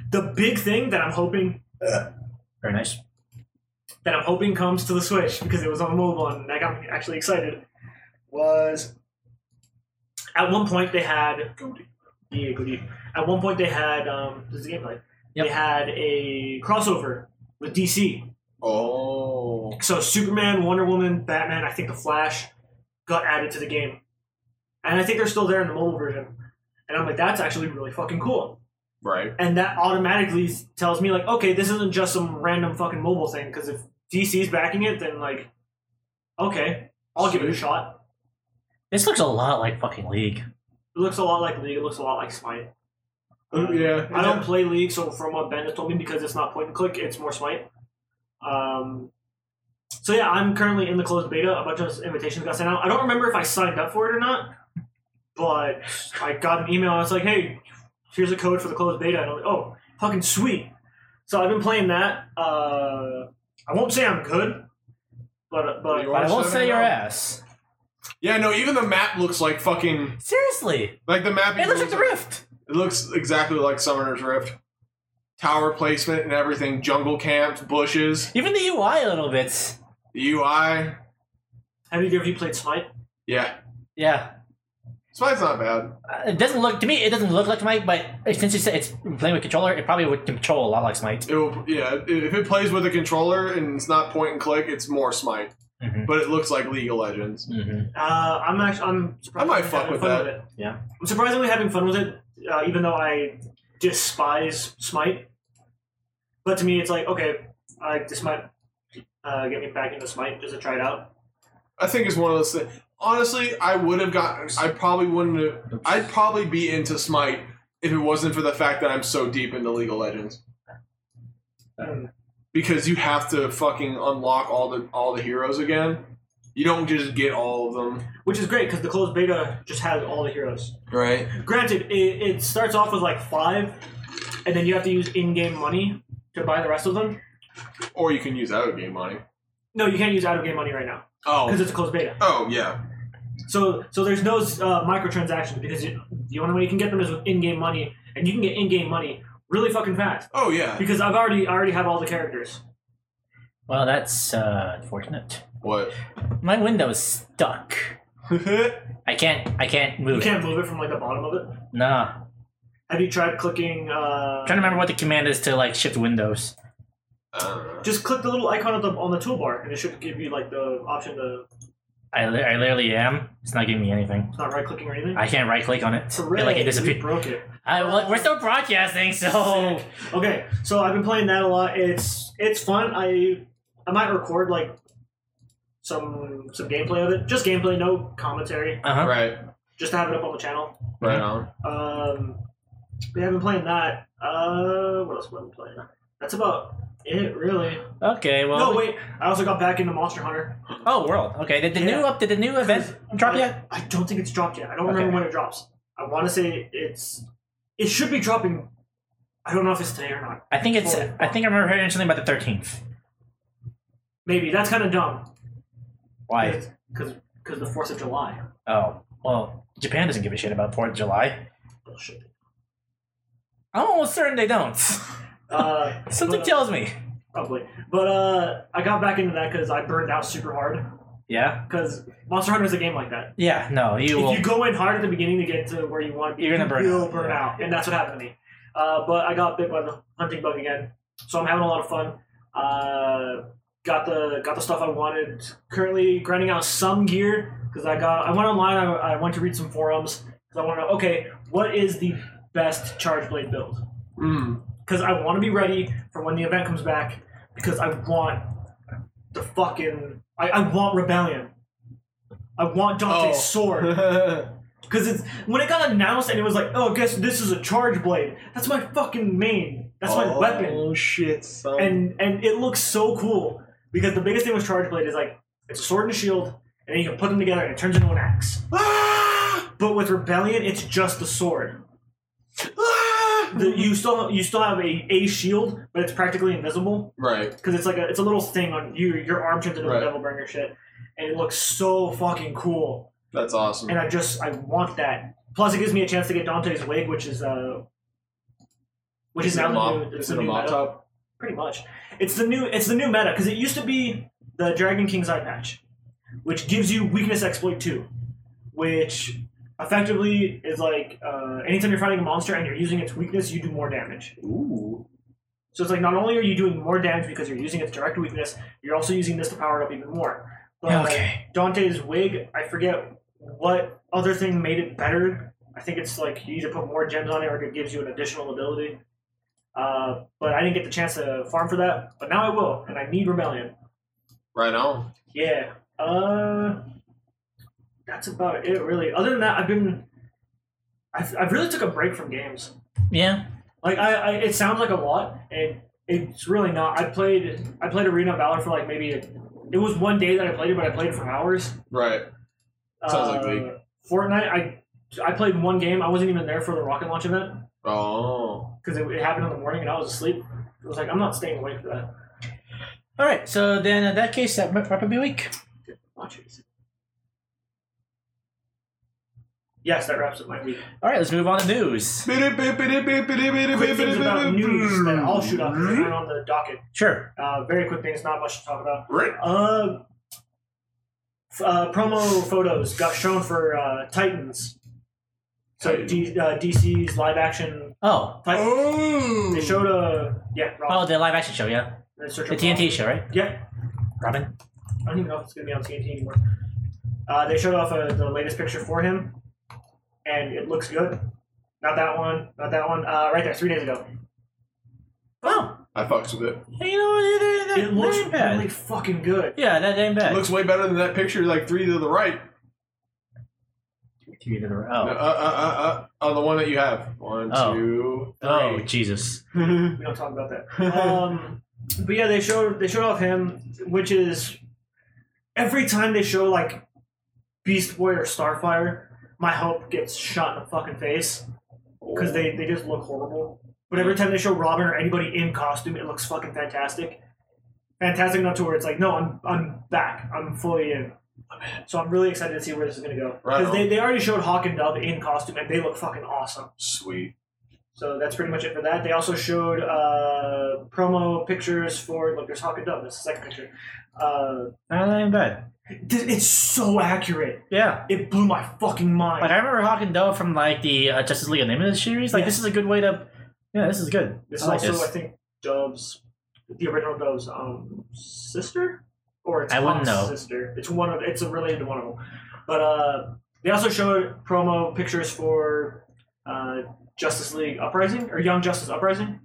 S5: The big thing that I'm hoping
S3: Very nice.
S5: that I'm hoping comes to the Switch because it was on mobile and I got actually excited was at one point they had Yeah, go deep. at one point they had um, this is the gameplay
S3: Yep.
S5: they had a crossover with DC
S4: Oh,
S5: so Superman, Wonder Woman, Batman, I think the Flash got added to the game. And I think they're still there in the mobile version. And I'm like, that's actually really fucking cool.
S4: right.
S5: And that automatically s- tells me, like, okay, this isn't just some random fucking mobile thing, because if DC's backing it, then, like, okay, I'll give it a shot.
S3: This looks a lot like fucking League.
S5: It looks a lot like League, it looks a lot like Smite.
S4: Oh, yeah,
S5: I don't play League, so from what Ben has told me, because it's not point and click, it's more Smite. Um, so yeah, I'm currently in the closed beta. A bunch of invitations got sent out. I don't remember if I signed up for it or not, but I got an email. and it's like, hey, here's a code for the closed beta. And I'm like, oh, fucking sweet. So I've been playing that. Uh, I won't say I'm good, but but
S4: You are?
S3: But I
S4: Watch
S3: won't
S4: that
S3: say your
S4: now.
S3: ass.
S4: Yeah, no. Even the map looks like fucking
S3: Seriously.
S4: like the map.
S3: It looks like the Rift.
S4: It looks exactly like Summoner's Rift. Tower placement and everything, jungle camps, bushes,
S3: Even the UI a little bit.
S4: the UI.
S5: have either of you played Smite?
S4: Yeah,
S3: Yeah.
S4: Smite's not bad.
S3: Uh, It doesn't look to me. It doesn't look like Smite, but since you said it's playing with controller, it probably would control a lot like Smite.
S4: It will, yeah. If it plays with a controller and it's not point and click, it's more Smite.
S5: Mm-hmm.
S3: Mhm.
S4: But it looks like League of Legends.
S3: Mm-hmm.
S5: Uh, I'm actually I'm surprised
S4: I might
S5: we're
S4: fuck
S5: having
S4: with
S5: fun
S4: that.
S5: it.
S3: Yeah.
S5: I'm surprisingly having fun with it, uh, even though I despise Smite. But to me, it's like okay, I this might uh, get me back into Smite just to try it out.
S4: I think it's one of those things. Honestly, I would have gotten. I probably wouldn't have. I'd probably be into Smite if it wasn't for the fact that I'm so deep into League of Legends.
S5: Mm.
S4: Because you have to fucking unlock all the all the heroes again. You don't just get all of them.
S5: Which is great because the closed beta just has all the heroes.
S4: Right.
S5: Granted, it, it starts off with like five, and then you have to use in-game money to buy the rest of them.
S4: Or you can use out of game money.
S5: No, you can't use out-of-game money right now because
S4: Oh.
S5: it's a closed beta.
S4: Oh yeah.
S5: So so there's no uh, microtransactions because you, the only way you can get them is with in-game money, and you can get in-game money really fucking fast
S4: Oh yeah.
S5: because I've already I already have all the characters.
S3: Well, that's uh, unfortunate.
S4: What?
S3: My window's stuck.
S4: I
S3: I can't. I can't move
S5: You
S3: it.
S5: can't move it from like the bottom of it.
S3: Nah.
S5: Have you tried clicking? Uh,
S3: I'm trying to remember what the command is to like shift windows.
S4: don't know.
S5: Just click the little icon on the on the toolbar, and it should give you like the option to
S3: I, li- I literally am. It's not giving me anything.
S5: it's not right clicking or anything.
S3: I can't right click on it. It,
S5: Hooray,
S3: like it
S5: we
S3: disappeared.
S5: broke it.
S3: I, well, we're still broadcasting, so
S5: Sick. okay, so I've been playing that a lot. It's it's fun. I I might record like some some gameplay of it. Just gameplay, no commentary.
S3: Uh huh.
S4: Right.
S5: Just to have it up on the channel.
S4: Right on.
S5: Um, we haven't played that. Uh, what else have I been playing? That's about it, really.
S3: Okay. Well.
S5: no, wait. I also got back into Monster Hunter.
S3: Oh, world. Okay. Did the new
S5: Yeah.
S3: up? Did the new event drop
S5: I,
S3: yet?
S5: I don't think it's dropped yet. I don't
S3: Okay.
S5: remember when it drops. I want to say it's. It should be dropping. I don't know if it's today or not.
S3: I think it's. I think I remember hearing something about the thirteenth.
S5: Maybe that's kind of dumb.
S3: Why?
S5: Because because the Fourth of July.
S3: Oh. Well, Japan doesn't give a shit about Fourth of July.
S5: Bullshit.
S3: I'm almost certain they don't.
S5: Uh,
S3: Something
S5: but-
S3: tells me.
S5: Probably. But uh, I got back into that because I burned out super hard.
S3: Yeah.
S5: Because Monster Hunter is a game like that.
S3: Yeah. No. You will.
S5: If you go in hard at the beginning to get to where you want to be,
S3: You're gonna burn
S5: you will
S3: out,
S5: burn
S3: yeah.
S5: out. And that's what happened to me. Uh, but I got bit by the hunting bug again. So I'm having a lot of fun. Uh, got the got the stuff I wanted. Currently grinding out some gear because I got I went online. I, I went to read some forums because I want to know okay what is the best charge blade build
S4: Mm.
S5: because I want to be ready for when the event comes back because I want the fucking I, I want rebellion. I want Dante's
S4: Oh.
S5: sword. Because it's when it got announced and it was like, oh, guess this is a charge blade. That's my fucking main. That's my weapon.
S4: Oh shit, son.
S5: And and it looks so cool because the biggest thing with charge blade is like it's a sword and a shield, and then you can put them together and it turns into an axe.
S4: Ah!
S5: But with rebellion, it's just the sword.
S4: Ah!
S5: The, you still you still have a, a shield, but it's practically invisible
S4: Right.
S5: because it's like a, it's a little thing on you. Your arm turns into
S4: Right.
S5: a devil bringer shit, and it looks so fucking cool.
S4: That's awesome.
S5: and I just I want that. Plus, it gives me a chance to get Dante's wig, which is uh, which is
S4: Is it
S5: now
S4: a
S5: the
S4: mop?
S5: new,
S4: Is
S5: it's the
S4: it a
S5: new
S4: mop
S5: meta.
S4: top?
S5: Pretty much, it's the new it's the new meta because it used to be the Dragon King's Eye patch, which gives you weakness exploit two, which effectively is like uh, anytime you're fighting a monster and you're using its weakness, you do more damage.
S4: Ooh.
S5: So it's like not only are you doing more damage because you're using its direct weakness, you're also using this to power it up even more. But like,
S3: Okay.
S5: Dante's wig, I forget what other thing made it better. I think it's like you either put more gems on it or it gives you an additional ability. Uh, but I didn't get the chance to farm for that, but now I will, and I need Rebellion.
S4: Right on.
S5: Yeah. Uh, that's about it, really. Other than that, I've been. I've, I've really took a break from games.
S3: Yeah.
S5: Like I, I, it sounds like a lot, and it's really not. I played, I played Arena of Valor for like maybe, a, it was one day that I played it, but I played it for hours.
S4: Right. Sounds like
S5: Uh,
S4: me.
S5: Fortnite. I, I played one game. I wasn't even there for the rocket launch event
S4: Oh.
S5: because it, it happened in the morning and I was asleep. It was like I'm not staying awake for that.
S3: All right. So then, in that case, that might probably be week.
S5: Watch it. Yes, that wraps up my week.
S3: All right. Let's move on to news.
S5: Quick things about news that I'll shoot up 'cause they're
S4: Right.
S5: not on the docket.
S3: Sure.
S5: Uh, very quick things, not much to talk about. Uh, f- uh, promo photos got shown for uh, Titans. So D, uh, DC's live action
S3: Oh.
S5: Titans.
S4: Oh.
S5: They showed a yeah,
S3: Oh,
S5: Robin.
S3: the live action show. Yeah.
S5: They searched
S3: The
S5: up
S3: TNT
S5: Robin.
S3: show, right?
S5: Yeah,
S3: Robin.
S5: I don't even know if it's gonna be on TNT anymore. Uh, they showed off uh, the latest picture for him, and it looks good. Not that one, not that one. Uh, right there, three days ago.
S3: Oh.
S4: I fucks with it.
S3: You know, they- they- they-
S5: It looks
S3: they ain't bad.
S5: really fucking good.
S3: Yeah, that ain't bad.
S4: Looks way better than that picture, like three to the right.
S3: Three to the right.
S4: Uh, uh,
S3: Oh.
S4: uh, uh, uh, the one that you have. One,
S3: Oh.
S4: two,
S3: Oh, Jesus.
S4: three.
S5: We don't talk about that. Um, but yeah, they showed they showed off him, which is every time they show like Beast Boy or Starfire, my hope gets shot in the fucking face because they they just look horrible. But every time they show Robin or anybody in costume, it looks fucking fantastic. Fantastic enough to where it's like, no, I'm I'm back. I'm fully in. So I'm really excited to see where this is gonna go.
S4: Right
S5: Because
S4: on.
S5: they, they already showed Hawk and Dove in costume and they look fucking awesome.
S4: Sweet.
S5: So that's pretty much it for that. They also showed uh, promo pictures for look. There's Hawk and Dove. That's the second picture. Uh,
S3: That ain't bad.
S5: th- it's so accurate.
S3: Yeah.
S5: It blew my fucking
S3: Like,
S5: mind.
S3: I remember Hawk and Dove from, like, the uh, Justice League Unlimited series. Like,
S5: Yeah.
S3: this is a good way to. Yeah, this is good.
S5: This
S3: I
S5: is
S3: like
S5: also,
S3: this.
S5: I think, Dove's the original Dove's um, sister, or it's
S3: I wouldn't
S5: Hawk's
S3: know.
S5: sister. It's one of it's a related one of them. But uh, they also showed promo pictures for uh, Justice League Uprising or Young Justice Uprising.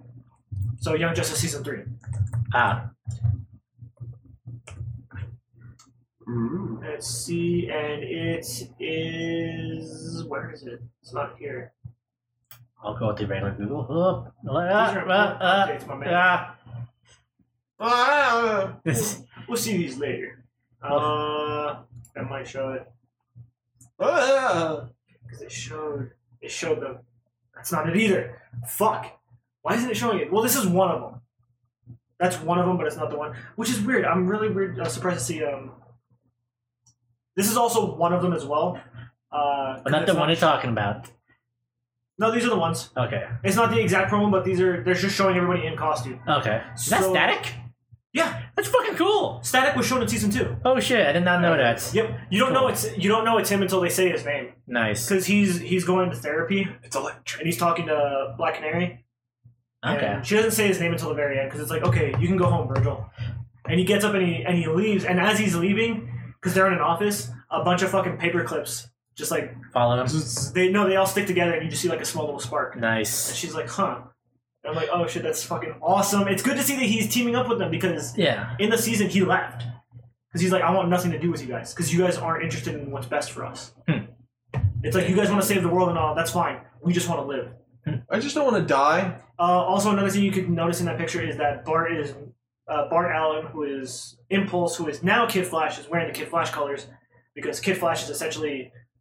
S5: So Young Justice season three.
S3: Ah.
S4: Mm.
S5: Let's see, and it is where is it? It's not here.
S3: I'll go with the regular Google. Oh, uh, uh,
S5: These are important
S3: uh,
S5: updates, my man. uh,
S3: ah.
S4: Ah,
S5: We'll see these later. Uh, that might show it
S4: ah.
S5: because it showed it showed them. That's not it either. Fuck. Why isn't it showing it? Well, this is one of them. That's one of them, but it's not the one, which is weird. I'm really weird. Uh, surprised to see. Um, this is also one of them as well. Uh,
S3: But not the one you're talking about.
S5: No, these are the ones.
S3: Okay.
S5: It's not the exact promo, but these are. They're just showing everybody in costume.
S3: Okay. Is that
S5: So-
S3: static?
S5: Yeah,
S3: That's fucking cool.
S5: Static was shown in season two.
S3: Oh shit, I did not know that.
S5: Yep. You don't know it's you don't know it's him until they say his name
S3: Nice.
S5: because he's he's going to therapy
S4: It's electric.
S5: and he's talking to Black Canary. and
S3: Okay.
S5: she doesn't say his name until the very end because it's like, okay, you can go home, Virgil. And he gets up and he and he leaves. And as he's leaving, because they're in an office, a bunch of fucking paper clips just like
S3: Follow him.
S5: they no they all stick together and you just see like a small little spark. And
S3: Nice.
S5: she's like, huh. And I'm like, oh shit, that's fucking awesome. It's good to see that he's teaming up with them because
S3: Yeah.
S5: in the season he left because he's like i want nothing to do with you guys because you guys aren't interested in what's best for us
S3: Hmm.
S5: it's like you guys want to save the world and all that's fine we just want to live
S4: I just don't want to die.
S5: uh, also another thing you could notice in that picture is that bart is uh, bart allen who is impulse who is now kid flash is wearing the kid flash colors because kid flash is essentially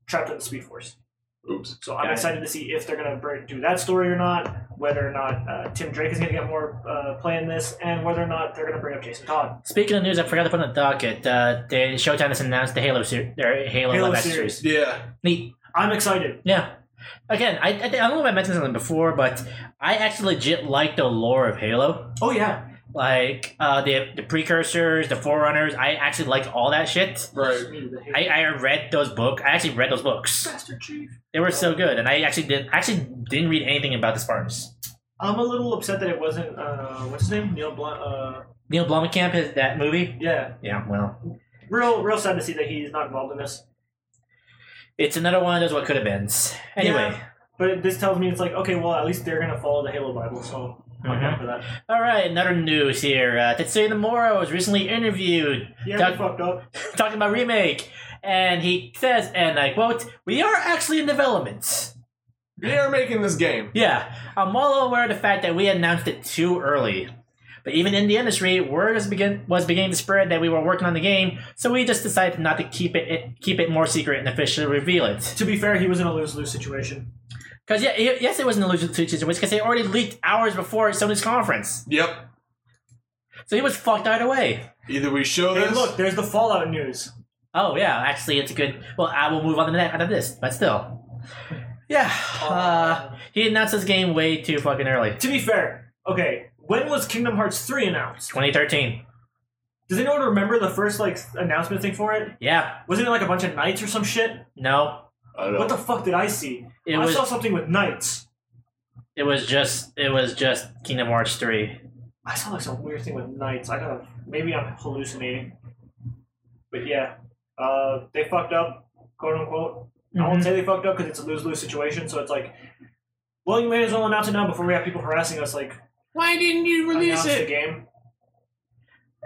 S5: trapped in the speed force
S4: Oops.
S5: so i'm
S3: Got it.
S5: excited to see if they're going to do that story or not whether or not uh, tim drake is going to get more uh, play in this and whether or not they're going to bring up jason todd
S3: Speaking of news, I forgot to put on the docket. Uh, they, Showtime has announced the Halo series. Halo,
S5: Halo
S3: live action
S5: series.
S3: series.
S4: Yeah.
S3: Neat.
S5: i'm excited
S3: Yeah. Again, I, I, think- I don't know if I mentioned something before, but I actually legit like the lore of Halo.
S5: oh yeah
S3: Like uh, the the precursors, the forerunners. I actually like all that shit.
S4: Right.
S3: I, I read those books. I actually read those books.
S5: Master Chief.
S3: They were so good, and I actually did actually didn't read anything about the Spartans.
S5: I'm a little upset that it wasn't uh, what's his name Neil Blunt. Uh,
S3: Neil Blomkamp has that movie.
S5: yeah,
S3: Yeah, well,
S5: real real sad to see that he's not involved in this.
S3: it's another one of those what could have been. Anyway,
S5: Yeah. But this tells me it's like okay, well at least they're gonna follow the Halo Bible, so
S3: Mm-hmm.
S5: I'm down for that.
S3: all right, another news here. Uh, Tetsuya Nomura was recently interviewed
S5: Yeah,
S3: Doug-
S5: we fucked up.
S3: talking about remake, and he says, and I quote, "We are actually in development."
S4: They are making this game.
S3: Yeah, I'm well aware of the fact that we announced it too early. But even in the industry, word was, begin- was beginning to spread that we were working on the game, so we just decided not to keep it, it keep it more secret and officially reveal it.
S5: To be fair, he was in a lose lose situation.
S3: Because yeah, y- yes, it was an illusion to Teachers because they already leaked hours before Sony's conference,
S4: Yep.
S3: so he was fucked either way.
S4: Either we show
S5: Hey,
S4: this.
S5: look, there's the Fallout news.
S3: Oh yeah, actually, it's a good. Well, I will move on to the next out of this, but still, yeah,
S4: Oh.
S3: uh, he announced this game way too fucking early.
S5: To be fair, okay, when was Kingdom Hearts three announced?
S3: 2013.
S5: Does anyone remember the first like announcement thing for it?
S3: Yeah,
S5: Wasn't it like a bunch of knights or some shit?
S3: no,
S4: I don't know.
S5: What the fuck did I see?
S3: it
S5: I
S3: was
S5: saw something with knights.
S3: it was just it was just Kingdom Hearts three.
S5: I saw like some weird thing with knights. I gotta maybe I'm hallucinating. But yeah, uh, they fucked up, quote unquote. I won't
S3: Mhm.
S5: say they fucked up because it's a lose lose situation. So it's like, well, you may as well announce it now before we have people harassing us. Like,
S4: Why didn't you
S5: announce the game.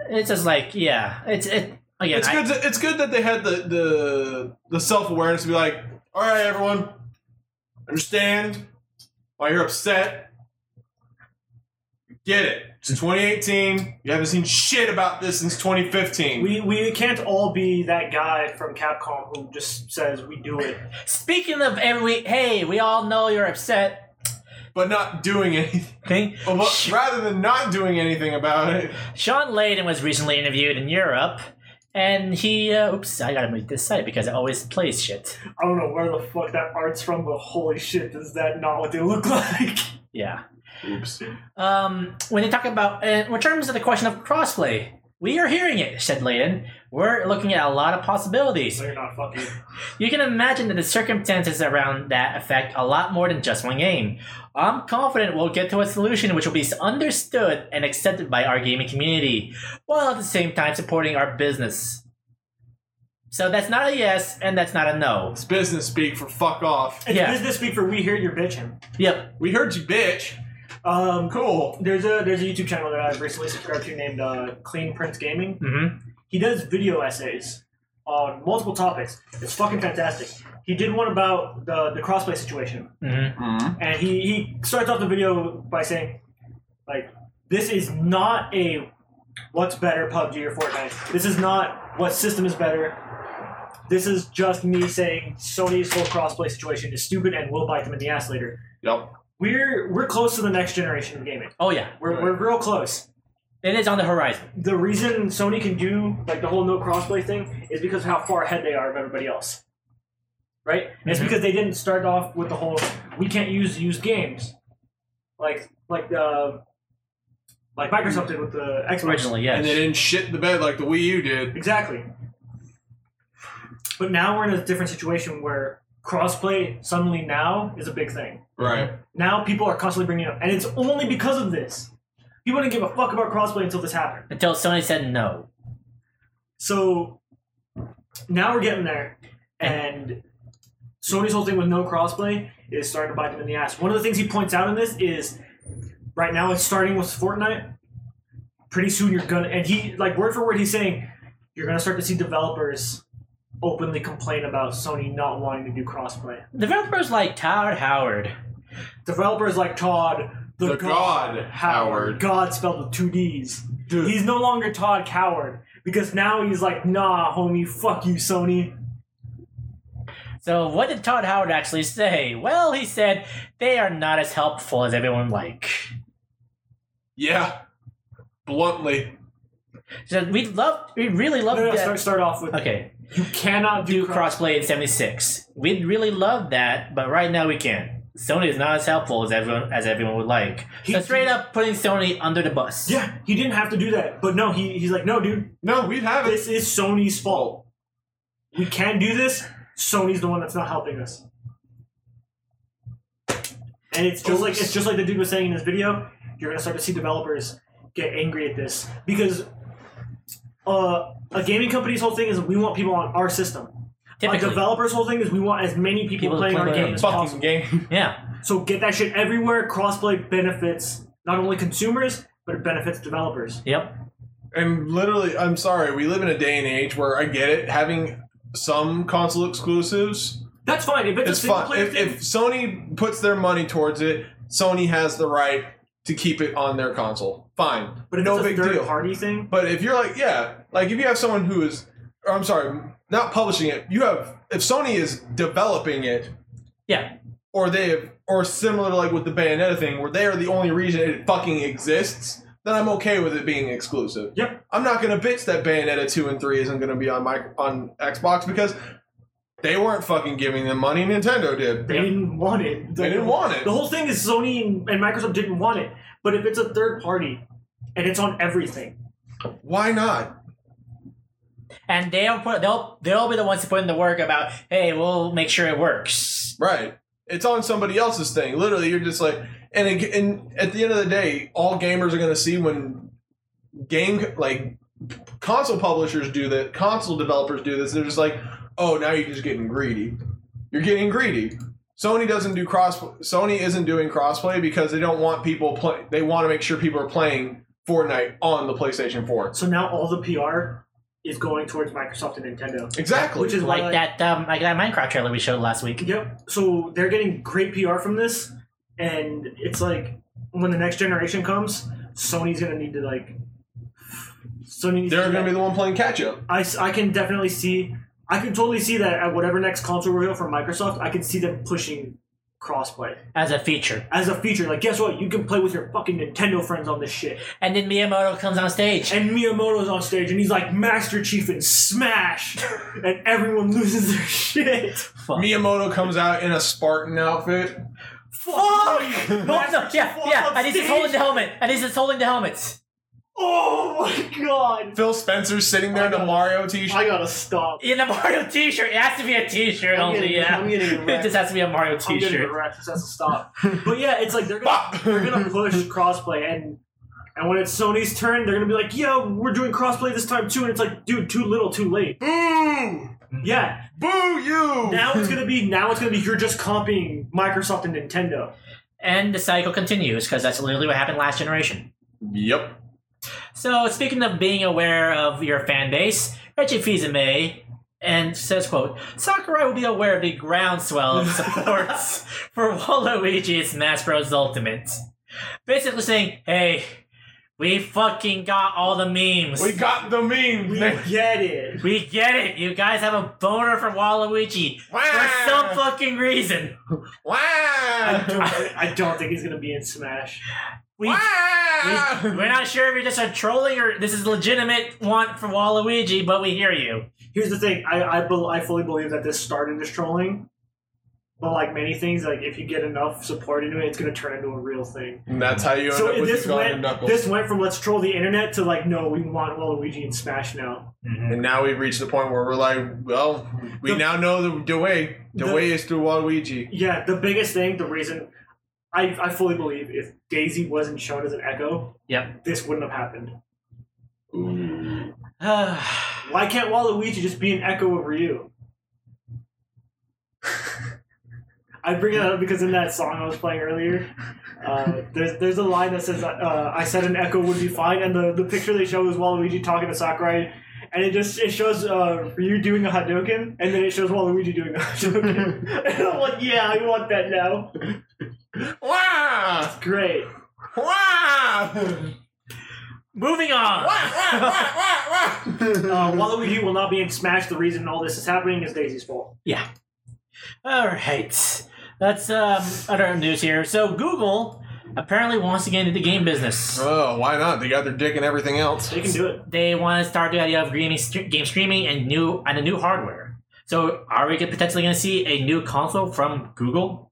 S3: It's just like yeah, it's it again.
S4: It's
S3: I-
S4: good. That, it's good that they had the the the self awareness to be like, all right, everyone, understand why you're upset. Get it. It's 2018. You haven't seen shit about this since 2015.
S5: We we can't all be that guy from Capcom who just says we do it.
S3: Speaking of every hey, we all know you're upset.
S4: but not doing anything.
S3: Thing.
S4: But what- rather than not doing anything about it,
S3: Sean Layden was recently interviewed in Europe, and he uh, oops, I gotta move this side because it always plays shit.
S5: I don't know where the fuck that art's from, but holy shit, is that not what they look like?
S3: Yeah.
S4: oops.
S3: Um, when they talk about uh, in terms of the question of crossplay, we are hearing it," said Layden. "We're looking at a lot of possibilities.
S5: no, you're not fucking.
S3: You can imagine that the circumstances around that affect a lot more than just one game. I'm confident we'll get to a solution which will be understood and accepted by our gaming community, while at the same time supporting our business. So that's not a yes, and that's not a no.
S4: It's business speak for fuck off.
S5: It's
S3: Yeah.
S5: business speak for we hear your bitching.
S3: Yep.
S4: We heard you, bitch.
S5: Um,
S4: Cool.
S5: There's a there's a YouTube channel that I've recently subscribed to named uh, Clean Prince Gaming.
S3: Mm-hmm.
S5: He does video essays, on multiple topics. It's fucking fantastic. He did one about the the crossplay situation,
S3: Mm-hmm.
S5: and he he starts off the video by saying, like, this is not a what's better PUBG or Fortnite. This is not what system is better. This is just me saying Sony's whole crossplay situation is stupid and will bite them in the ass later.
S4: Yep.
S5: We're we're close to the next generation of gaming.
S3: Oh yeah,
S5: We're, we're real close.
S3: it is on the horizon.
S5: The reason Sony can do like the whole no crossplay thing is because of how far ahead they are of everybody else. Right? And It's
S3: Mhm.
S5: because they didn't start off with the whole we can't use used games, like like uh, like Microsoft did with the Xbox.
S3: Originally, yes.
S4: And they didn't shit the bed like the Wii U did.
S5: Exactly. But now we're in a different situation where crossplay suddenly now is a big thing.
S4: Right.
S5: Now people are constantly bringing it up, and it's only because of this. People didn't give a fuck about crossplay until this happened.
S3: Until Sony said no.
S5: So now we're getting there, and Sony's whole thing with no crossplay is starting to bite them in the ass. One of the things he points out in this is right now it's starting with Fortnite. Pretty soon you're gonna, and he like word for word he's saying you're gonna start to see developers openly complain about Sony not wanting to do crossplay.
S3: Developers like Todd Howard.
S5: Developers like Todd. The,
S4: The God Howard.
S5: God spelled with two D's. He's no longer Todd Coward because now he's like, nah, homie, fuck you, Sony.
S3: So what did Todd Howard actually say? Well, he said they are not as helpful as everyone like.
S4: Yeah. Bluntly.
S3: So we love, we really love
S5: No, no,
S3: that.
S5: start, start off with
S3: okay,
S5: you cannot do,
S3: do crossplay in '76. We'd really love that, but right now we can't. Sony is not as helpful as everyone as everyone would like.
S5: He-
S3: so straight up putting Sony under the bus.
S5: Yeah, he didn't have to do that, but no, he, he's like, no, dude,
S4: No, we'd have it.
S5: this is Sony's fault. We can do this. Sony's the one that's not helping us. And it's just like it's just like the dude was saying in his video. You're gonna start to see developers get angry at this because uh, a gaming company's whole thing is we want people on our system.
S3: typically.
S5: A developer's whole thing is we want as many people,
S3: People to
S5: playing
S3: play
S5: our
S3: their
S5: game
S3: own
S5: as
S4: Fucking
S5: possible.
S4: game.
S3: yeah,
S5: So get that shit everywhere. Crossplay benefits not only consumers, but it benefits developers.
S3: yep.
S4: And literally, I'm sorry, we live in a day and age where I get it. Having some console exclusives,
S5: That's fine. If it's,
S4: it's
S5: a single
S4: fun.
S5: player
S4: If,
S5: thing,
S4: if Sony puts their money towards it, Sony has the right to keep it on their console. Fine.
S5: but if
S4: no
S5: it's a
S4: big
S5: third
S4: deal.
S5: party thing,
S4: But if you're like, yeah, like if you have someone who is, or I'm sorry, not publishing it, you have, if Sony is developing it,
S3: Yeah.
S4: or they have, or similar to like with the Bayonetta thing, where they are the only reason it fucking exists, then I'm okay with it being exclusive.
S5: Yep.
S4: I'm not gonna bitch that Bayonetta two and three isn't gonna be on my on Xbox because they weren't fucking giving them money. Nintendo did.
S5: they didn't want it.
S4: They didn't want it.
S5: The whole thing is Sony and, and Microsoft didn't want it. But if it's a third party and it's on everything,
S4: Why not?
S3: And they'll put they'll they'll be the ones to put in the work about hey we'll make sure it works.
S4: Right. It's on somebody else's thing. Literally, you're just like, and it, and at the end of the day, all gamers are gonna see when game like console publishers do that, console developers do this. They're just like, oh, now you're just getting greedy. You're getting greedy. Sony doesn't do cross. Sony isn't doing crossplay because they don't want people play. They want to make sure people are playing Fortnite on the PlayStation 4.
S5: so now all the PR is going towards Microsoft and Nintendo,
S4: Exactly.
S5: which is why.
S3: Like that um, like that Minecraft trailer we showed last week.
S5: Yep. So they're getting great PR from this, and it's like when the next generation comes, Sony's gonna need to like. Sony. Needs
S4: they're
S5: to
S4: going to be the one playing catch up.
S5: I, s- I can definitely see. I can totally see that at whatever next console reveal from Microsoft, I can see them pushing crossplay
S3: as a feature.
S5: as a feature. Like, guess what? You can play with your fucking Nintendo friends on this shit.
S3: And then Miyamoto comes on stage.
S5: And Miyamoto's on stage and he's like Master Chief and Smash, and everyone loses their shit.
S3: Fuck.
S4: Miyamoto comes out in a Spartan outfit.
S5: Fuck!
S3: Oh, no, yeah, yeah. And he's just holding the helmet. And he's just holding the helmets.
S5: Oh my god!
S4: Phil Spencer's sitting there in a Mario t-shirt.
S5: I gotta stop.
S3: In a Mario T-shirt. It has to be a T-shirt
S5: I'm
S3: only.
S5: getting-
S3: yeah.
S5: I'm getting
S3: it just has to be a Mario
S5: I'm getting
S3: T-shirt.
S5: bereft. This has to stop. But yeah, it's like they're gonna, they're gonna push crossplay, and and when it's Sony's turn, they're gonna be like, "Yeah, we're doing crossplay this time too." And it's like, dude, too little, too late.
S4: Boo!
S5: Yeah,
S4: Boo you!
S5: now it's gonna be now it's gonna be you're just copying Microsoft and Nintendo.
S3: And the cycle continues because that's literally what happened last generation.
S4: yep.
S3: So speaking of being aware of your fan base, Reggie Fils-Aimé and says, "quote Sakurai will be aware of the groundswell of supports for Waluigi's Smash Bros. Ultimate." Basically saying, "Hey, we fucking got all the memes.
S4: We got the meme.
S5: We get it.
S3: We get it. You guys have a boner for Waluigi for
S4: Ah.
S3: some fucking reason.
S5: I
S4: Wow.
S5: don't, I don't think he's gonna be in Smash.
S3: We,
S4: Wow.
S3: we we're not sure if you're just a trolling or this is legitimate want for Waluigi, but we hear you.
S5: Here's the thing. I I, bel I fully believe that this started as trolling, but like many things, like if you get enough support into it, it's gonna turn into a real thing.
S4: And that's how you end
S5: so
S4: up with
S5: this
S4: your golden
S5: went
S4: knuckles.
S5: this went from let's troll the internet to like no, we want Waluigi in Smash now.
S4: and now we've reached the point where we're like, well, we
S5: The-
S4: now know the, the way. The,
S5: The-
S4: way is through Waluigi.
S5: Yeah, the biggest thing, the reason. I, I fully believe if Daisy wasn't shown as an echo,
S3: Yep.
S5: this wouldn't have happened.
S3: I
S5: Why can't Waluigi just be an echo of Ryu? I bring it up because in that song I was playing earlier, uh, there's there's a line that says, uh, "I said an echo would be fine," and the, the picture they show is Waluigi talking to Sakurai, and it just it shows uh, Ryu doing a Hadouken, and then it shows Waluigi doing a Hadouken. and I'm like, "Yeah, I want that now.
S4: Wow.
S5: Great."
S4: Wow.
S3: Moving on.
S5: Uh, Waluigi will not be in Smash. The reason all this is happening is Daisy's fault.
S3: Yeah. All right. That's um, other news here. So Google apparently wants to get into the game business.
S4: Oh, why not? They got their dick and everything else.
S5: They can do it.
S3: They want to start the idea of gaming, game streaming and new and a new hardware. So are we could potentially going to see a new console from Google?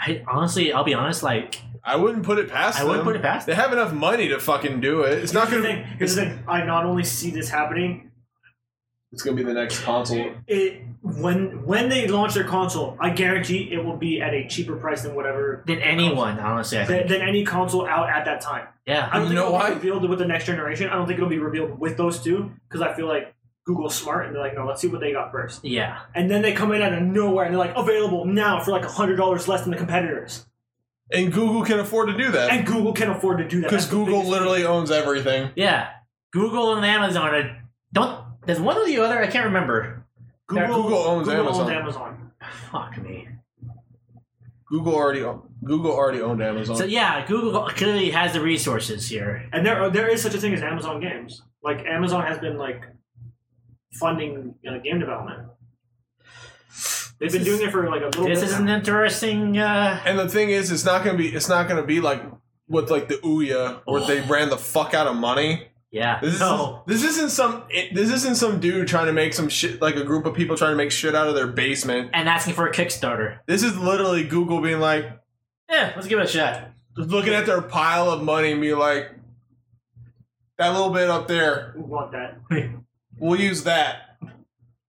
S3: I honestly, I'll be honest, like
S4: I wouldn't put it past
S3: I
S4: them.
S3: wouldn't put it past
S4: They have enough money to fucking do it. It's not
S5: Here's
S4: gonna.
S5: the thing. Here's the thing. I not only see this happening,
S4: It's gonna be the next console.
S5: it when when they launch their console, I guarantee it will be at a cheaper price than whatever
S3: than anyone, honestly. I
S5: than,
S3: think.
S5: than any console out at that time.
S3: Yeah.
S5: I don't
S4: You
S5: think
S4: know
S5: it'll
S4: why?
S5: be revealed with the next generation. I don't think it'll be revealed with those two because I feel like Google's smart and they're like, no, let's see what they got first.
S3: Yeah.
S5: And then they come in out of nowhere and they're like, available now for like hundred dollars less than the competitors.
S4: And Google can afford to do that
S5: And Google can afford to do that
S4: because
S5: That's the
S4: Google
S5: biggest-
S4: literally owns everything.
S3: Yeah. Google and Amazon are don't there's one or the other, I can't remember.
S5: Google,
S4: Google owns Amazon.
S5: Amazon.
S3: Fuck me.
S4: Google already own, Google already owned Amazon.
S3: So yeah, Google clearly has the resources here.
S5: And there are, there is such a thing as Amazon Games. Like Amazon has been like funding uh, game development. They've been
S3: This is-
S5: doing it for like a little
S3: This
S5: bit.
S3: is
S5: now.
S3: an interesting uh
S4: and the thing is, it's not gonna be it's not gonna be like with like the Ouya where they ran the fuck out of money.
S3: yeah.
S4: This,
S3: Oh. No.
S4: is, this isn't some it, this isn't some dude trying to make some shit like a group of people trying to make shit out of their basement.
S3: And asking for a Kickstarter.
S4: This is literally Google being like
S3: Yeah, let's give it a shot.
S4: looking at their pile of money and be like that little bit up there
S5: We want that.
S4: We'll use that.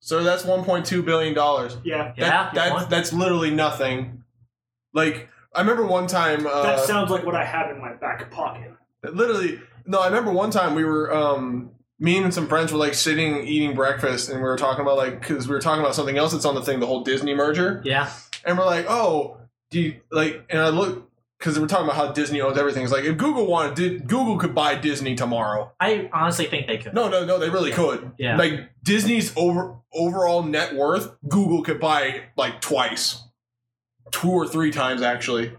S4: So that's 1.2 billion dollars.
S5: Yeah.
S3: Yeah,
S4: That, that's
S3: one.
S4: that's literally nothing. Like I remember one time, uh,
S5: That sounds like what I have in my back pocket.
S4: literally no. I remember one time we were um, me and some friends were like sitting eating breakfast, and we were talking about like because we were talking about something else that's on the thing, the whole Disney merger,
S3: yeah.
S4: and we're like, oh, do you like? And I look because we're talking about how Disney owns everything. It's like if Google wanted, did, Google could buy Disney tomorrow.
S3: I honestly think they could.
S4: No, no, no. They really could.
S3: Yeah.
S4: Like Disney's over overall net worth, Google could buy like twice, two or three times actually.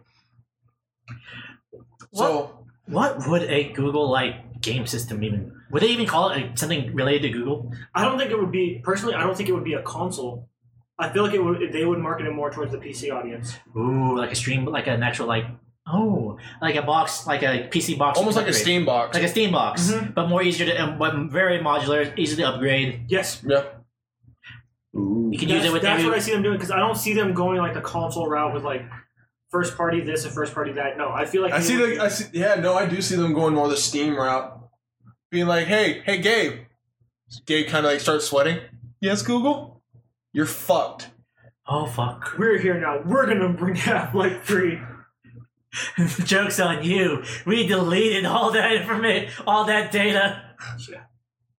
S4: So
S3: What would a Google like game system even would they even call it a, something related to Google?
S5: I don't think it would be personally. I don't think it would be a console. I feel like it would. They would market it more towards the PC audience.
S3: Ooh, like a stream like an actual like oh like a box like a PC box. you
S4: almost
S3: can
S4: like a
S3: upgrade.
S4: Steam box. Mm-hmm.
S3: Like a Steam box.
S5: Mhm.
S3: But more easier to and but very modular, easy to upgrade.
S5: Yes.
S4: yeah.
S3: You can
S5: That's,
S3: use it with
S5: that's
S3: every
S5: what I see them doing because I don't see them going like the console route with like first party this and first party that. No, I feel like
S4: I
S5: they
S4: see.
S5: would
S4: The,
S5: do-
S4: I see. Yeah. No, I do see them going more the Steam route, being like, "Hey, hey, Gabe." Gabe kind of like starts sweating. Yes, Google, you're fucked.
S3: Oh fuck.
S5: We're here now. We're gonna bring half like free.
S3: Joke's on you. We deleted all that information all that data.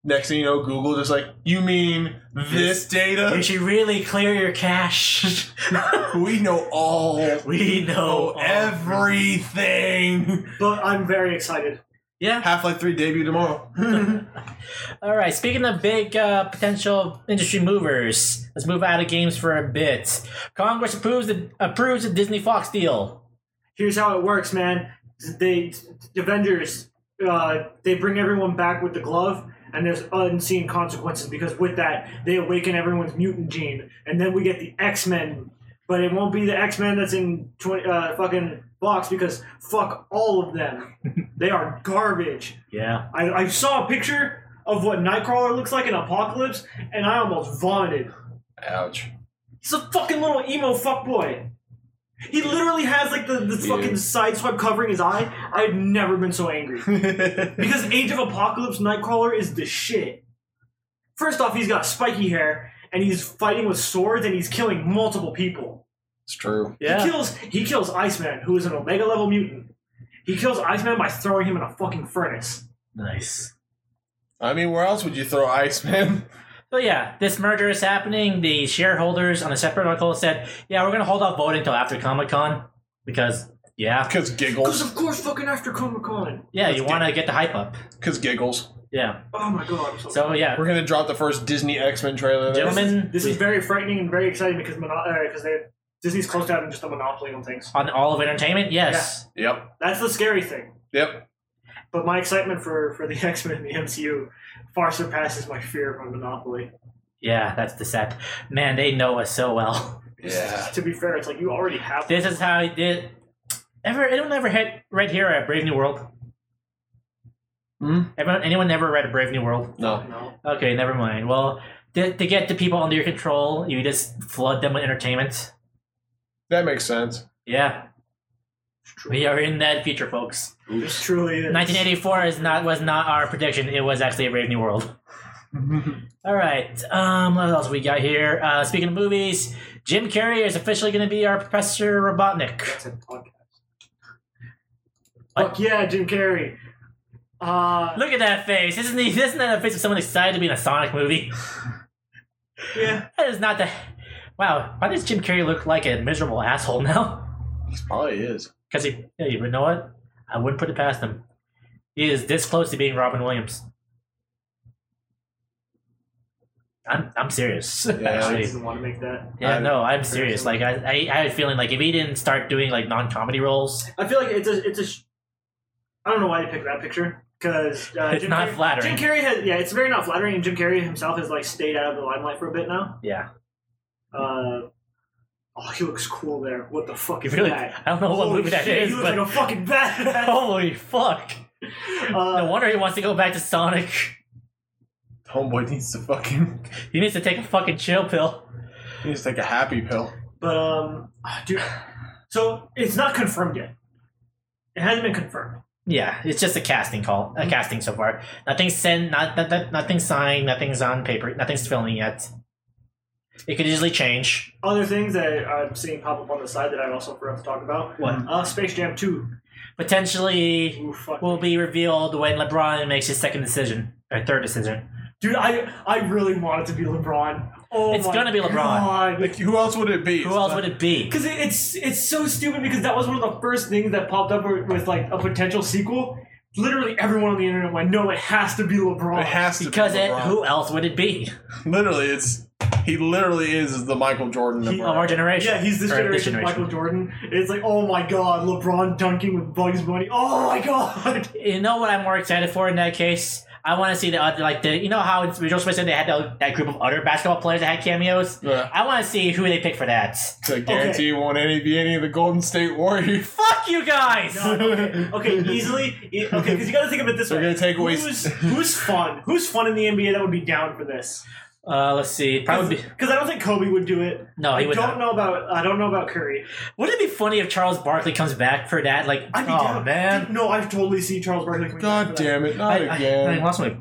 S4: Next thing you know, Google just like, "You mean this
S3: You
S4: data?
S3: should really clear your cache.
S4: We know all."
S3: we know
S4: know
S3: all.
S4: everything.
S5: But I'm very excited.
S3: Yeah.
S4: Half Life 3 debut tomorrow.
S3: All right. Speaking of big uh, potential industry movers, let's move out of games for a bit. Congress approves the approves the Disney Fox deal.
S5: here's how it works, man. They the Avengers, uh, they bring everyone back with the glove, and there's unseen consequences because with that they awaken everyone's mutant gene, and then we get the X Men. But it won't be the X Men that's in 20, uh, fucking box because fuck all of them. they are garbage.
S3: Yeah.
S5: I, I saw a picture of what Nightcrawler looks like in Apocalypse, and I almost vomited.
S4: Ouch.
S5: He's a fucking little emo fuckboy. He literally has like the, the
S4: Yeah.
S5: fucking side swipe covering his eye. I've never been so angry. because Age of Apocalypse Nightcrawler is the shit. First off, he's got spiky hair and he's fighting with swords and he's killing multiple people.
S4: It's true.
S3: Yeah.
S5: He kills he kills Iceman, who is an Omega level mutant. He kills Iceman by throwing him in a fucking furnace.
S3: nice.
S4: I mean, where else would you throw Iceman?
S3: So yeah, this merger is happening. The shareholders on a separate article said, "Yeah, we're gonna hold off voting until after Comic Con because yeah,
S4: Because
S5: Because
S4: giggles.
S5: of course fucking after Comic Con.
S3: yeah, you want to get the hype up.
S4: Because giggles.
S3: Yeah.
S5: Oh my god, I'm so
S3: So yeah,
S4: We're going to drop the first Disney X Men trailer.
S3: Gentlemen,
S5: This
S3: we-
S5: is very frightening and very exciting because mono- uh, because they Disney's closed out and just a monopoly on things.
S3: on all of entertainment, yes.
S4: Yep.
S5: That's the scary thing.
S4: Yep.
S5: But my excitement for, for the X Men and the MCU far surpasses my fear of a monopoly.
S3: Yeah, that's the set. Man, they know us so well.
S4: Yeah.
S5: To be fair, it's like you already have.
S3: This is how I did. Ever anyone ever hit read here at Brave New World?
S4: Hmm?
S3: Everyone, anyone never read a Brave New World?
S4: No.
S5: No.
S3: Okay, never mind. Well, to, to get the people under your control, you just flood them with entertainment.
S4: That makes sense.
S3: Yeah, we are in that future, folks.
S5: This truly is.
S3: 1984 is not was not our prediction. It was actually a Brave New World. All right. Um, what else we got here? Uh, speaking of movies, Jim Carrey is officially going to be our Professor Robotnik.
S5: That's a podcast. Fuck yeah, Jim Carrey. Uh,
S3: Look at that face. Isn't he, isn't that a face of someone excited to be in a Sonic movie?
S5: yeah.
S3: That is not the. Wow. Why does Jim Carrey look like a miserable asshole now?
S4: He probably is.
S3: Because he, yeah, you know what? I wouldn't put it past him. He is this close to being Robin Williams. I'm I'm serious.
S4: Yeah.
S5: I
S3: actually.
S5: didn't want to make that.
S3: Yeah,
S4: I-
S3: no, I'm serious. Like I, I, I had a feeling like if he didn't start doing like non-comedy roles,
S5: I feel like it's a it's a. Sh- I don't know why you picked that picture because uh,
S3: It's
S5: Jim
S3: not
S5: Carrey,
S3: flattering.
S5: Jim Carrey has yeah, it's very not flattering, and Jim Carrey himself has like stayed out of the limelight for a bit now.
S3: yeah,
S5: Uh, oh, he looks cool there. What the fuck
S3: he
S5: is
S3: really.
S5: that?
S3: I don't know what
S5: Holy
S3: movie that
S5: shit,
S3: is,
S5: he looks
S3: but
S5: like a fucking badass.
S3: holy fuck!
S5: Uh,
S3: no wonder he wants to go back to Sonic.
S4: Homeboy needs to fucking.
S3: He needs to take a fucking chill pill.
S4: He needs to take a happy pill.
S5: But um, ah, dude, so it's not confirmed yet. It hasn't been confirmed.
S3: Yeah, it's just a casting call, a casting so far. Nothing's sent, not, not, not nothing's signed, nothing's on paper, nothing's filming yet. It could easily change.
S5: Other things that I'm seeing pop up on the side that I also forgot to talk about.
S3: What?
S5: Uh, Space Jam Two.
S3: Potentially
S5: Ooh, fuck.
S3: will be revealed when LeBron makes his second decision or third decision.
S5: Dude, I I really want it to be LeBron. Oh,
S3: It's
S5: my
S3: gonna be LeBron.
S5: God.
S4: Like, who else would it be?
S3: Who else would it be?
S5: Because it, it's it's so stupid because that was one of the first things that popped up with with, like a potential sequel. Literally everyone on the internet went, "No, it has to be LeBron."
S4: It has to
S3: Because
S4: be
S3: it,
S4: LeBron.
S3: who else would it be?
S4: Literally, it's he literally is the Michael Jordan of
S5: He-
S3: Of our
S4: our
S3: generation.
S5: yeah, he's this
S3: Or
S5: generation, of Michael Jordan. It's like, oh my god, LeBron dunking with Bugs Bunny. Oh my god.
S3: You know what I'm more excited for in that case? I want to see the other, like the, you know how in Visual Space said they had the, that group of other basketball players that had cameos.
S4: Yeah.
S3: I want to see who they pick for that.
S4: So I guarantee it won't any be any of the Golden State Warriors.
S3: Fuck you guys!
S5: No, okay, okay, easily. e- Okay, because you got to think of it this
S4: They're
S5: way.
S4: gonna take away-
S5: who's who's fun? Who's fun in the NBA that would be down for this?
S3: Uh, let's see. Probably
S5: Because I don't think Kobe would do it.
S3: no. He
S5: I
S3: would. Not.
S5: don't know about I don't know about Curry.
S3: Wouldn't it be funny if Charles Barkley comes back for that? Like,
S5: I'd be
S3: oh
S5: down.
S3: man,
S5: Dude, no, I totally see Charles Barkley. coming back
S4: God
S5: for that.
S4: damn it! Not
S3: I, I, I
S4: again.
S3: lost my.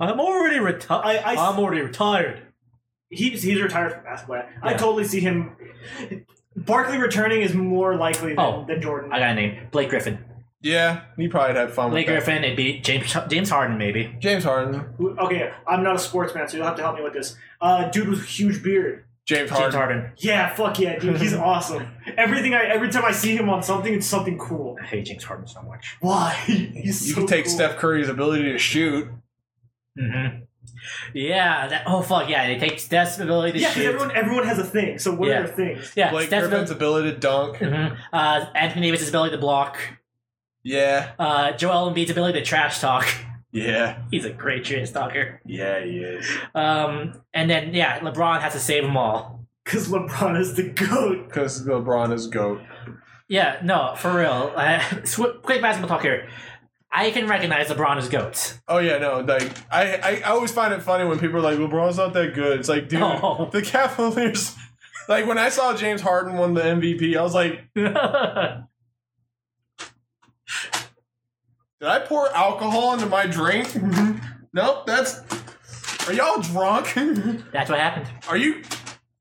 S3: I'm already retired.
S5: I- I-
S3: I'm already retired.
S5: He's he's retired from basketball. I
S3: Yeah.
S5: totally see him. Barkley returning is more likely than,
S3: Oh.
S5: than Jordan.
S3: I got a name. Blake Griffin.
S4: yeah, he probably had
S5: Oh,
S4: fun
S3: Blake
S4: with that.
S3: Griffin. It'd be James James Harden maybe.
S4: James Harden.
S5: Who- okay, I'm not a sportsman, so you'll have to help me with this. Uh, dude with huge beard.
S4: James
S3: James
S4: Harden.
S3: Harden.
S5: Yeah, fuck yeah, dude. He's awesome. Everything I every time I see him on something, it's something cool.
S3: I hate James Harden so much.
S5: Why? He's
S4: You
S5: so
S4: can take
S5: cool.
S4: Steph Curry's ability to shoot.
S3: Mm-hmm. Yeah. That, oh fuck yeah! They take Steph's ability to
S5: Yeah, because
S3: shoot.
S5: everyone everyone has a thing. So what
S3: Yeah.
S5: are their things?
S3: yeah,
S4: Blake
S3: Steph's
S4: Griffin's
S3: ability.
S4: ability to
S3: Mhm.
S4: dunk.
S3: Uh, Anthony Davis' ability to block.
S4: Yeah,
S3: Uh, Joel Embiid's ability to trash talk.
S4: yeah,
S3: He's a great trash talker.
S4: yeah, he is.
S3: Um, and then yeah, LeBron has to save them all.
S5: Because LeBron is the goat.
S4: Because LeBron is goat.
S3: Yeah, no, for real. Uh, sw- quick basketball talk here. I can recognize LeBron as goats.
S4: Oh yeah, no, like I, I, I always find it funny when people are like, LeBron's not that good. It's like, dude,
S3: No.
S4: the Cavaliers. Like when I saw James Harden won the MVP, I was like,
S3: yeah,
S4: did I pour alcohol into my drink? nope, that's. Are y'all drunk?
S3: that's what happened.
S4: Are you?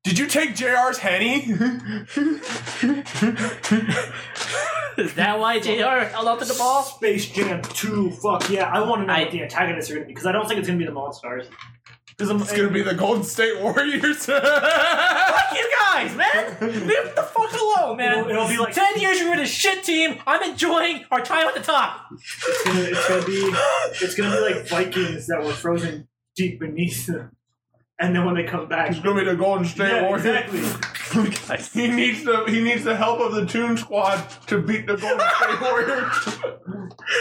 S4: Did you take JR's henny?
S3: Is that why JR held up to the ball?
S5: Space Jam 2, fuck yeah. I want to know
S3: I-
S5: what the antagonists are going to be, because I don't think it's going to be the Monstars.
S4: it's gonna be the Golden State Warriors.
S3: Fuck you guys, man! Leave the fuck alone, man.
S5: It'll- it'll be like-
S3: ten years. You were the shit team. I'm enjoying our time at the top.
S5: It's gonna, it's gonna be it's gonna be like Vikings that were frozen deep beneath them, and then when they come back,
S4: It's gonna be the Golden State
S5: yeah,
S4: Warriors.
S5: exactly.
S4: He needs the he needs the help of the Toon Squad to beat the Golden State Warriors.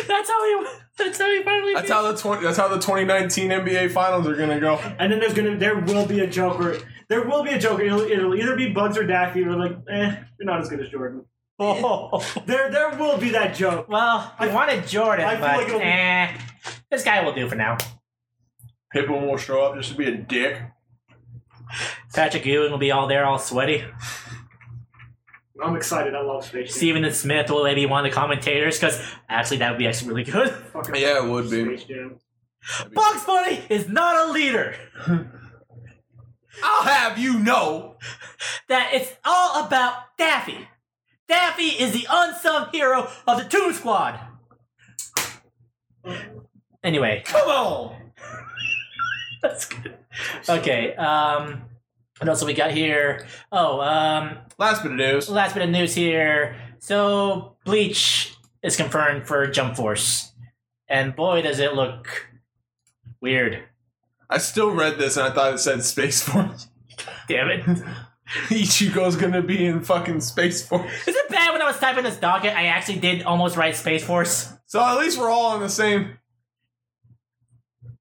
S3: That's how he. That's how he finally.
S4: That's how the twenty. That's how the 2019 NBA Finals are gonna go.
S5: And then there's gonna there will be a Joker. There will be a Joker. It'll, it'll either be Bugs or Daffy. We're like, eh, you're not as good as Jordan.
S3: Oh.
S5: There there will be that joke.
S3: Well, I wanted Jordan,
S5: I feel
S3: but
S5: like it'll-
S3: eh, this guy will do for now.
S4: Pippen will show up just to be a dick.
S3: Patrick Ewing will be all there, all sweaty.
S5: I'm excited. I love Space Jam.
S3: Steven Smith will maybe be one of the commentators, because actually that would be actually really good.
S5: Fucking
S4: Yeah, it would be.
S5: Space Jam.
S3: Bugs Bunny is not a leader.
S4: I'll have you know.
S3: That it's all about Daffy. Daffy is the unsung hero of the Toon Squad. Anyway,
S4: Come on.
S3: that's good. Okay, um, what else have we got here? Oh, um,
S4: Last bit of news.
S3: last bit of news here. So Bleach is confirmed for Jump Force, and boy, does it look weird.
S4: I still read this and I thought it said Space Force.
S3: Damn it! Is
S4: Ichigo's gonna be in fucking Space Force.
S3: it bad when I was typing this docket? I actually did almost write Space Force.
S4: So at least we're all on the same.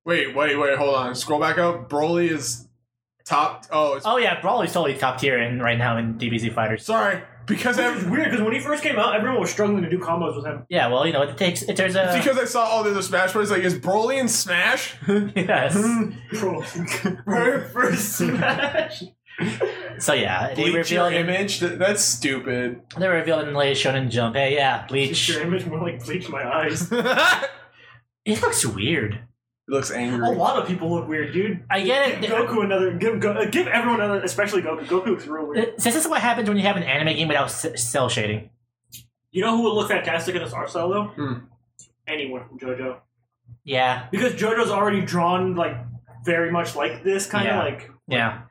S4: Wait, wait, wait. Hold on. Scroll back up. Broly is top. Oh, it's
S3: Oh yeah, Brawler's totally top tier in right now in DBZ Fighters.
S4: Sorry, because
S5: It's
S4: I,
S5: weird because when he first came out, everyone was struggling to do combos with him.
S3: Yeah, well you know it takes it turns a
S4: because I saw all the other Smash Bros. Like, is Broly in Smash?
S3: yes.
S5: Bro, very first smash.
S3: So yeah, they
S4: Bleach your
S3: revealed in,
S4: image? Th- that's stupid.
S3: they revealed in the latest Shonen Jump. Hey yeah,
S5: It's
S3: Bleach.
S5: your image more like bleach my eyes.
S4: it
S3: It looks weird.
S4: looks
S5: A
S4: angry.
S5: lot of people look weird, dude.
S3: I get
S5: Give
S3: it.
S5: Goku another. Give Go- uh, give everyone another, especially Goku. Goku's real weird.
S3: This is what happens when you have an anime game without s- cell shading.
S5: You know who would look fantastic in this art style though?
S4: Hmm.
S5: Anyone from JoJo,
S3: Yeah,
S5: because JoJo's already drawn like very much like this kind of
S3: Yeah.
S5: like
S3: yeah.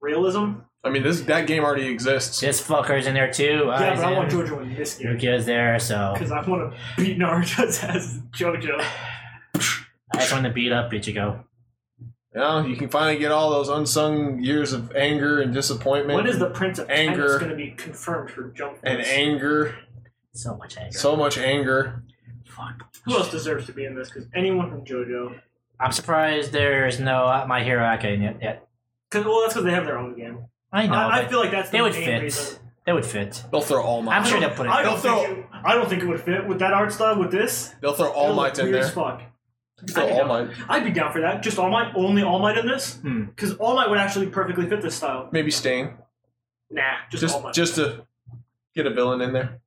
S5: realism.
S4: I mean, this that game already exists.
S3: This fucker's in there too.
S5: yeah, but I want
S3: Aizen.
S5: JoJo in this game
S3: Rukia's there, so
S5: because I want to beat Naruto's ass, JoJo.
S3: I just want to beat up Ichigo.
S4: You know, you can finally get all those unsung years of anger and disappointment.
S5: When is the Prince of
S4: Anger.
S5: Tennis going to be confirmed for Jump?
S4: and
S5: Force?
S4: anger?
S3: So much anger.
S4: So much anger.
S3: Fuck.
S5: Who else deserves to be in this? Because anyone from JoJo.
S3: I'm surprised there's no uh, My Hero Academia yet. yet.
S5: Because well, that's because they have their own game.
S3: I know.
S5: I, I
S3: but
S5: feel like that's
S3: they
S5: the
S3: would
S5: main
S3: fit.
S5: reason.
S3: They would fit.
S4: They'll throw all
S3: I'm
S4: might.
S3: sure they'll put it.
S5: I
S4: They'll
S5: don't, think
S4: throw-
S5: it, I don't think it would fit with that art style with this.
S4: They'll throw all
S5: It'll look
S4: might in
S5: weird
S4: there.
S5: as fuck.
S4: Throw
S5: I
S4: all
S5: know.
S4: might.
S5: I'd be down for that. Just All Might, only All Might in this,
S3: Hmm.
S5: because All Might would actually perfectly fit this style.
S4: Maybe Stain.
S5: Nah, just,
S4: Just
S5: All Might.
S4: just to get a villain in there.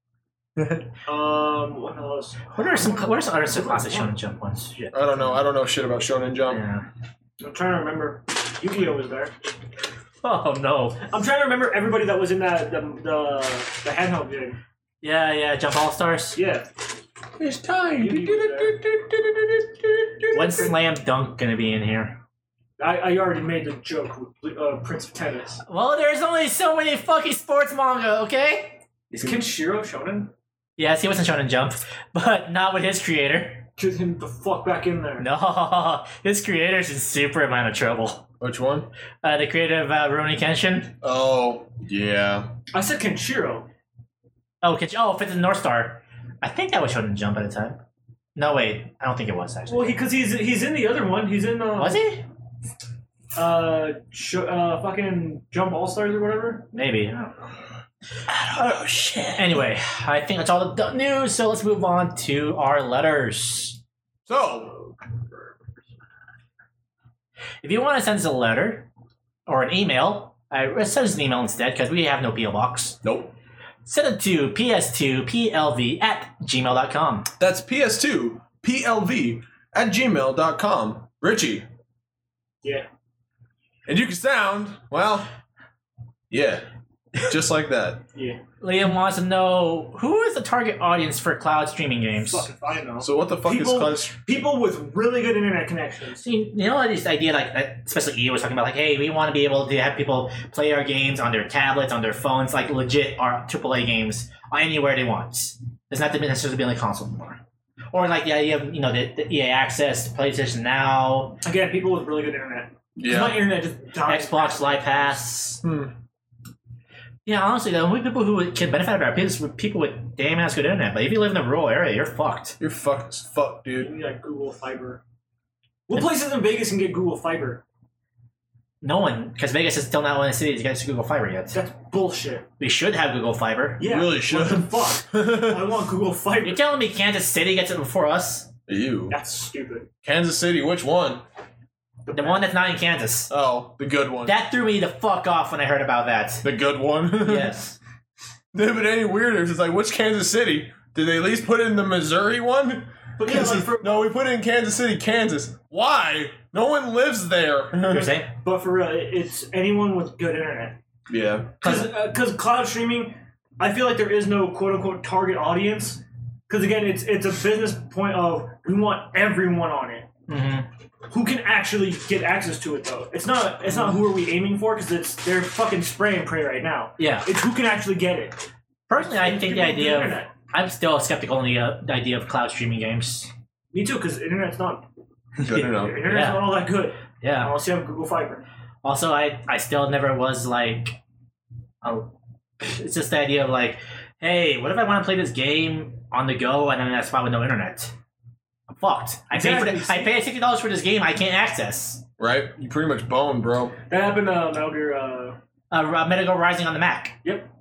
S5: um, what else?
S3: What are some What are some other classic Shonen Jump ones? Oh, Shit.
S4: I don't know. I don't know shit about Shonen Jump.
S3: Yeah.
S5: I'm trying to remember. Yu-Gi-Oh was there.
S3: Oh no.
S5: I'm trying to remember everybody that was in that the the, the handheld game.
S3: Yeah, yeah. Jump All Stars.
S5: Yeah,
S4: It's time.
S5: You- you-
S3: When's Slam Dunk gonna be in here?
S5: I, I already made the joke with uh, Prince of Tennis.
S3: Well, there's only so many fucking sports manga, okay?
S5: Is Kenshiro shonen?
S3: Yes, he was in Shonen Jump, but not with his creator.
S5: Get him the fuck back in there.
S3: No, his creator's in super amount of trouble.
S4: Which one?
S3: Uh, the creator of uh, Rurouni Kenshin.
S4: Oh, yeah.
S5: I said Kenshiro.
S3: Oh, Kenshin. Oh, if it's in North Star. I think that was Shonen Jump at the time. No, wait. I don't think it was, actually.
S5: Well, because he's he's in the other one. He's in uh,
S3: Was he?
S5: uh, sh- uh fucking Jump All Stars or whatever.
S3: Maybe. Oh, shit. Anyway, I think that's all the news, so let's move on to our letters.
S4: So,
S3: If you want to send us a letter or an email, uh, send us an email instead because we have no PO box.
S4: nope.
S3: Send it to ps2plv at gmail.com.
S4: That's PS2 PLV at gmail.com. Richie.
S5: Yeah.
S4: And you can sound, well, yeah. Just like that.
S5: Yeah.
S3: Liam wants to know who is the target audience for cloud streaming games?
S5: Fuck if I know.
S4: So, what the fuck
S5: People-
S4: is Clash?
S5: People with really good internet connections.
S3: See, you know this idea, like that- especially you was talking about, like, hey, we want to be able to have people play our games on their tablets, on their phones, like legit our AAA games anywhere they want. It's not to be necessarily be on the console anymore. Or like the idea of you know the, the EA access, PlayStation Now,
S5: Again, people with really good internet. 'Cause My internet just dies.
S3: Xbox Live Pass.
S4: Hmm.
S3: Yeah, honestly, the only people who can benefit from it is people with damn ass good internet. But if you live in a rural area, you're fucked.
S4: You're fucked as fuck, dude.
S5: You need like Google Fiber. What places in Vegas can get Google Fiber?
S3: No one, because Vegas is still not one of the cities that gets Google Fiber yet.
S5: That's bullshit.
S3: We should have Google Fiber.
S5: Yeah.
S4: Really
S5: What the
S4: should.
S5: fuck? I want Google Fiber.
S3: You're telling me Kansas City gets it before us?
S4: Ew.
S5: That's stupid.
S4: Kansas City, which one?
S3: The one that's not in Kansas.
S4: Oh, the good one.
S3: That threw me the fuck off when I heard about that.
S4: the good one.
S3: yes.
S4: They've been any weirder. It's like, which Kansas City? Did they at least put in the Missouri one?
S5: But yeah, like for,
S4: no, we put it in Kansas City, Kansas. Why? No one lives
S3: You're
S4: there.
S3: saying?
S5: but for real, it- it's anyone with good internet.
S4: yeah.
S5: Because cloud streaming, I feel like there is no quote unquote target audience. Because again, it's it's a business point of we want everyone on it.
S3: hmm
S5: Who can actually get access to it though? It's not it's not who are we aiming for because it's they're fucking spray and pray right now.
S3: Yeah.
S5: It's who can actually get it.
S3: Personally, I think the
S5: People with good
S3: idea of.
S5: internet.
S3: I'm still skeptical on the, uh, the idea of cloud streaming games.
S5: Me too, because internet's not
S4: Good enough.
S5: internet's
S3: Yeah.
S5: not all that good
S3: Yeah.
S5: unless you have Google Fiber.
S3: Also, I I still never was like, oh, it's just the idea of like, hey, what if I want to play this game on the go and I'm in a spot with no internet? I'm fucked. I paid for the, I
S5: Exactly.
S3: paid sixty dollars for this game. I can't access.
S4: Right? You pretty much boned, bro.
S5: That happened to uh, Metal Gear. Uh,
S3: Uh, Medical Rising on the Mac.
S5: yep.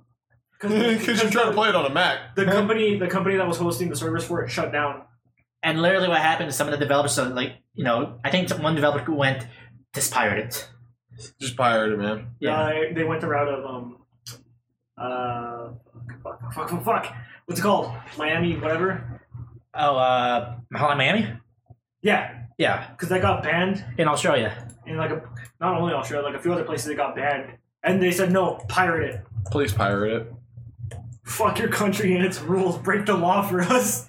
S4: Because you're trying to play it on a Mac.
S5: the company the company that was hosting the servers for it shut down.
S3: And literally, what happened is some of the developers, so like you know, I think one developer went just pirate it.
S4: Just pirate it, man.
S3: Yeah.
S5: Uh, they went the route of um uh fuck fuck fuck fuck. What's it called? Miami whatever.
S3: oh, uh, Hotline Miami.
S5: Yeah,
S3: Yeah,
S5: because that got banned
S3: in Australia.
S5: in like a not only Australia like a few other places it got banned and they said no pirate it.
S4: Please pirate it.
S5: Fuck your country and its rules. Break the law for us.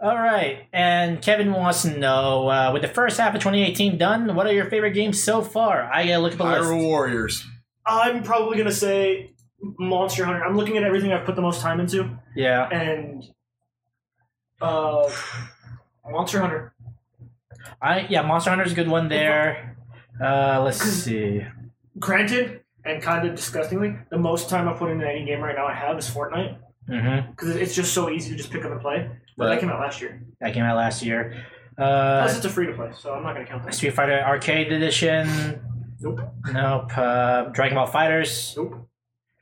S3: All right, and Kevin wants to know uh, with the first half of 2018 done, what are your favorite games so far? I gotta look at the
S4: Pyro
S3: list.
S4: Warriors.
S5: I'm probably gonna say Monster Hunter. I'm looking at everything I've put the most time into
S3: Yeah,
S5: and uh Monster Hunter.
S3: I yeah, Monster Hunter's a good one there. Uh, let's see.
S5: granted, and kind of disgustingly, the most time I put into any game right now I have is Fortnite
S3: Mm-hmm.
S5: because it's just so easy to just pick up and play. But
S4: Right.
S5: that came out last year.
S3: That came out last year. Uh,
S5: Plus, it's a free to play, so I'm not gonna count that.
S3: Street Fighter Arcade Edition.
S5: Nope.
S3: Nope. Uh, Dragon Ball Fighters.
S5: Nope.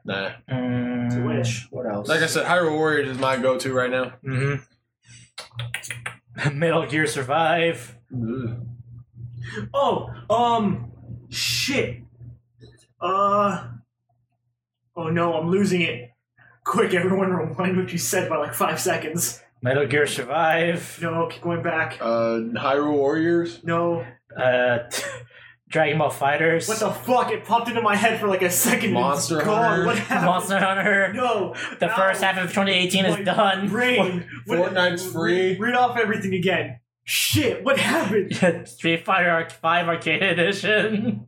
S4: Nah.
S5: It's a
S3: Mm,
S5: wish.
S3: what else?
S4: Like I said, Hyrule Warriors is my go to right now.
S3: mm-hmm. Metal Gear Survive.
S5: Oh, um, shit. Uh. Oh no, I'm losing it. Quick, everyone, rewind what you said by like five seconds.
S3: Metal Gear Survive.
S5: No, keep going back.
S4: Uh, Hyrule Warriors?
S5: No.
S3: Uh, Dragon Ball Fighters.
S5: What the fuck? It popped into my head for like a second. and it's
S4: Monster
S5: gone.
S4: Hunter.
S5: What happened?
S3: Monster Hunter.
S5: No.
S3: The
S5: Ow.
S3: first half of 2018
S5: My
S3: is done.
S5: brain.
S4: Fortnite's
S5: What-
S4: free.
S5: Read off everything again. Shit, what happened?
S3: Street Fighter Arc- 5 Arcade Edition.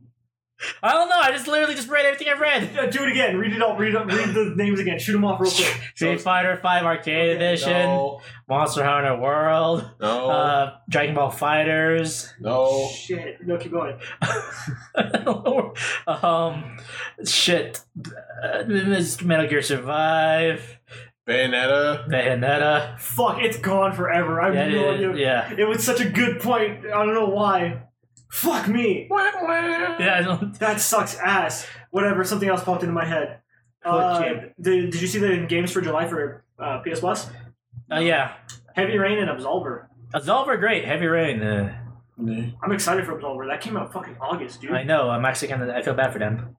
S3: I don't know. I just literally just read everything I read.
S5: Yeah, do it again. Read it all. Read it, read the names again. Shoot them off real quick.
S3: Street Fighter 5 Arcade Edition,
S4: No,
S3: Monster Hunter World,
S4: no,
S3: uh, Dragon Ball Fighters.
S4: no.
S5: Shit. No, keep going.
S3: um, shit. Uh, this Metal Gear Survive,
S4: Bayonetta.
S3: Bayonetta.
S5: Fuck, it's gone forever. I
S3: Yeah,
S5: have no
S3: yeah,
S5: idea.
S3: yeah.
S5: It was such a good point. I don't know why. Fuck me.
S3: Yeah, I don't-
S5: That sucks ass. Whatever. Something else popped into my head. Uh,
S3: Okay.
S5: did, did you see the games for July for uh, PS Plus?
S3: uh, yeah.
S5: Heavy Rain and Absolver.
S3: Absolver, great. Heavy Rain. Uh,
S5: I'm excited for Absolver. That came out fucking August, dude.
S3: I know. I'm actually kind of. I feel bad for them.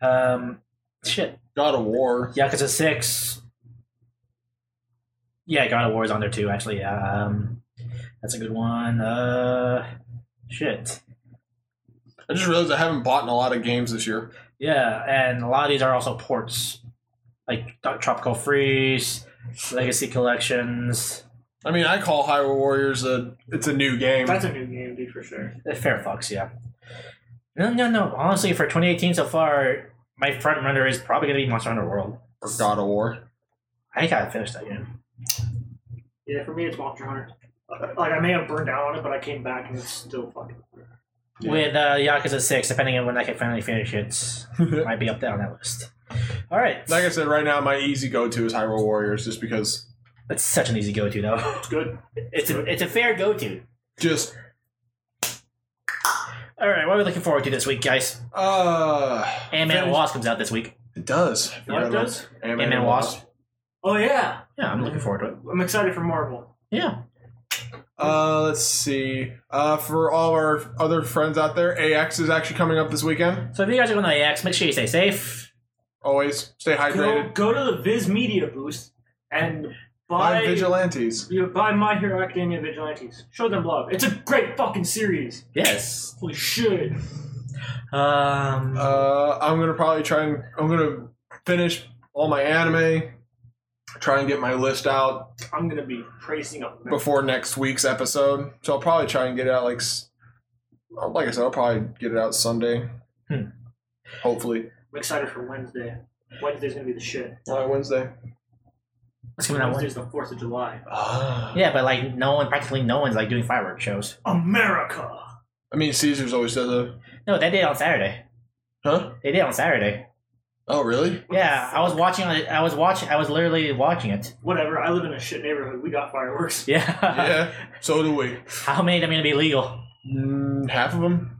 S3: Um, shit.
S4: God of War.
S3: Yakuza Six. Yeah, God of War is on there too. Actually, um, that's a good one. Uh, shit.
S4: I just realized I haven't bought in a lot of games this year.
S3: Yeah, and a lot of these are also ports, like Tro- Tropical Freeze, Legacy Collections.
S4: I mean, I call Hyrule Warriors a it's a new game.
S5: That's a new game, dude, for sure.
S3: Uh, Fair Fox, yeah. No, no, no. Honestly, for 2018 so far, my front runner is probably gonna be Monster Hunter World.
S4: or God of War.
S3: I gotta finish that game.
S5: Yeah, for me, it's Monster Hunter. Uh, Like, I may have burned out on it, but I came back and it's still fucking.
S4: Yeah.
S3: With uh, Yakuza Six, depending on when I can finally finish it,
S4: like
S3: might be up there on that list. All right,
S4: I said, right now my easy go to is Hyrule Warriors, just because
S3: It's such an easy go-to, though.
S5: It's good.
S3: It's a it's a fair go-to.
S4: just
S3: All right, what are we looking forward to this week, guys?
S4: uh.
S3: Ant Man and Wasp comes out this week.
S4: It does.
S5: What does?
S4: Ant
S3: Ant-Man Wasp.
S5: Oh, yeah.
S3: Yeah, I'm looking forward to it.
S5: I'm excited for Marvel.
S3: Yeah,
S4: Uh, let's see. Uh, for all our other friends out there, AX is actually coming up this weekend.
S3: so if you guys are going to AX, make sure you stay safe.
S4: Always stay
S5: Go,
S4: hydrated.
S5: go to the Viz Media booth and buy.
S4: Buy vigilantes.
S5: You buy My Hero Academia Vigilantes. Show them love. It's a great fucking series.
S3: Yes.
S5: Holy shit.
S3: Um.
S4: Uh, I'm gonna probably try and I'm gonna finish all my anime. Try and get my list out
S5: I'm gonna be praising up.
S4: before next week's episode. So I'll probably try and get it out like, s- like I said, I'll probably get it out Sunday.
S3: Hmm.
S4: Hopefully,
S5: I'm excited for Wednesday. Wednesday's gonna be the shit.
S4: All right, Wednesday.
S3: it's coming out Wednesday.
S5: Wednesday's the 4th of July.
S3: Yeah, but like no one, practically no one's like doing fireworks shows.
S5: America!
S4: I mean, Caesar's always does a
S3: No, they did on Saturday.
S4: huh?
S3: They did on Saturday.
S4: Oh, really?
S3: Yeah, I was watching. on it- I was watching. I was literally watching it.
S5: Whatever, I live in a shit neighborhood. We got fireworks.
S3: Yeah.
S4: yeah. So do we.
S3: How many of them are gonna be legal?
S4: Mm, half of them.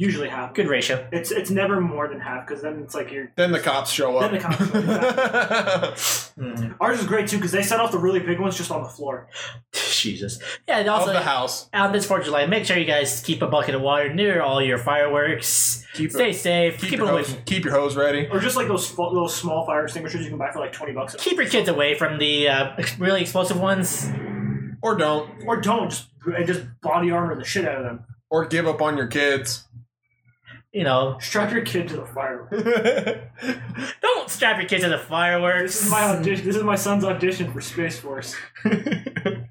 S5: Usually half.
S3: Good ratio.
S5: It's it's never more than half because then it's like you're.
S4: Then the cops show up.
S5: Then the cops show Ours is great too because they set off the really big ones just on the floor.
S3: Jesus. Yeah. And
S4: of
S3: also,
S4: the house.
S3: on this 4th of July, make sure you guys keep a bucket of water near all your fireworks.
S4: Keep
S3: Stay
S4: it-
S3: safe. Keep,
S4: Keep, your
S3: away.
S4: hose, keep your hose ready.
S5: Or just like those fu- those small fire extinguishers you can buy for like twenty bucks.
S3: Keep your kids away from the uh, ex- really explosive ones.
S4: Or don't.
S5: Or don't just and just body armor the shit out of them.
S4: Or give up on your kids.
S3: You know,
S5: Strap your kid to the fireworks.
S3: don't strap your kids to the
S5: This
S3: fireworks.
S5: is my audition. This is my son's audition for Space Force.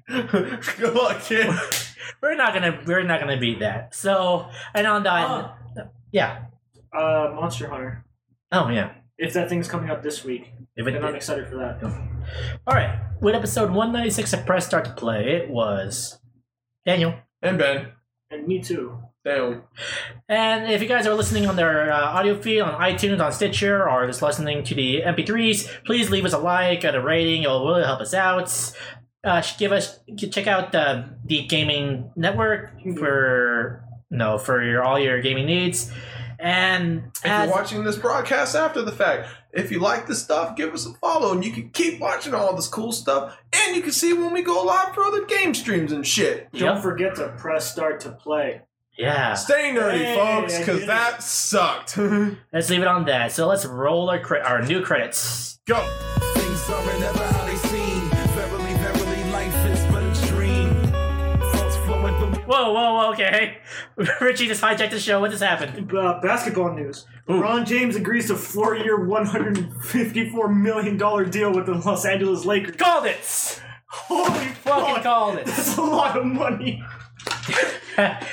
S4: Good luck, kid.
S3: we're not gonna. We're not gonna beat that. So, and on that,
S5: Oh.
S3: yeah.
S5: Uh, Monster Hunter.
S3: Oh yeah.
S5: If that thing's coming up this week,
S3: If it,
S5: and I'm excited for that.
S3: all right. With episode one ninety six of press start to play, it was Daniel.
S4: And Ben.
S5: And me too.
S4: Damn.
S3: And if you guys are listening on their uh, audio feed on iTunes, on Stitcher, or just listening to the MP3s, please leave us a like and a rating. It'll really help us out. Uh, sh- give us check out uh, the gaming network for no for your all your gaming needs. And
S4: If
S3: as,
S4: you're watching this broadcast after the fact, if you like this stuff, give us a follow and you can keep watching all this cool stuff and you can see when we go live for other game streams and shit.
S5: Don't
S3: Yep.
S5: forget to press start to play.
S3: yeah,
S4: Stay nerdy,
S5: Hey,
S4: folks,
S5: I
S4: because
S5: did it.
S4: that sucked. go.
S3: let's leave it on that. So let's roll our cre- our new credits.
S2: Things are never how they seem. Verily, verily, life is but a dream. Thoughts flowing through me.
S3: Whoa, whoa, whoa! Okay, Richie just hijacked the show. What just happened?
S5: Uh, basketball news.
S3: Ooh.
S5: LeBron James agrees to four-year, $154 million deal with the Los Angeles Lakers.
S3: Called it.
S5: Holy
S3: Fucking
S5: fuck!
S3: called it.
S5: That's a lot of money.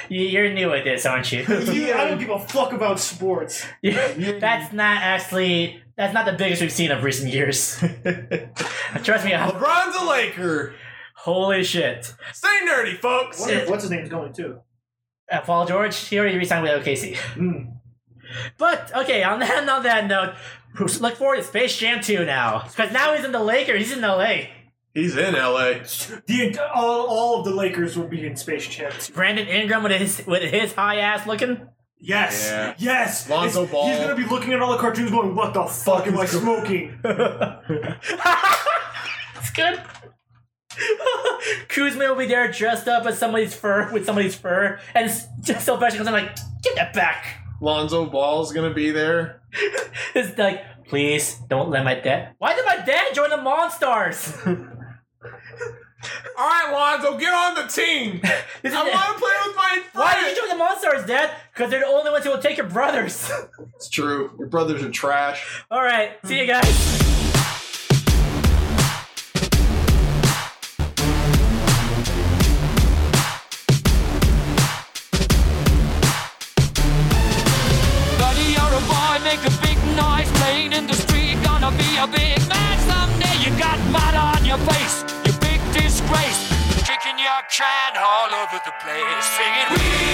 S3: You- You're new at this, aren't you?
S5: Yeah, I don't give a fuck about sports.
S3: Yeah, that's not actually. That's not the biggest we've seen of recent years. Trust me. I-
S4: LeBron's a Laker.
S3: holy shit.
S4: Stay nerdy, folks.
S5: Wonder if what's his name's going to.
S3: Uh, Paul George, he already resigned with OKC.
S5: Mm.
S3: But okay, on that on that note, look forward to Space Jam 2 now. Because now he's in the Lakers, he's in LA.
S4: He's in LA.
S5: The all, all of the Lakers will be in Space Jam.
S3: Brandon Ingram with his with his high ass looking.
S5: Yes,
S4: Yeah.
S5: yes.
S4: Lonzo
S5: It's-
S4: Ball.
S5: He's gonna be looking at all the cartoons, going, "What the fuck am I smoking?"
S3: it's good. Kuzma will be there dressed up as somebody's fur with somebody's fur, and s- just Sylvester comes in like, get that back.
S4: Lonzo Ball's gonna be there.
S3: It's like, please don't let my dad. Why did my dad join the Monstars?
S4: All right, Lonzo, get on the team.
S3: This
S4: I
S3: is-
S4: want to play with my.
S3: Why did you join the Monstars, Dad? Because they're the only ones who will take your brothers.
S4: It's true. Your brothers are trash.
S3: All right, see you guys.
S1: Buddy, you're a boy, make a big noise playing in the street. Gonna be a big man someday. You got mud on your face, you big disgrace. Kicking your can all over the place, singing. We oh.